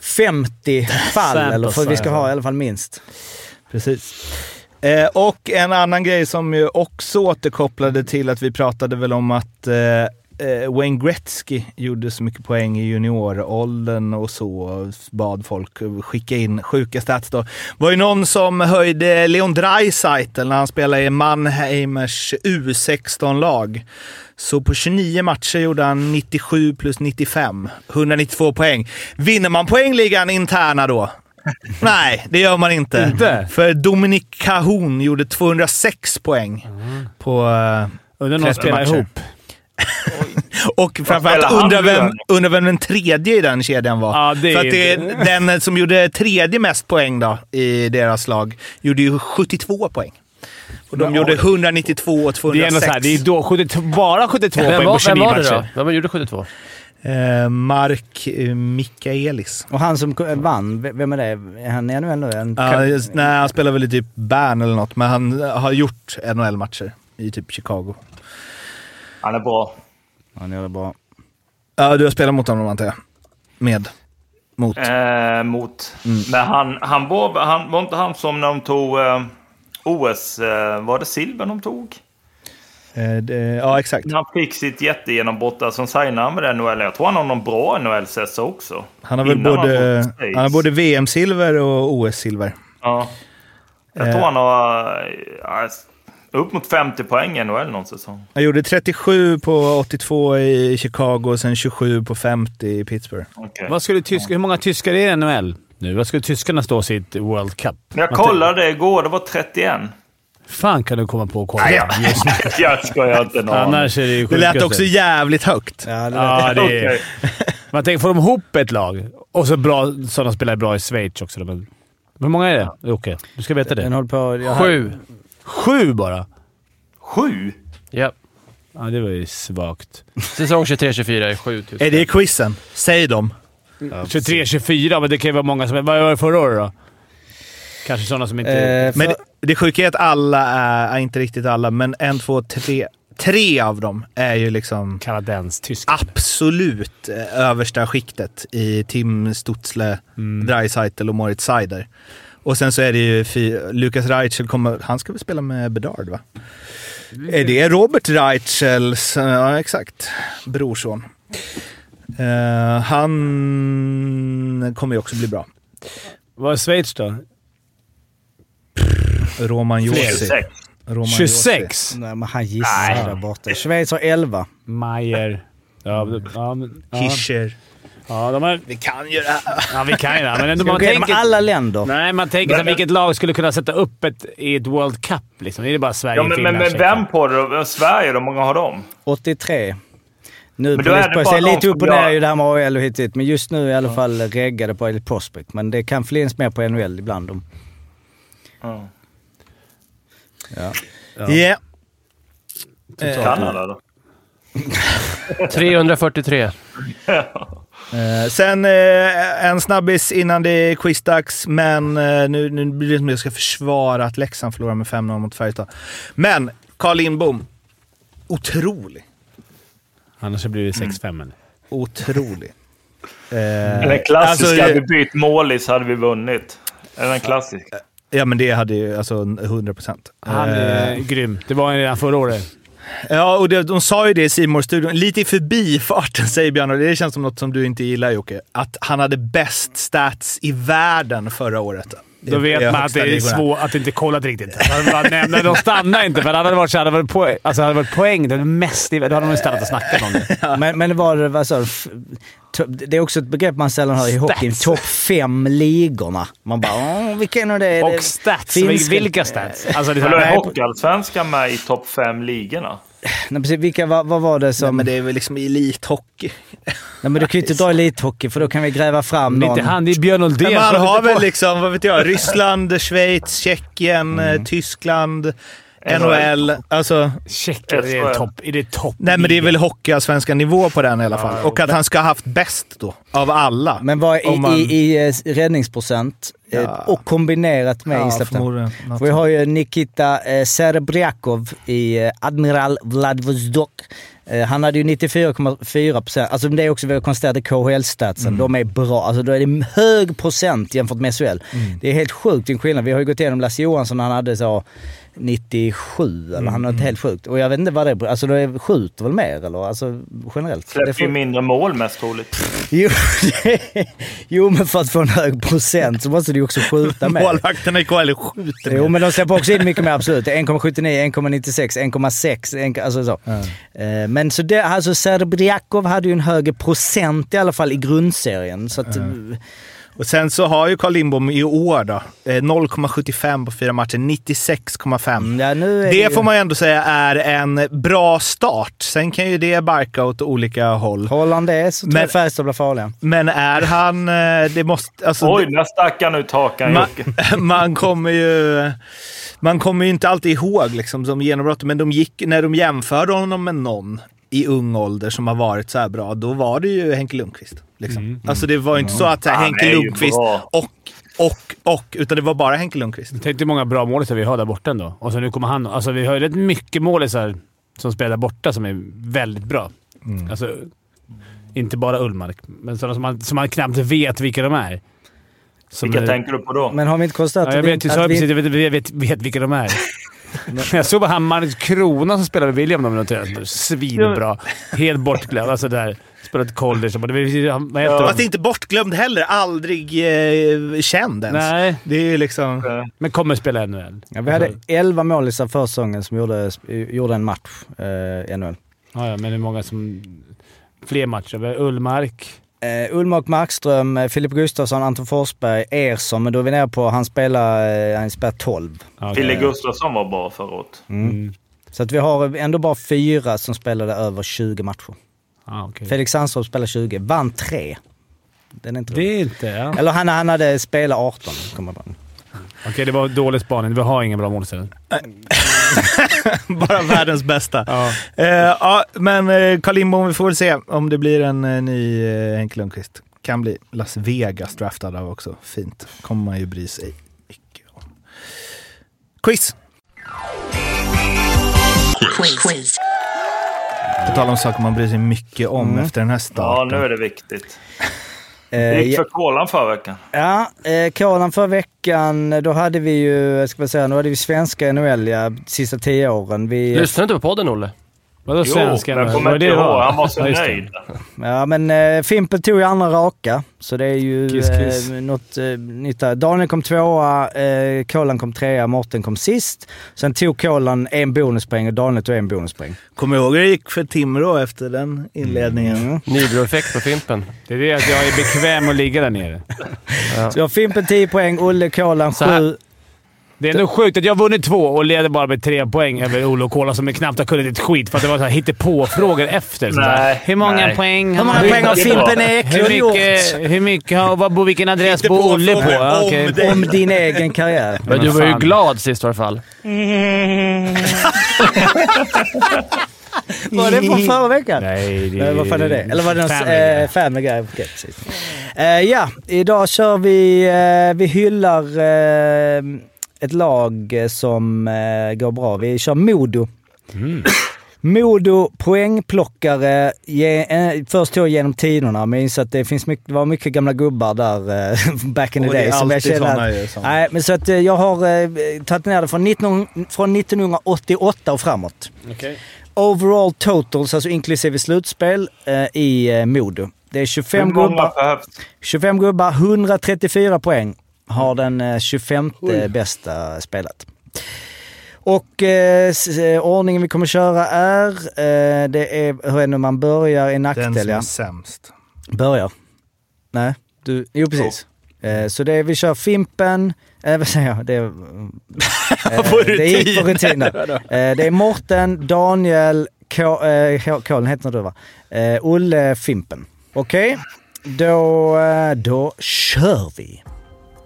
S3: 50 fall, eller för vi ska ha i alla fall minst.
S2: Precis. Eh, och en annan grej som ju också återkopplade till att vi pratade väl om att eh, eh, Wayne Gretzky gjorde så mycket poäng i junioråldern och så och bad folk skicka in sjuka stats då. var ju någon som höjde Leon Draisaitl när han spelade i Mannheimers U16-lag. Så på 29 matcher gjorde han 97 plus 95. 192 poäng. Vinner man poängligan interna då? Nej, det gör man inte.
S4: Inte?
S2: För Dominic Cahoon gjorde 206 poäng på... eh,
S4: Undrar om någon
S2: 30
S4: spelar
S2: matcher.
S4: ihop.
S2: Och framförallt
S10: spelar han
S2: undrar
S10: nu
S2: vem,
S10: då?
S2: undrar vem den tredje i den kedjan var.
S4: Ja, det är
S2: För att det
S4: inte-
S2: är den som gjorde tredje mest poäng då, i deras lag gjorde ju 72 poäng. Och de gjorde 192 och
S4: Det är
S2: 206.
S4: ändå såhär, det är då 72, bara 72
S1: Vem
S4: poäng på
S1: var, vem
S4: 29
S1: var
S4: matcher.
S1: det då? Vem gjorde 72?
S2: Eh, Mark eh, Mikaelis.
S3: Och han som k- vann, v- vem är det? Är han i NHL nu? Är han-
S2: Ja, just- nej, han spelar väl i typ Bern eller något, men han har gjort NHL-matcher i typ Chicago.
S10: Han är bra.
S3: Han gör det bra.
S2: Ja, du har spelat mot honom antar jag? Med? Mot?
S10: Eh, mot.
S3: Mm.
S10: Men han, han, var, han var inte han som när de tog eh, OS, eh, var det silver de tog?
S2: Eh, det, ja, exakt.
S10: När Han fick sitt jättegenombrott där, som signade han med NHL. Jag tror han har någon bra NHL-sessa också.
S2: Han har väl
S10: Innan
S2: både,
S10: tog Space.
S2: han har både VM-silver och OS-silver.
S10: Ja. Jag tror han har eh, upp mot 50 poäng i NHL någon säsong.
S2: Han gjorde 37 på 82 i Chicago och sen 27 på 50 i Pittsburgh.
S10: Okay.
S4: Vad skulle tyska, hur många tyskar är det i NHL nu? Vad skulle tyskarna stå sitt World Cup?
S10: Jag kollade det igår, det var 31.
S4: fan kan du komma på att kolla just nu?
S10: Jag skojar inte. någon aning.
S4: Annars är det ju
S2: Det lät
S4: sjukaste.
S2: också jävligt högt.
S3: Ja, det
S4: Ja, det är...
S10: Okej.
S4: Man tänker, får de ihop ett lag? Och så bra, så de spelar bra i Schweiz också. Men, hur många är det? Okej, du ska veta
S3: Den
S4: det.
S3: håller på... jag-
S1: Sju.
S4: Sju bara!
S10: Sju?
S1: Ja.
S4: Ja, det var ju svagt.
S1: Säsong 23-24 är 7000.
S2: Är det quizen? Säg dem.
S4: 23-24, men det kan ju vara många som... Vad var det förra året då? Kanske sådana som inte...
S3: Eh, för,
S2: Men det, det sjuka är att alla är, är inte riktigt alla, men en, två, tre. Tre av dem är ju liksom
S4: Kanadensk-tysk.
S2: absolut eh, översta skiktet i Tim Stutzle, Dreisaitl och Moritz Seider. Och sen så är det ju fy, Lukas Reichel, kommer, han ska väl spela med Bedard va? Är det Robert Reichels, ja exakt, brorson. Eh, han kommer ju också bli bra.
S4: Vad är Schweiz då?
S2: Roman Josi.
S10: Sex.
S2: Roman Josi.
S4: 26?
S3: nej, men han gissar där borta. Schweiz har 11.
S4: Mayer. Ja, men- ja, men- ja,
S2: Hischer.
S4: ja, de har,
S2: Vi kan ju det här.
S4: ja, vi kan ju det här, men ändå
S3: Ska
S4: man
S3: vi gå igenom
S4: tänker...
S3: alla länder?
S4: Nej, man tänker så här, vilket lag skulle kunna sätta upp ett, i ett World Cup? Liksom. Är det bara Sverige,
S10: Ja, men, men,
S4: Finland,
S10: men
S4: Tjeckien?
S10: vem på det? då? Sverige, hur många har de?
S3: 83. Nu
S10: Men
S3: på
S10: då är
S3: Elite
S10: det
S3: Prospect.
S10: bara
S3: Det är lite
S10: de
S3: upp och
S10: som
S3: ner
S10: jag-
S3: ju det här med AHL och hit och dit, men just nu i alla fall reggade på Elite Prospect. Men det kan flins mer på NHL ibland. De.
S2: Ja.
S10: Eh, Kanada då?
S1: 343.
S2: Eh, Sen eh, en snabbis innan det är quizdags, men eh, nu, nu blir det som att jag ska försvara att Leksand förlorar med 5-0 mot Färjestad. Men Carl Lindbom. Otrolig.
S4: Annars så blir det 6-5. eller?
S2: Otrolig. Eh,
S10: Den klassiska,
S2: alltså,
S10: hade vi bytt målis hade vi vunnit. Är den klassisk?
S2: Ja, men det hade ju alltså 100 procent.
S4: Han är Eh, grym. Det var han redan förra året.
S2: Eh, Ja, och det, de sa ju det i simor studion Lite i förbifarten säger Björn, och det känns som något som du inte gillar Jocke. Att han hade bäst stats i världen förra året.
S4: Då vet
S2: I- i
S4: man att
S2: högsta
S4: det är
S2: ligorna.
S4: svårt att inte kollat riktigt. Han bara nämner, de stannar inte, för hade det varit så hade det varit poäng. Alltså hade det varit poäng, det hade mest, då hade de stannat och snackat om det.
S3: Men, men var det, vad sa du? F- to- Det är också ett begrepp man sällan hör i
S4: Stats.
S3: hockeyn. Topp fem ligorna. Man bara åh, vilken är det?
S4: Och stats.
S3: Finska-
S4: Vilka stats? Alltså, det är så
S10: Eller
S4: här,
S10: är
S4: nej,
S10: Hockeyallsvenskan med i topp fem ligorna?
S3: Nej, precis, vilka, vad, vad var det som...
S2: Ja, men det är väl liksom elithockey.
S3: Nej, men du kan ju inte dra elithockey för då kan vi gräva fram
S4: det är
S3: någon.
S4: inte han, det är Björn Oldén.
S2: Men man
S4: Kolla
S2: har
S4: inte
S2: väl
S4: på-
S2: liksom, vad vet jag, Ryssland, Schweiz, Tjeckien, eh, Tyskland, NHL. Alltså,
S4: Tjeckien, det är topp. Är det topp?
S2: nej men det är väl hockeyallsvenska nivå på den i alla fall. Och att han ska ha haft bäst då, av alla.
S3: Men vad i,
S2: Om man-
S3: i, i eh, räddningsprocent eh, och kombinerat med
S2: Ja,
S3: insläppta.
S2: förmodligen. Något
S3: För Vi har ju Nikita eh, Serebrякov i eh, Admiral Vladivostok. Eh, han hade ju 94,4 procent. Alltså det är också, vi har konstaterat KHL-statsen.
S10: Mm.
S3: De är bra. Alltså då är det hög procent jämfört med SHL.
S10: Mm.
S3: Det är helt sjukt en skillnad. Vi har ju gått igenom Lasse Johansson, han hade så 97 eller han
S10: Mm.
S3: hade helt sjukt. Och jag vet inte vad det är. Alltså det skjuter väl mer eller? Alltså generellt. Det
S10: Släpper
S3: får-
S10: ju mindre mål mest troligt.
S3: Jo, det- jo, men för att få en hög procent så måste du ju också skjuta mer.
S2: Målvakterna i KHL skjuter
S3: Jo,
S2: mer.
S3: men de släpper också in mycket mer, absolut. Det är 1,79, 1,96, 1,6, 1, alltså så. Eh, Men så det, alltså Serbriakov hade ju en högre procent i alla fall i grundserien. Så att, mm,
S2: Och sen så har ju Carl Lindbom i år då eh, 0,75 på fyra matcher, 96,5.
S3: Mm, ja, nu är det,
S2: Det
S3: ju-
S2: får man ju ändå säga är en bra start. Sen kan ju det barka åt olika håll.
S3: Håller han det så tror
S2: Men-
S3: jag Färjestad blir farliga.
S2: Men är han... eh, Det måste... Alltså,
S10: Oj, där stack han ut hakan,
S2: man,
S10: Jocke.
S2: man kommer ju... Man kommer ju inte alltid ihåg liksom, som genombrott, men de gick, när de jämförde honom med någon i i ung ålder som har varit så här bra, då var det ju Henke Lundqvist. Liksom. Alltså det var ju inte så att så här,
S10: Han är
S2: Henke
S10: ju
S2: Lundqvist
S10: bra.
S2: och, och, och, utan det var bara Henke Lundqvist.
S4: Tänk dig många bra målisar vi har där borta ändå. Och så nu kommer han. Alltså vi har ju rätt mycket målisar som spelar borta som är väldigt bra.
S2: Mm.
S4: Alltså, inte bara Ullmark, men sådana som man, som man knappt vet vilka de är. Som
S10: Vilka
S4: är-
S10: tänker du på då?
S3: Men har vi inte konstaterat
S4: Ja, jag
S3: att vi-
S4: vet, ju, så
S3: att
S4: jag,
S3: vi...
S4: precis, jag vet, jag vet, vet vilka de är. Jag såg bara han Magnus Krona som spelade med William de noterade. Svinbra. Helt bortglömd. Alltså där. Spelat college. och bara- det var ju- han- Vad heter
S2: Fast
S4: de?
S2: inte bortglömd heller. Aldrig eh, känd ens.
S4: Nej,
S2: Det är ju liksom...
S4: men kommer spela NHL.
S3: Ja, vi hade 11 målisar för säsongen som gjorde, gjorde en match eh, i NHL.
S4: Ja, ja, men hur många som... Fler matcher. Vi har Ullmark.
S3: Uh, Ulmark Markström, eh, Filip Gustafsson, Anton Forsberg, Ersson, men då är vi nere på han spelar, eh, han spelar Mm. 12.
S4: Ja, Mm.
S10: Fille Mm.
S4: det-
S10: Gustafsson var bra förra året.
S3: Så att vi har ändå bara fyra som spelade över 20 matcher.
S4: ja, okej.
S3: Felix Sandström spelade 20, vann 3. Den är inte
S4: Det
S3: rolig.
S4: är inte... Ja.
S3: Eller han, han hade spelat 18, kommer jag ihåg. Eh,
S4: Okej, det var dålig spaning. Vi har ingen bra målsägare.
S2: Bara världens bästa.
S4: Ja.
S2: Eh, ja, men eh, Carl Lindbom, vi får väl se om det blir en eh, ny eh, Henke Lundqvist. Kan bli. Las Vegas draftad av också. Fint. kommer man ju bry sig mycket om. Quiz!
S6: Quiz.
S2: På tal om saker man bryr sig mycket om efter den här
S10: Ja,
S2: starten.
S10: nu är det viktigt. Det
S3: Eh,
S10: gick för kolan förra veckan.
S3: Ja, eh, Kolan förra veckan, då hade vi ju, jag ska väl säga, nu hade vi svenska NHL ja, sista tio åren. Vi,
S1: Lyssnar du inte på podden, Olle?
S4: Vadå
S10: Jo,
S4: svenska?
S10: jag kommer
S4: Vad är
S10: inte
S4: det
S10: ihåg.
S4: då?
S10: Han var så
S4: Ja, just det.
S10: nöjd.
S3: ja men eh, Fimpen tog ju andra raka, så det är ju
S4: Kiss, kiss.
S3: Eh, något eh, nytt där. Daniel kom tvåa, eh, Kolan kom trea, Mårten kom sist. Sen tog Kolan en bonuspoäng och Daniel tog en bonuspoäng.
S2: Kommer du ihåg hur det gick för Timrå efter den inledningen?
S1: Nybroeffekt på Fimpen.
S4: Det är det att jag är bekväm att ligga där nere.
S3: Så jag har Fimpen 10 poäng, Olle Kolan
S1: Så här-
S3: 7.
S4: Det är ändå sjukt att jag har vunnit två och leder bara med tre poäng över Olo och Kola som knappt har kunnat ett skit för att det var så här hittepåfrågor efter. Så
S10: Nej,
S4: här, hur många
S10: nej.
S4: poäng
S3: Hur många
S10: Det är
S3: poäng har
S10: bra.
S3: Fimpen
S4: Hur
S3: Eklund gjort?
S4: mycket, hur mycket har, vad bor, vilken adress bor Olle på?
S2: Hittepåfrågor
S4: Ja,
S2: om
S4: okej.
S2: det.
S3: Om din egen karriär.
S1: Men
S4: Men
S1: du var ju
S4: fan.
S1: glad sist i alla fall.
S3: Var det från förra veckan?
S4: Nej, det
S3: Nej, Eh, vad fan är det? Eller var det någon
S4: Family
S3: family,
S4: Guy.
S3: eh, family Guy? Okej, precis. Eh, ja, idag kör vi... Eh, vi hyllar eh, ett lag eh, som eh, går bra. Vi kör Modo.
S2: Mm.
S3: Modo poängplockare ge, eh, först då genom tiderna, men jag inser att det finns mycket, det var mycket gamla gubbar där eh, back in the
S2: Och det är
S3: day. Som jag
S2: alltid
S3: känner
S2: såna
S3: att,
S2: ju som-
S3: Nej, men så att eh, jag har eh, tagit ner det från, 19, från 1988 och framåt. Overall totals, alltså inklusive slutspel, eh, i eh, Modo. Det är
S10: Hur
S3: 25
S10: många
S3: gubbar,
S10: behövs?
S3: 25 gubbar, 134 poäng har den eh, 25 bästa spelat. Och eh, s- eh, ordningen vi kommer köra är, eh, det är hur är det nu man börjar i
S2: Den som
S3: nackdel
S2: är
S3: ja.
S2: sämst.
S3: Börjar. Nej, du, jo precis. Eh, så det är, vi kör Fimpen, eh, vad säger jag? Det, är- eh, det gick på rutin där. eh, Det är Morten, Daniel, Ko- eh, Ko- Kolen heter du va? Eh, Olle, Fimpen. Okej, då, eh, då kör vi.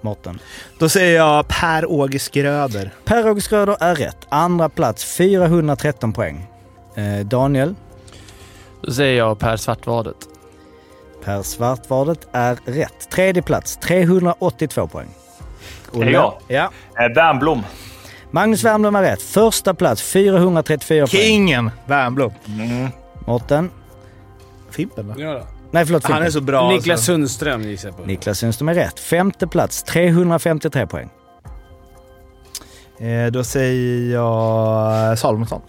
S3: Morten.
S2: Då säger jag Per-Åge Skröder.
S3: Per Åge Schröder är rätt. Andra plats 413 poäng. Eh, Daniel,
S1: Då säger jag Per Svartvadet.
S3: Per Svartvardet är rätt. Tredje plats 382 poäng.
S10: Det är jag.
S3: Ja.
S10: Eh, Wernbloom.
S3: Magnus Wernbloom är rätt. Första plats 434 poäng.
S2: Kingen Wernbloom. Mm.
S3: Mårten.
S2: Fimpen va?
S3: Nej förlåt
S2: Han
S3: Fimpen.
S2: är så bra.
S4: eh, Niklas
S2: alltså.
S4: Sundström gissar jag på.
S3: Niklas Sundström är rätt. Femte plats 353 poäng.
S2: eh, Då säger jag Salomonsson.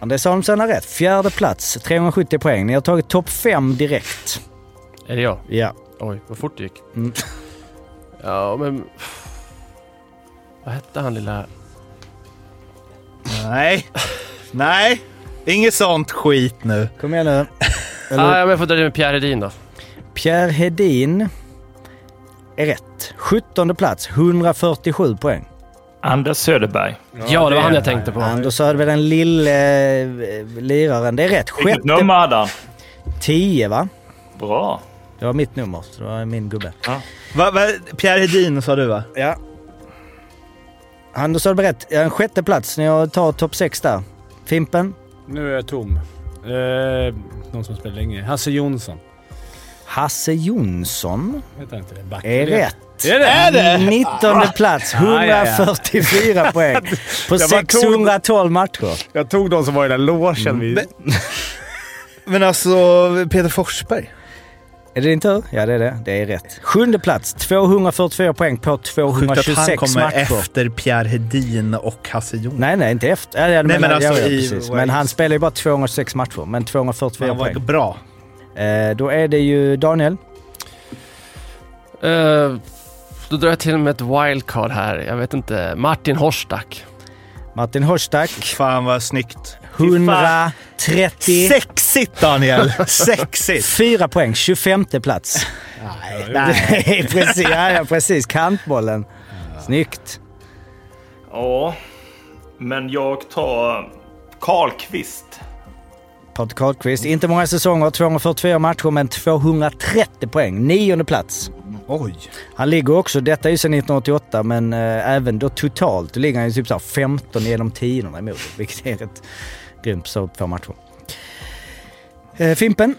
S3: Andreas Holmsson är rätt. Fjärde plats 370 poäng. Ni har tagit topp fem direkt.
S1: Är det jag?
S3: Ja.
S1: Oj, vad fort det gick.
S3: Mm.
S1: Ja, men... Vad hette han lilla...
S2: Nej. Nej. Inget sånt skit nu.
S3: Kom igen nu.
S1: Ah, ja, men jag får dra det med Pierre Hedin då.
S3: Pierre Hedin är rätt. Sjuttonde plats 147 poäng.
S10: Anders Söderberg.
S1: Ja, det var han jag tänkte på.
S3: Anders hade vi den lille eh, liraren. Det är rätt.
S10: Vilket
S3: Sjätte...
S10: nummer hade han?
S3: Tio va?
S10: Bra.
S3: Det var mitt nummer, så det var min gubbe.
S2: Va, va, Pierre Hedin sa du va?
S3: Ja. Anders har berättat. Jag har en sjätte plats. Ni har tagit topp sex där. Fimpen,
S4: Nu är jag tom. Eh, någon som spelar länge. Hasse Jonsson.
S3: Hasse Jonsson
S4: Heter han inte det? Mm. Back.
S3: är rätt.
S4: Är det? Är det?
S3: 19 plats,
S4: Ja, ja, ja.
S3: 144 poäng på
S4: Jag bara tog-
S3: 612 matcher.
S4: Jag tog de som var i den logen. Vi...
S2: Men alltså, Peter Forsberg.
S3: Är det din tur? Ja, det är det. Det är rätt. Sjunde plats, 244 poäng på
S2: Sjukt att han
S3: 226
S2: kommer
S3: matcher.
S2: efter Pierre Hedin och Hasse Jonsson.
S3: Nej, nej, inte efter. Ja, ja,
S2: Nej, men
S3: ja,
S2: alltså
S3: ja,
S2: i-
S3: precis. men han spelar ju bara 206 matcher, men 244
S2: Han var
S3: poäng.
S2: bra.
S3: Eh, då är det ju Daniel.
S1: Eh, då drar jag till med ett wildcard här. Jag vet inte. Martin Horstak.
S3: Martin Horstak,
S2: Fan vad snyggt.
S3: 134
S2: Sexigt Daniel! Sexigt!
S3: poäng, 25 plats. Nej, nej. precis, ja, ja, precis. Kantbollen. Snyggt.
S10: Ja, men jag tar Karlqvist.
S3: Patrik Karlqvist, inte många säsonger, 244 matcher, men 230 poäng. Nionde plats.
S2: Oj!
S3: Han ligger också, detta är ju sedan 1988, men eh, även då totalt ligger han ju typ så här 15 genom 10 emot, vilket är rätt grymt så på matcher. Eh, Fimpen,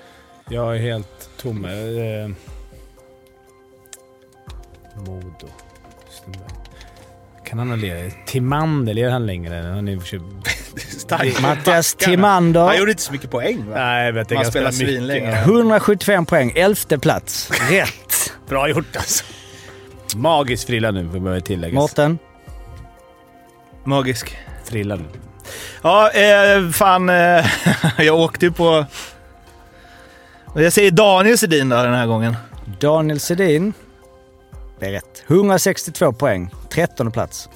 S4: Jag är helt tom. Eh, Modo. Sundberg. Kan han ha legat? Timander, lever han längre? än Han är i och för sig...
S3: Mattias
S2: Backarna.
S3: Timander.
S2: Han gjorde inte så mycket poäng va?
S4: Nej, jag vet inte.
S2: Han
S4: ganska
S2: spelar
S4: mycket.
S2: svinlänge.
S3: 175 poäng, elfte plats. Rätt.
S4: Bra gjort alltså. Magisk frilla nu, behöver jag tillägga.
S3: Mårten,
S2: Magisk.
S4: Frilla nu.
S2: Ja, eh, fan. Eh, jag åkte ju på... Jag säger Daniel Sedin då den här gången.
S3: Daniel Sedin. Det är rätt. 162 poäng, trettonde plats.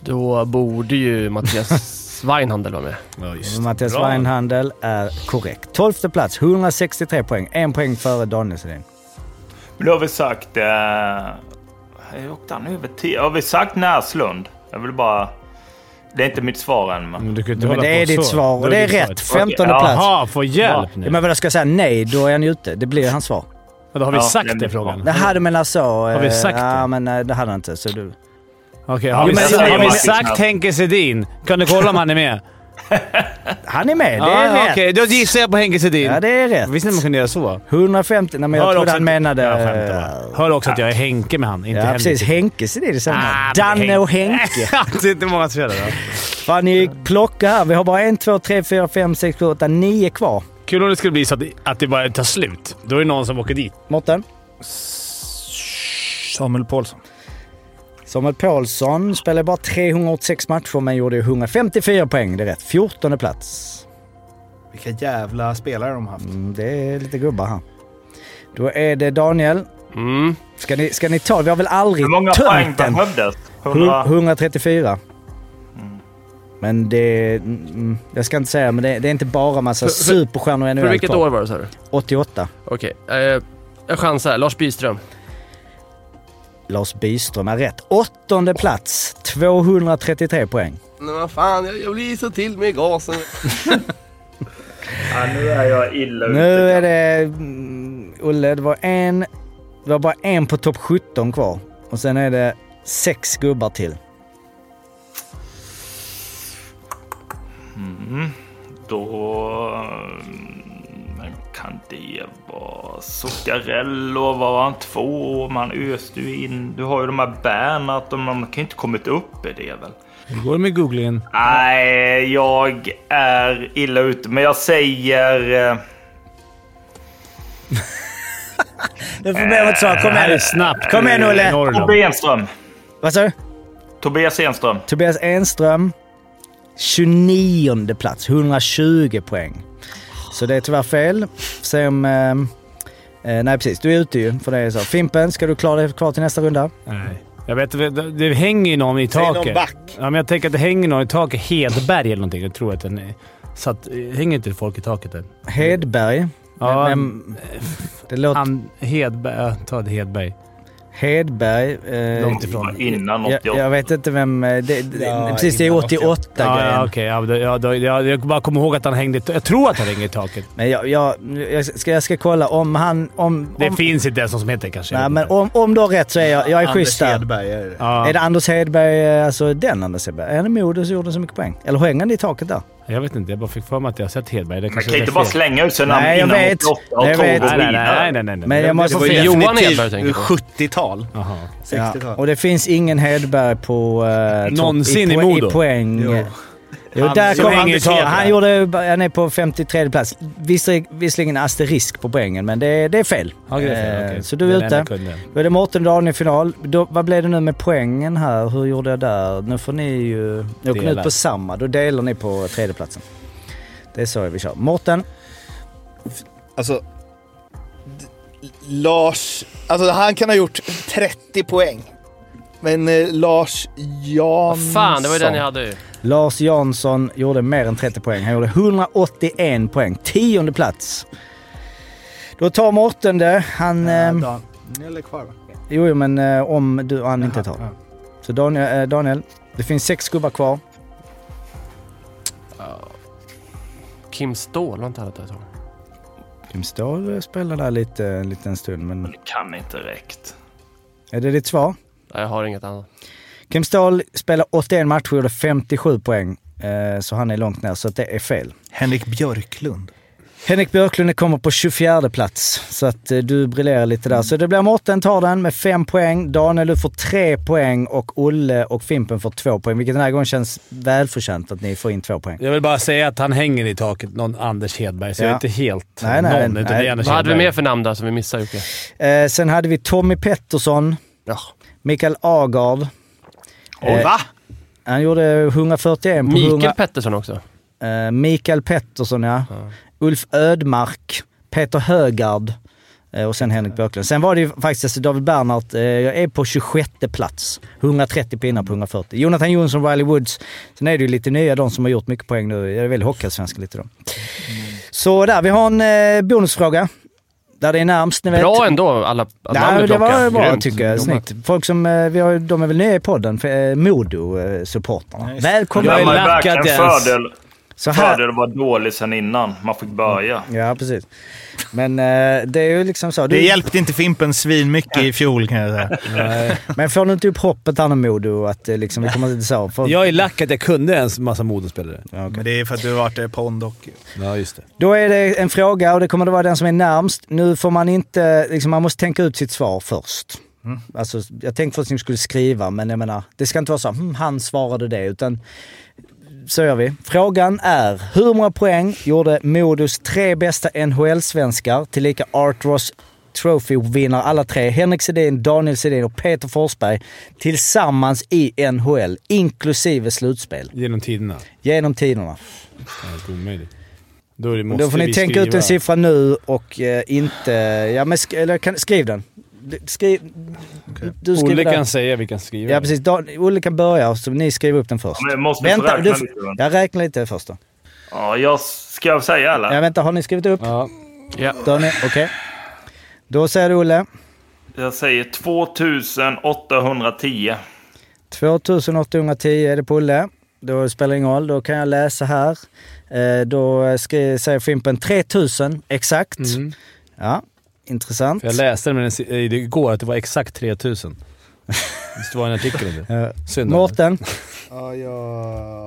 S1: Då borde ju Mattias Weinhandel vara med.
S4: Ja, just.
S3: Mattias
S4: Bra.
S3: Weinhandel är korrekt. Tolfte plats, 163 poäng. En poäng före Daniel Sedin.
S10: Men då har vi sagt... Eh, åkte han över till? Har vi sagt Näslund? Jag vill bara... Det är inte mitt svar än, men...
S4: Men du kan ju inte
S3: Men
S4: hålla
S3: det
S4: på
S3: är ditt
S4: så.
S3: svar
S4: Då
S3: och det är
S4: ditt svar.
S3: rätt. Femtonde
S10: Okej,
S3: plats.
S4: Jaha, få hjälp nu.
S3: Ja, men vadå, ska jag säga nej? Då är han ute. Det blir hans svar.
S4: Då har vi
S10: Ja,
S4: sagt
S10: det
S4: det,
S10: blir
S4: frågan?
S3: Det hade men alltså... Har
S4: vi sagt
S3: Ja,
S4: det?
S3: men nej, det hade han inte. Så du...
S4: Okej, har,
S10: Jo,
S4: vi,
S10: men-
S4: sagt- har vi
S10: men-
S4: sagt Henke Sedin? Kan du kolla om han är med?
S3: Han är med, det
S4: Ja,
S3: är rätt.
S4: Okej, då gissar jag på Henke Sedin.
S3: Ja, det är rätt.
S4: Visste ni man kunde göra så?
S3: 150... Nej, men jag trodde han menade...
S4: Jag skämtar bara. Hör också att jag är Henke med han, inte
S3: Ja,
S4: Henrik.
S3: precis. Henke ser det det samma.
S4: Ah, men
S3: Danne och
S4: Henke.
S3: Henke.
S4: det är inte många som gör det. va?
S3: Fan, ni plockar här. Vi har bara en, två, tre, fyra, fem, sex, sju, åtta, nio kvar.
S4: Kul om det skulle bli så att, att det bara tar slut. Då är det någon som åker dit.
S3: Mårten?
S2: Samuel Paulsson.
S3: Samuel Paulsson spelade bara 386 matcher men gjorde ju 154 poäng. Det är rätt. 14 plats.
S2: Vilka jävla spelare de har haft.
S3: Mm, Det är lite gubbar här. Då är det Daniel.
S1: Mm.
S3: Ska ni, ska ni ta? Vi har väl aldrig
S10: Hur många poäng
S3: tömt den?
S10: behövdes?
S3: Hu-
S10: 100?
S3: 134.
S10: Mm.
S3: Men det... Mm, jag ska inte säga, men det, det är inte bara massa
S1: För- för-
S3: superstjärnor i
S1: För
S3: NHL
S1: vilket
S3: kvar.
S1: år var det sa du?
S3: 88.
S1: Okej. Eh, jag chansar. Lars Byström.
S3: Lars Byström är rätt. Åttonde plats, 233 poäng.
S1: Nej, vad fan. Jag, blir så till med gasen.
S10: Ja, nu är jag illa ute.
S3: Nu är det... mm, Olle, det var en... Det var bara en på topp 17 kvar. Och sen är det sex gubbar till.
S10: Då... mm, Men kan det vara... Zuccarello, var han två? Man öste ju in... Du har ju de här Bernhardt, de de kan ju inte kommit upp i det väl?
S4: Hur går det med googlingen?
S10: Nej, jag är illa ute, men jag säger... eh,
S3: Det får bli ett svar. Kom
S4: Det här är
S3: igen.
S4: snabbt.
S3: Kom igen, Olle.
S4: I Norrland.
S10: Tobbe Enström.
S3: Vad sa du?
S10: Tobias Enström.
S3: Tobias Enström. 29 plats, 120 poäng. Så det är tyvärr fel. Sen... Eh, eh, nej, precis. Du är ute ju, för det är så. Fimpen, ska du klara dig kvar till nästa runda?
S4: Nej. Jag vet det, det hänger ju någon i
S2: Säg någon
S4: taket.
S2: back.
S4: Ja, men jag tänker att det hänger någon i taket. Hedberg eller någonting. Jag tror att den är... Så att, eh, hänger inte folk i taket än?
S3: Hedberg.
S4: Ja, eh,
S3: Men- Det låter...
S4: han, Hedberg. Ja, ta det Hedberg.
S3: Hedberg. Eh,
S4: Långt ifrån.
S10: Innan
S3: jag,
S10: 88.
S3: jag vet inte vem... eh, Det, det,
S2: Ja,
S3: precis, det är
S2: innan
S3: 88
S4: Ja,
S3: grejen.
S4: ja, okej. Ja, då- ja, då- ja, jag bara kommer ihåg att han hängde... i ta- Jag tror att han hänger i taket.
S3: Men jag, jag, jag, ska, jag ska kolla om han... Om,
S4: Det
S3: om,
S4: finns inte ens någon som heter det kanske.
S3: nej,
S4: Jag vet
S3: men
S4: inte.
S3: om, om du har rätt så är jag, jag är schysst där.
S2: Hedberg är det.
S4: ja.
S3: Är det Anders Hedberg, eh, alltså den Anders Hedberg? Är det Modo som gjorde så mycket poäng? Eller hänger han i taket där?
S4: Jag vet inte, jag bara fick för mig att jag har sett Hedberg. Det
S10: Man
S4: kanske
S10: kan
S4: är
S10: inte
S4: fel.
S10: bara slänga ut sina
S3: Nej,
S10: namn
S3: jag
S10: innan
S3: vet.
S10: 88 och
S3: Nej, jag
S10: tro
S3: vet.
S10: och
S4: Nej, nej, nej,
S10: vidare.
S4: nej, nej. nej.
S3: Men jag
S2: Det
S3: måste
S2: var ju
S3: säga...
S1: Johan
S2: definitivt
S1: Hedberg, tänker jag på.
S2: 70-tal.
S4: Jaha.
S2: 60-tal.
S3: Ja, och det finns ingen Hedberg på... eh, topp-
S4: Någonsin i
S3: poäng-
S4: Modo.
S3: I poäng.
S2: Jo.
S3: Jo,
S2: Han-
S3: där
S2: så
S3: kom
S2: hänger
S3: han,
S2: i taket.
S3: han gjorde... Han är på 53 plats. Visser- Visserligen asterisk på poängen, men det, det är fel.
S4: Ja, det är fel,
S3: Eh,
S4: okej.
S3: Så du är
S4: Den enda
S3: ute.
S4: kunden.
S3: Då är det Mårten Dahlgren i final. Då, vad blev det nu med poängen här? Hur gjorde jag där? Nu får ni ju... Nu åker ni
S4: Dela.
S3: ut på samma. Då delar ni på tredjeplatsen. Det är så vi kör. Mårten.
S2: Alltså, d- Lars... Alltså han kan ha gjort 30 poäng. Men eh, Lars Jansson...
S1: Fan, det var ju den jag hade ju.
S3: Lars Jansson gjorde mer än 30 poäng. Han gjorde 181 poäng. Tionde plats. Då tar Mårten det. Han...
S2: Eh,
S3: ehm,
S2: Daniel är kvar va?
S3: Jo, jo, men eh, om du och han inte tar. Så Daniel, eh, Daniel, det finns sex gubbar kvar.
S1: Kim Ståhl var inte han ett tag?
S3: Kim Ståhl spelar där lite, en liten stund, men
S10: Det kan inte räckt.
S3: är det ditt svar?
S1: Nej, jag har inget annat.
S3: Kim Ståhl spelar 81 matcher och gjorde 57 poäng. Eh, Så han är långt ner, så att det är fel.
S2: Henrik Björklund.
S3: Henrik Björklund kommer på 24 plats, så att eh, du briljerar lite där. Så det blir Mårten tar den med 5 poäng, Daniel du får 3 poäng och Olle och Fimpen får 2 poäng. Vilket den här gången känns välförtjänt att ni får in 2 poäng.
S4: Jag vill bara säga att han hänger i taket, någon Anders Hedberg, så
S3: Ja.
S4: jag är inte helt
S3: Nej, nej,
S4: någon, utan
S3: nej.
S4: det är Anders
S1: Vad hade vi
S4: Hedberg.
S1: mer för namn där som vi missade Jocke?
S3: Eh, Sen hade vi Tommy Pettersson,
S1: Ja.
S3: Mikael Agard.
S2: Oj,
S3: Eh,
S2: va?
S3: Han gjorde 141 på
S1: Mikael
S3: 100
S1: Pettersson också.
S3: Eh, Mikael Pettersson ja. Ulf Ödmark, Peter Högard eh, och sen Henrik Björklund. Sen var det ju faktiskt alltså, David Bernhardt, eh, jag är på 26 plats. 130 pinnar på 140. Jonathan Jonsson, Riley Woods. Sen är det ju lite nya, de som har gjort mycket poäng nu. Jag är väl hockeyallsvenska lite då. Så där, vi har en eh, bonusfråga. Där det är närmst, ni vet.
S1: Bra ändå alla att
S3: Nej,
S1: namnen
S3: men det
S1: plockar.
S3: var bra
S1: Grymt.
S3: tycker jag.
S1: Jobbat.
S3: Snyggt. Folk som, eh, vi har, de är väl nya i podden, för, eh, Modo-supportrarna. Välkomna!
S10: Det var ju
S4: lackat
S10: verkligen en
S4: ens.
S10: fördel,
S3: Så här-
S10: fördel att vara dålig sen innan. Man fick börja.
S3: Ja, precis. Men eh, det är ju liksom så.
S2: Det
S3: Du,
S2: hjälpte inte Fimpen svinmycket i fjol kan jag säga.
S3: Eh, men får du inte upp hoppet här nu Modo? Att eh, liksom, vi kommer inte så. För,
S4: Jag är lack att jag kunde ens massa modenspelare.
S2: Men det är för att du har varit eh, på Ondock.
S4: Ja, just det.
S3: Då är det en fråga och det kommer att vara den som är närmst. Nu får man inte, liksom, man måste tänka ut sitt svar först. Alltså, jag tänkte först att ni skulle skriva, men jag menar, det ska inte vara så hm, han svarade det, utan så gör vi. Frågan är, hur många poäng gjorde Modos tre bästa NHL-svenskar, tillika Art Ross Trophy-vinnare alla tre, Henrik Sedin, Daniel Sedin och Peter Forsberg, tillsammans i NHL, inklusive slutspel,
S4: Genom tiderna.
S3: genom tiderna?
S4: Det är helt omöjligt. Då, är det, måste
S3: Då får ni
S4: vi
S3: tänka
S4: skriva.
S3: ut en siffra nu och eh, inte... Ja, men sk- eller kan, skriv den. D- Skriv... Du skriver
S4: Olle
S3: den.
S4: kan säga, vi kan skriva.
S3: Ja, precis. Dan, Olle kan börja, så ni skriver upp den först.
S10: Men jag måste få räkna
S3: du,
S10: lite då.
S3: Jag räknar lite först då.
S10: Ja, jag ska jag säga eller?
S3: Ja, vänta, har ni skrivit upp?
S4: Ja.
S1: Ja.
S3: Då har ni- Okej. Då säger du Olle.
S10: Jag säger 2810.
S3: 2810 är det på Olle. Då spelar det ingen roll. Då kan jag läsa här. Eh, då skri, säger Fimpen 3000 exakt. Ja, intressant.
S4: För Mm. jag läste den, men den si- eh, det igår att det var exakt 3000. Visst var det en artikel om det? Synd om det.
S3: Mårten.
S2: Ja, jag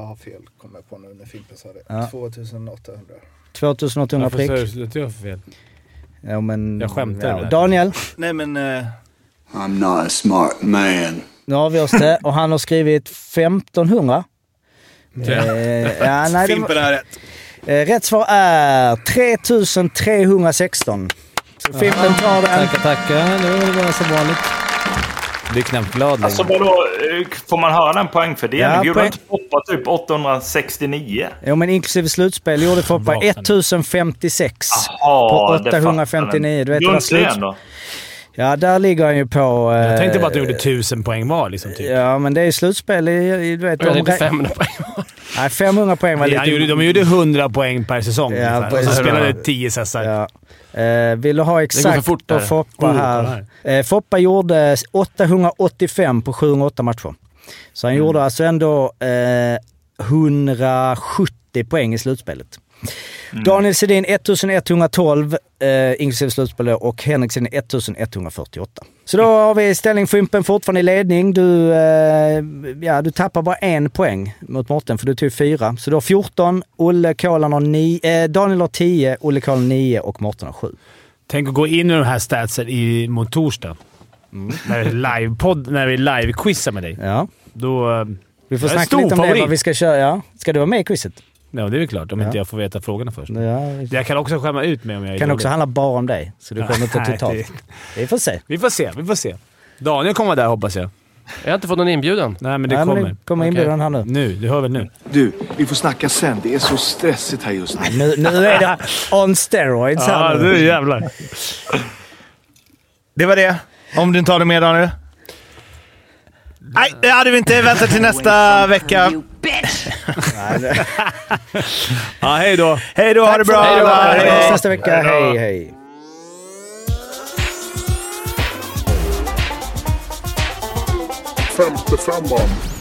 S2: har fel kommer jag på nu när Fimpen sa det. 2800.
S3: 2800
S4: Varför
S3: prick.
S4: sa du att jag har fel?
S3: Ja, men,
S4: Jag skämtar,
S3: ja.
S4: eller?
S3: Daniel,
S2: Nej men... eh,
S8: I'm not a smart man.
S3: nu har vi oss det. Och han har skrivit 1500. Eh, ja, nej, det var,
S2: Fimpen har rätt.
S3: eh, rätt svar är 3316. Så Fimpen tar den.
S4: Tackar, tackar. Nu är det bara som vanligt. Du är knappt glad
S10: Alltså
S4: längre.
S10: vadå, eh, får man höra den poängfördelningen?
S3: Ja,
S10: Borde poäng...
S3: poäng-
S10: inte hoppa typ 869?
S3: Jo, men inklusive slutspel gjorde Foppa 1056
S1: Ah.
S10: Ja,
S3: på
S10: det fattar
S3: 859. Du vet, det var slut...
S10: Grundsten då?
S3: Ja, där ligger han ju på... eh,
S4: Jag tänkte bara att du gjorde 1000 poäng var, liksom. Typ.
S3: Ja, men det är ju slutspel i... i du vet,
S1: Jag tänkte
S3: rä-
S1: 500 poäng.
S3: Nej, 500 poäng var lite...
S4: Han gjorde, de gjorde 100 poäng per säsong
S3: Ja,
S4: ungefär. och så
S3: precis.
S4: spelade 10 sessar.
S3: Ja. Eh, vill du ha
S1: Det går för
S3: exakt
S1: fort
S3: på
S1: där.
S3: Foppa
S4: Oh,
S3: här? Eh, Foppa gjorde 885 på 708 matcher. Så han gjorde alltså ändå eh, 170 poäng i slutspelet. Daniel Sedin 1112 eh, inklusive slutspel då, och Henrik Sedin 1148. Så då har vi ställningsfumpen fortfarande i ledning. Du, eh, ja, du tappar bara en poäng mot Mårten för du tog fyra. Så du har 14, Olle Kolan har 9, eh, Daniel har 10, Olle Kolan 9 och Mårten har 7.
S4: Tänk att gå in i de här statsen i, mot torsdag.
S3: Mm.
S4: När vi livepodd- När vi live-quizar med dig.
S3: Ja.
S4: Då... eh,
S3: Vi får
S4: jag är
S3: snacka
S4: stor
S3: lite om det,
S4: favorit.
S3: vad vi ska köra. Ja. Ska du vara med i quizet?
S4: Ja, det är väl klart. Om
S3: Ja.
S4: inte jag får veta frågorna först.
S3: Ja,
S4: Jag kan också skämma ut mig om jag är
S3: det kan
S4: dålig.
S3: också handla bara om dig, så du kommer inte
S4: Nej,
S3: totalt. Vi får se.
S4: Vi får se, vi får se. Daniel kommer där hoppas jag.
S1: Jag har inte fått någon inbjudan.
S4: Nej, men det
S3: Nej, men
S4: kommer.
S3: det kommer inbjudan här nu.
S4: Nu, du hör väl nu?
S11: Du, vi får snacka sen. Det är så stressigt här just nu.
S3: Nu, nu är det on steroids här nu.
S4: jävlar.
S2: Det var det. Om du inte har det med Daniel? Nej, det hade vi inte. Vänta till nästa vecka.
S4: Ja, hej då.
S2: Hej då, ha det bra!
S3: Hej då!
S2: alla.
S3: Vi
S2: Hej.
S3: hörs nästa vecka. Hej, hej.
S11: Femte femman.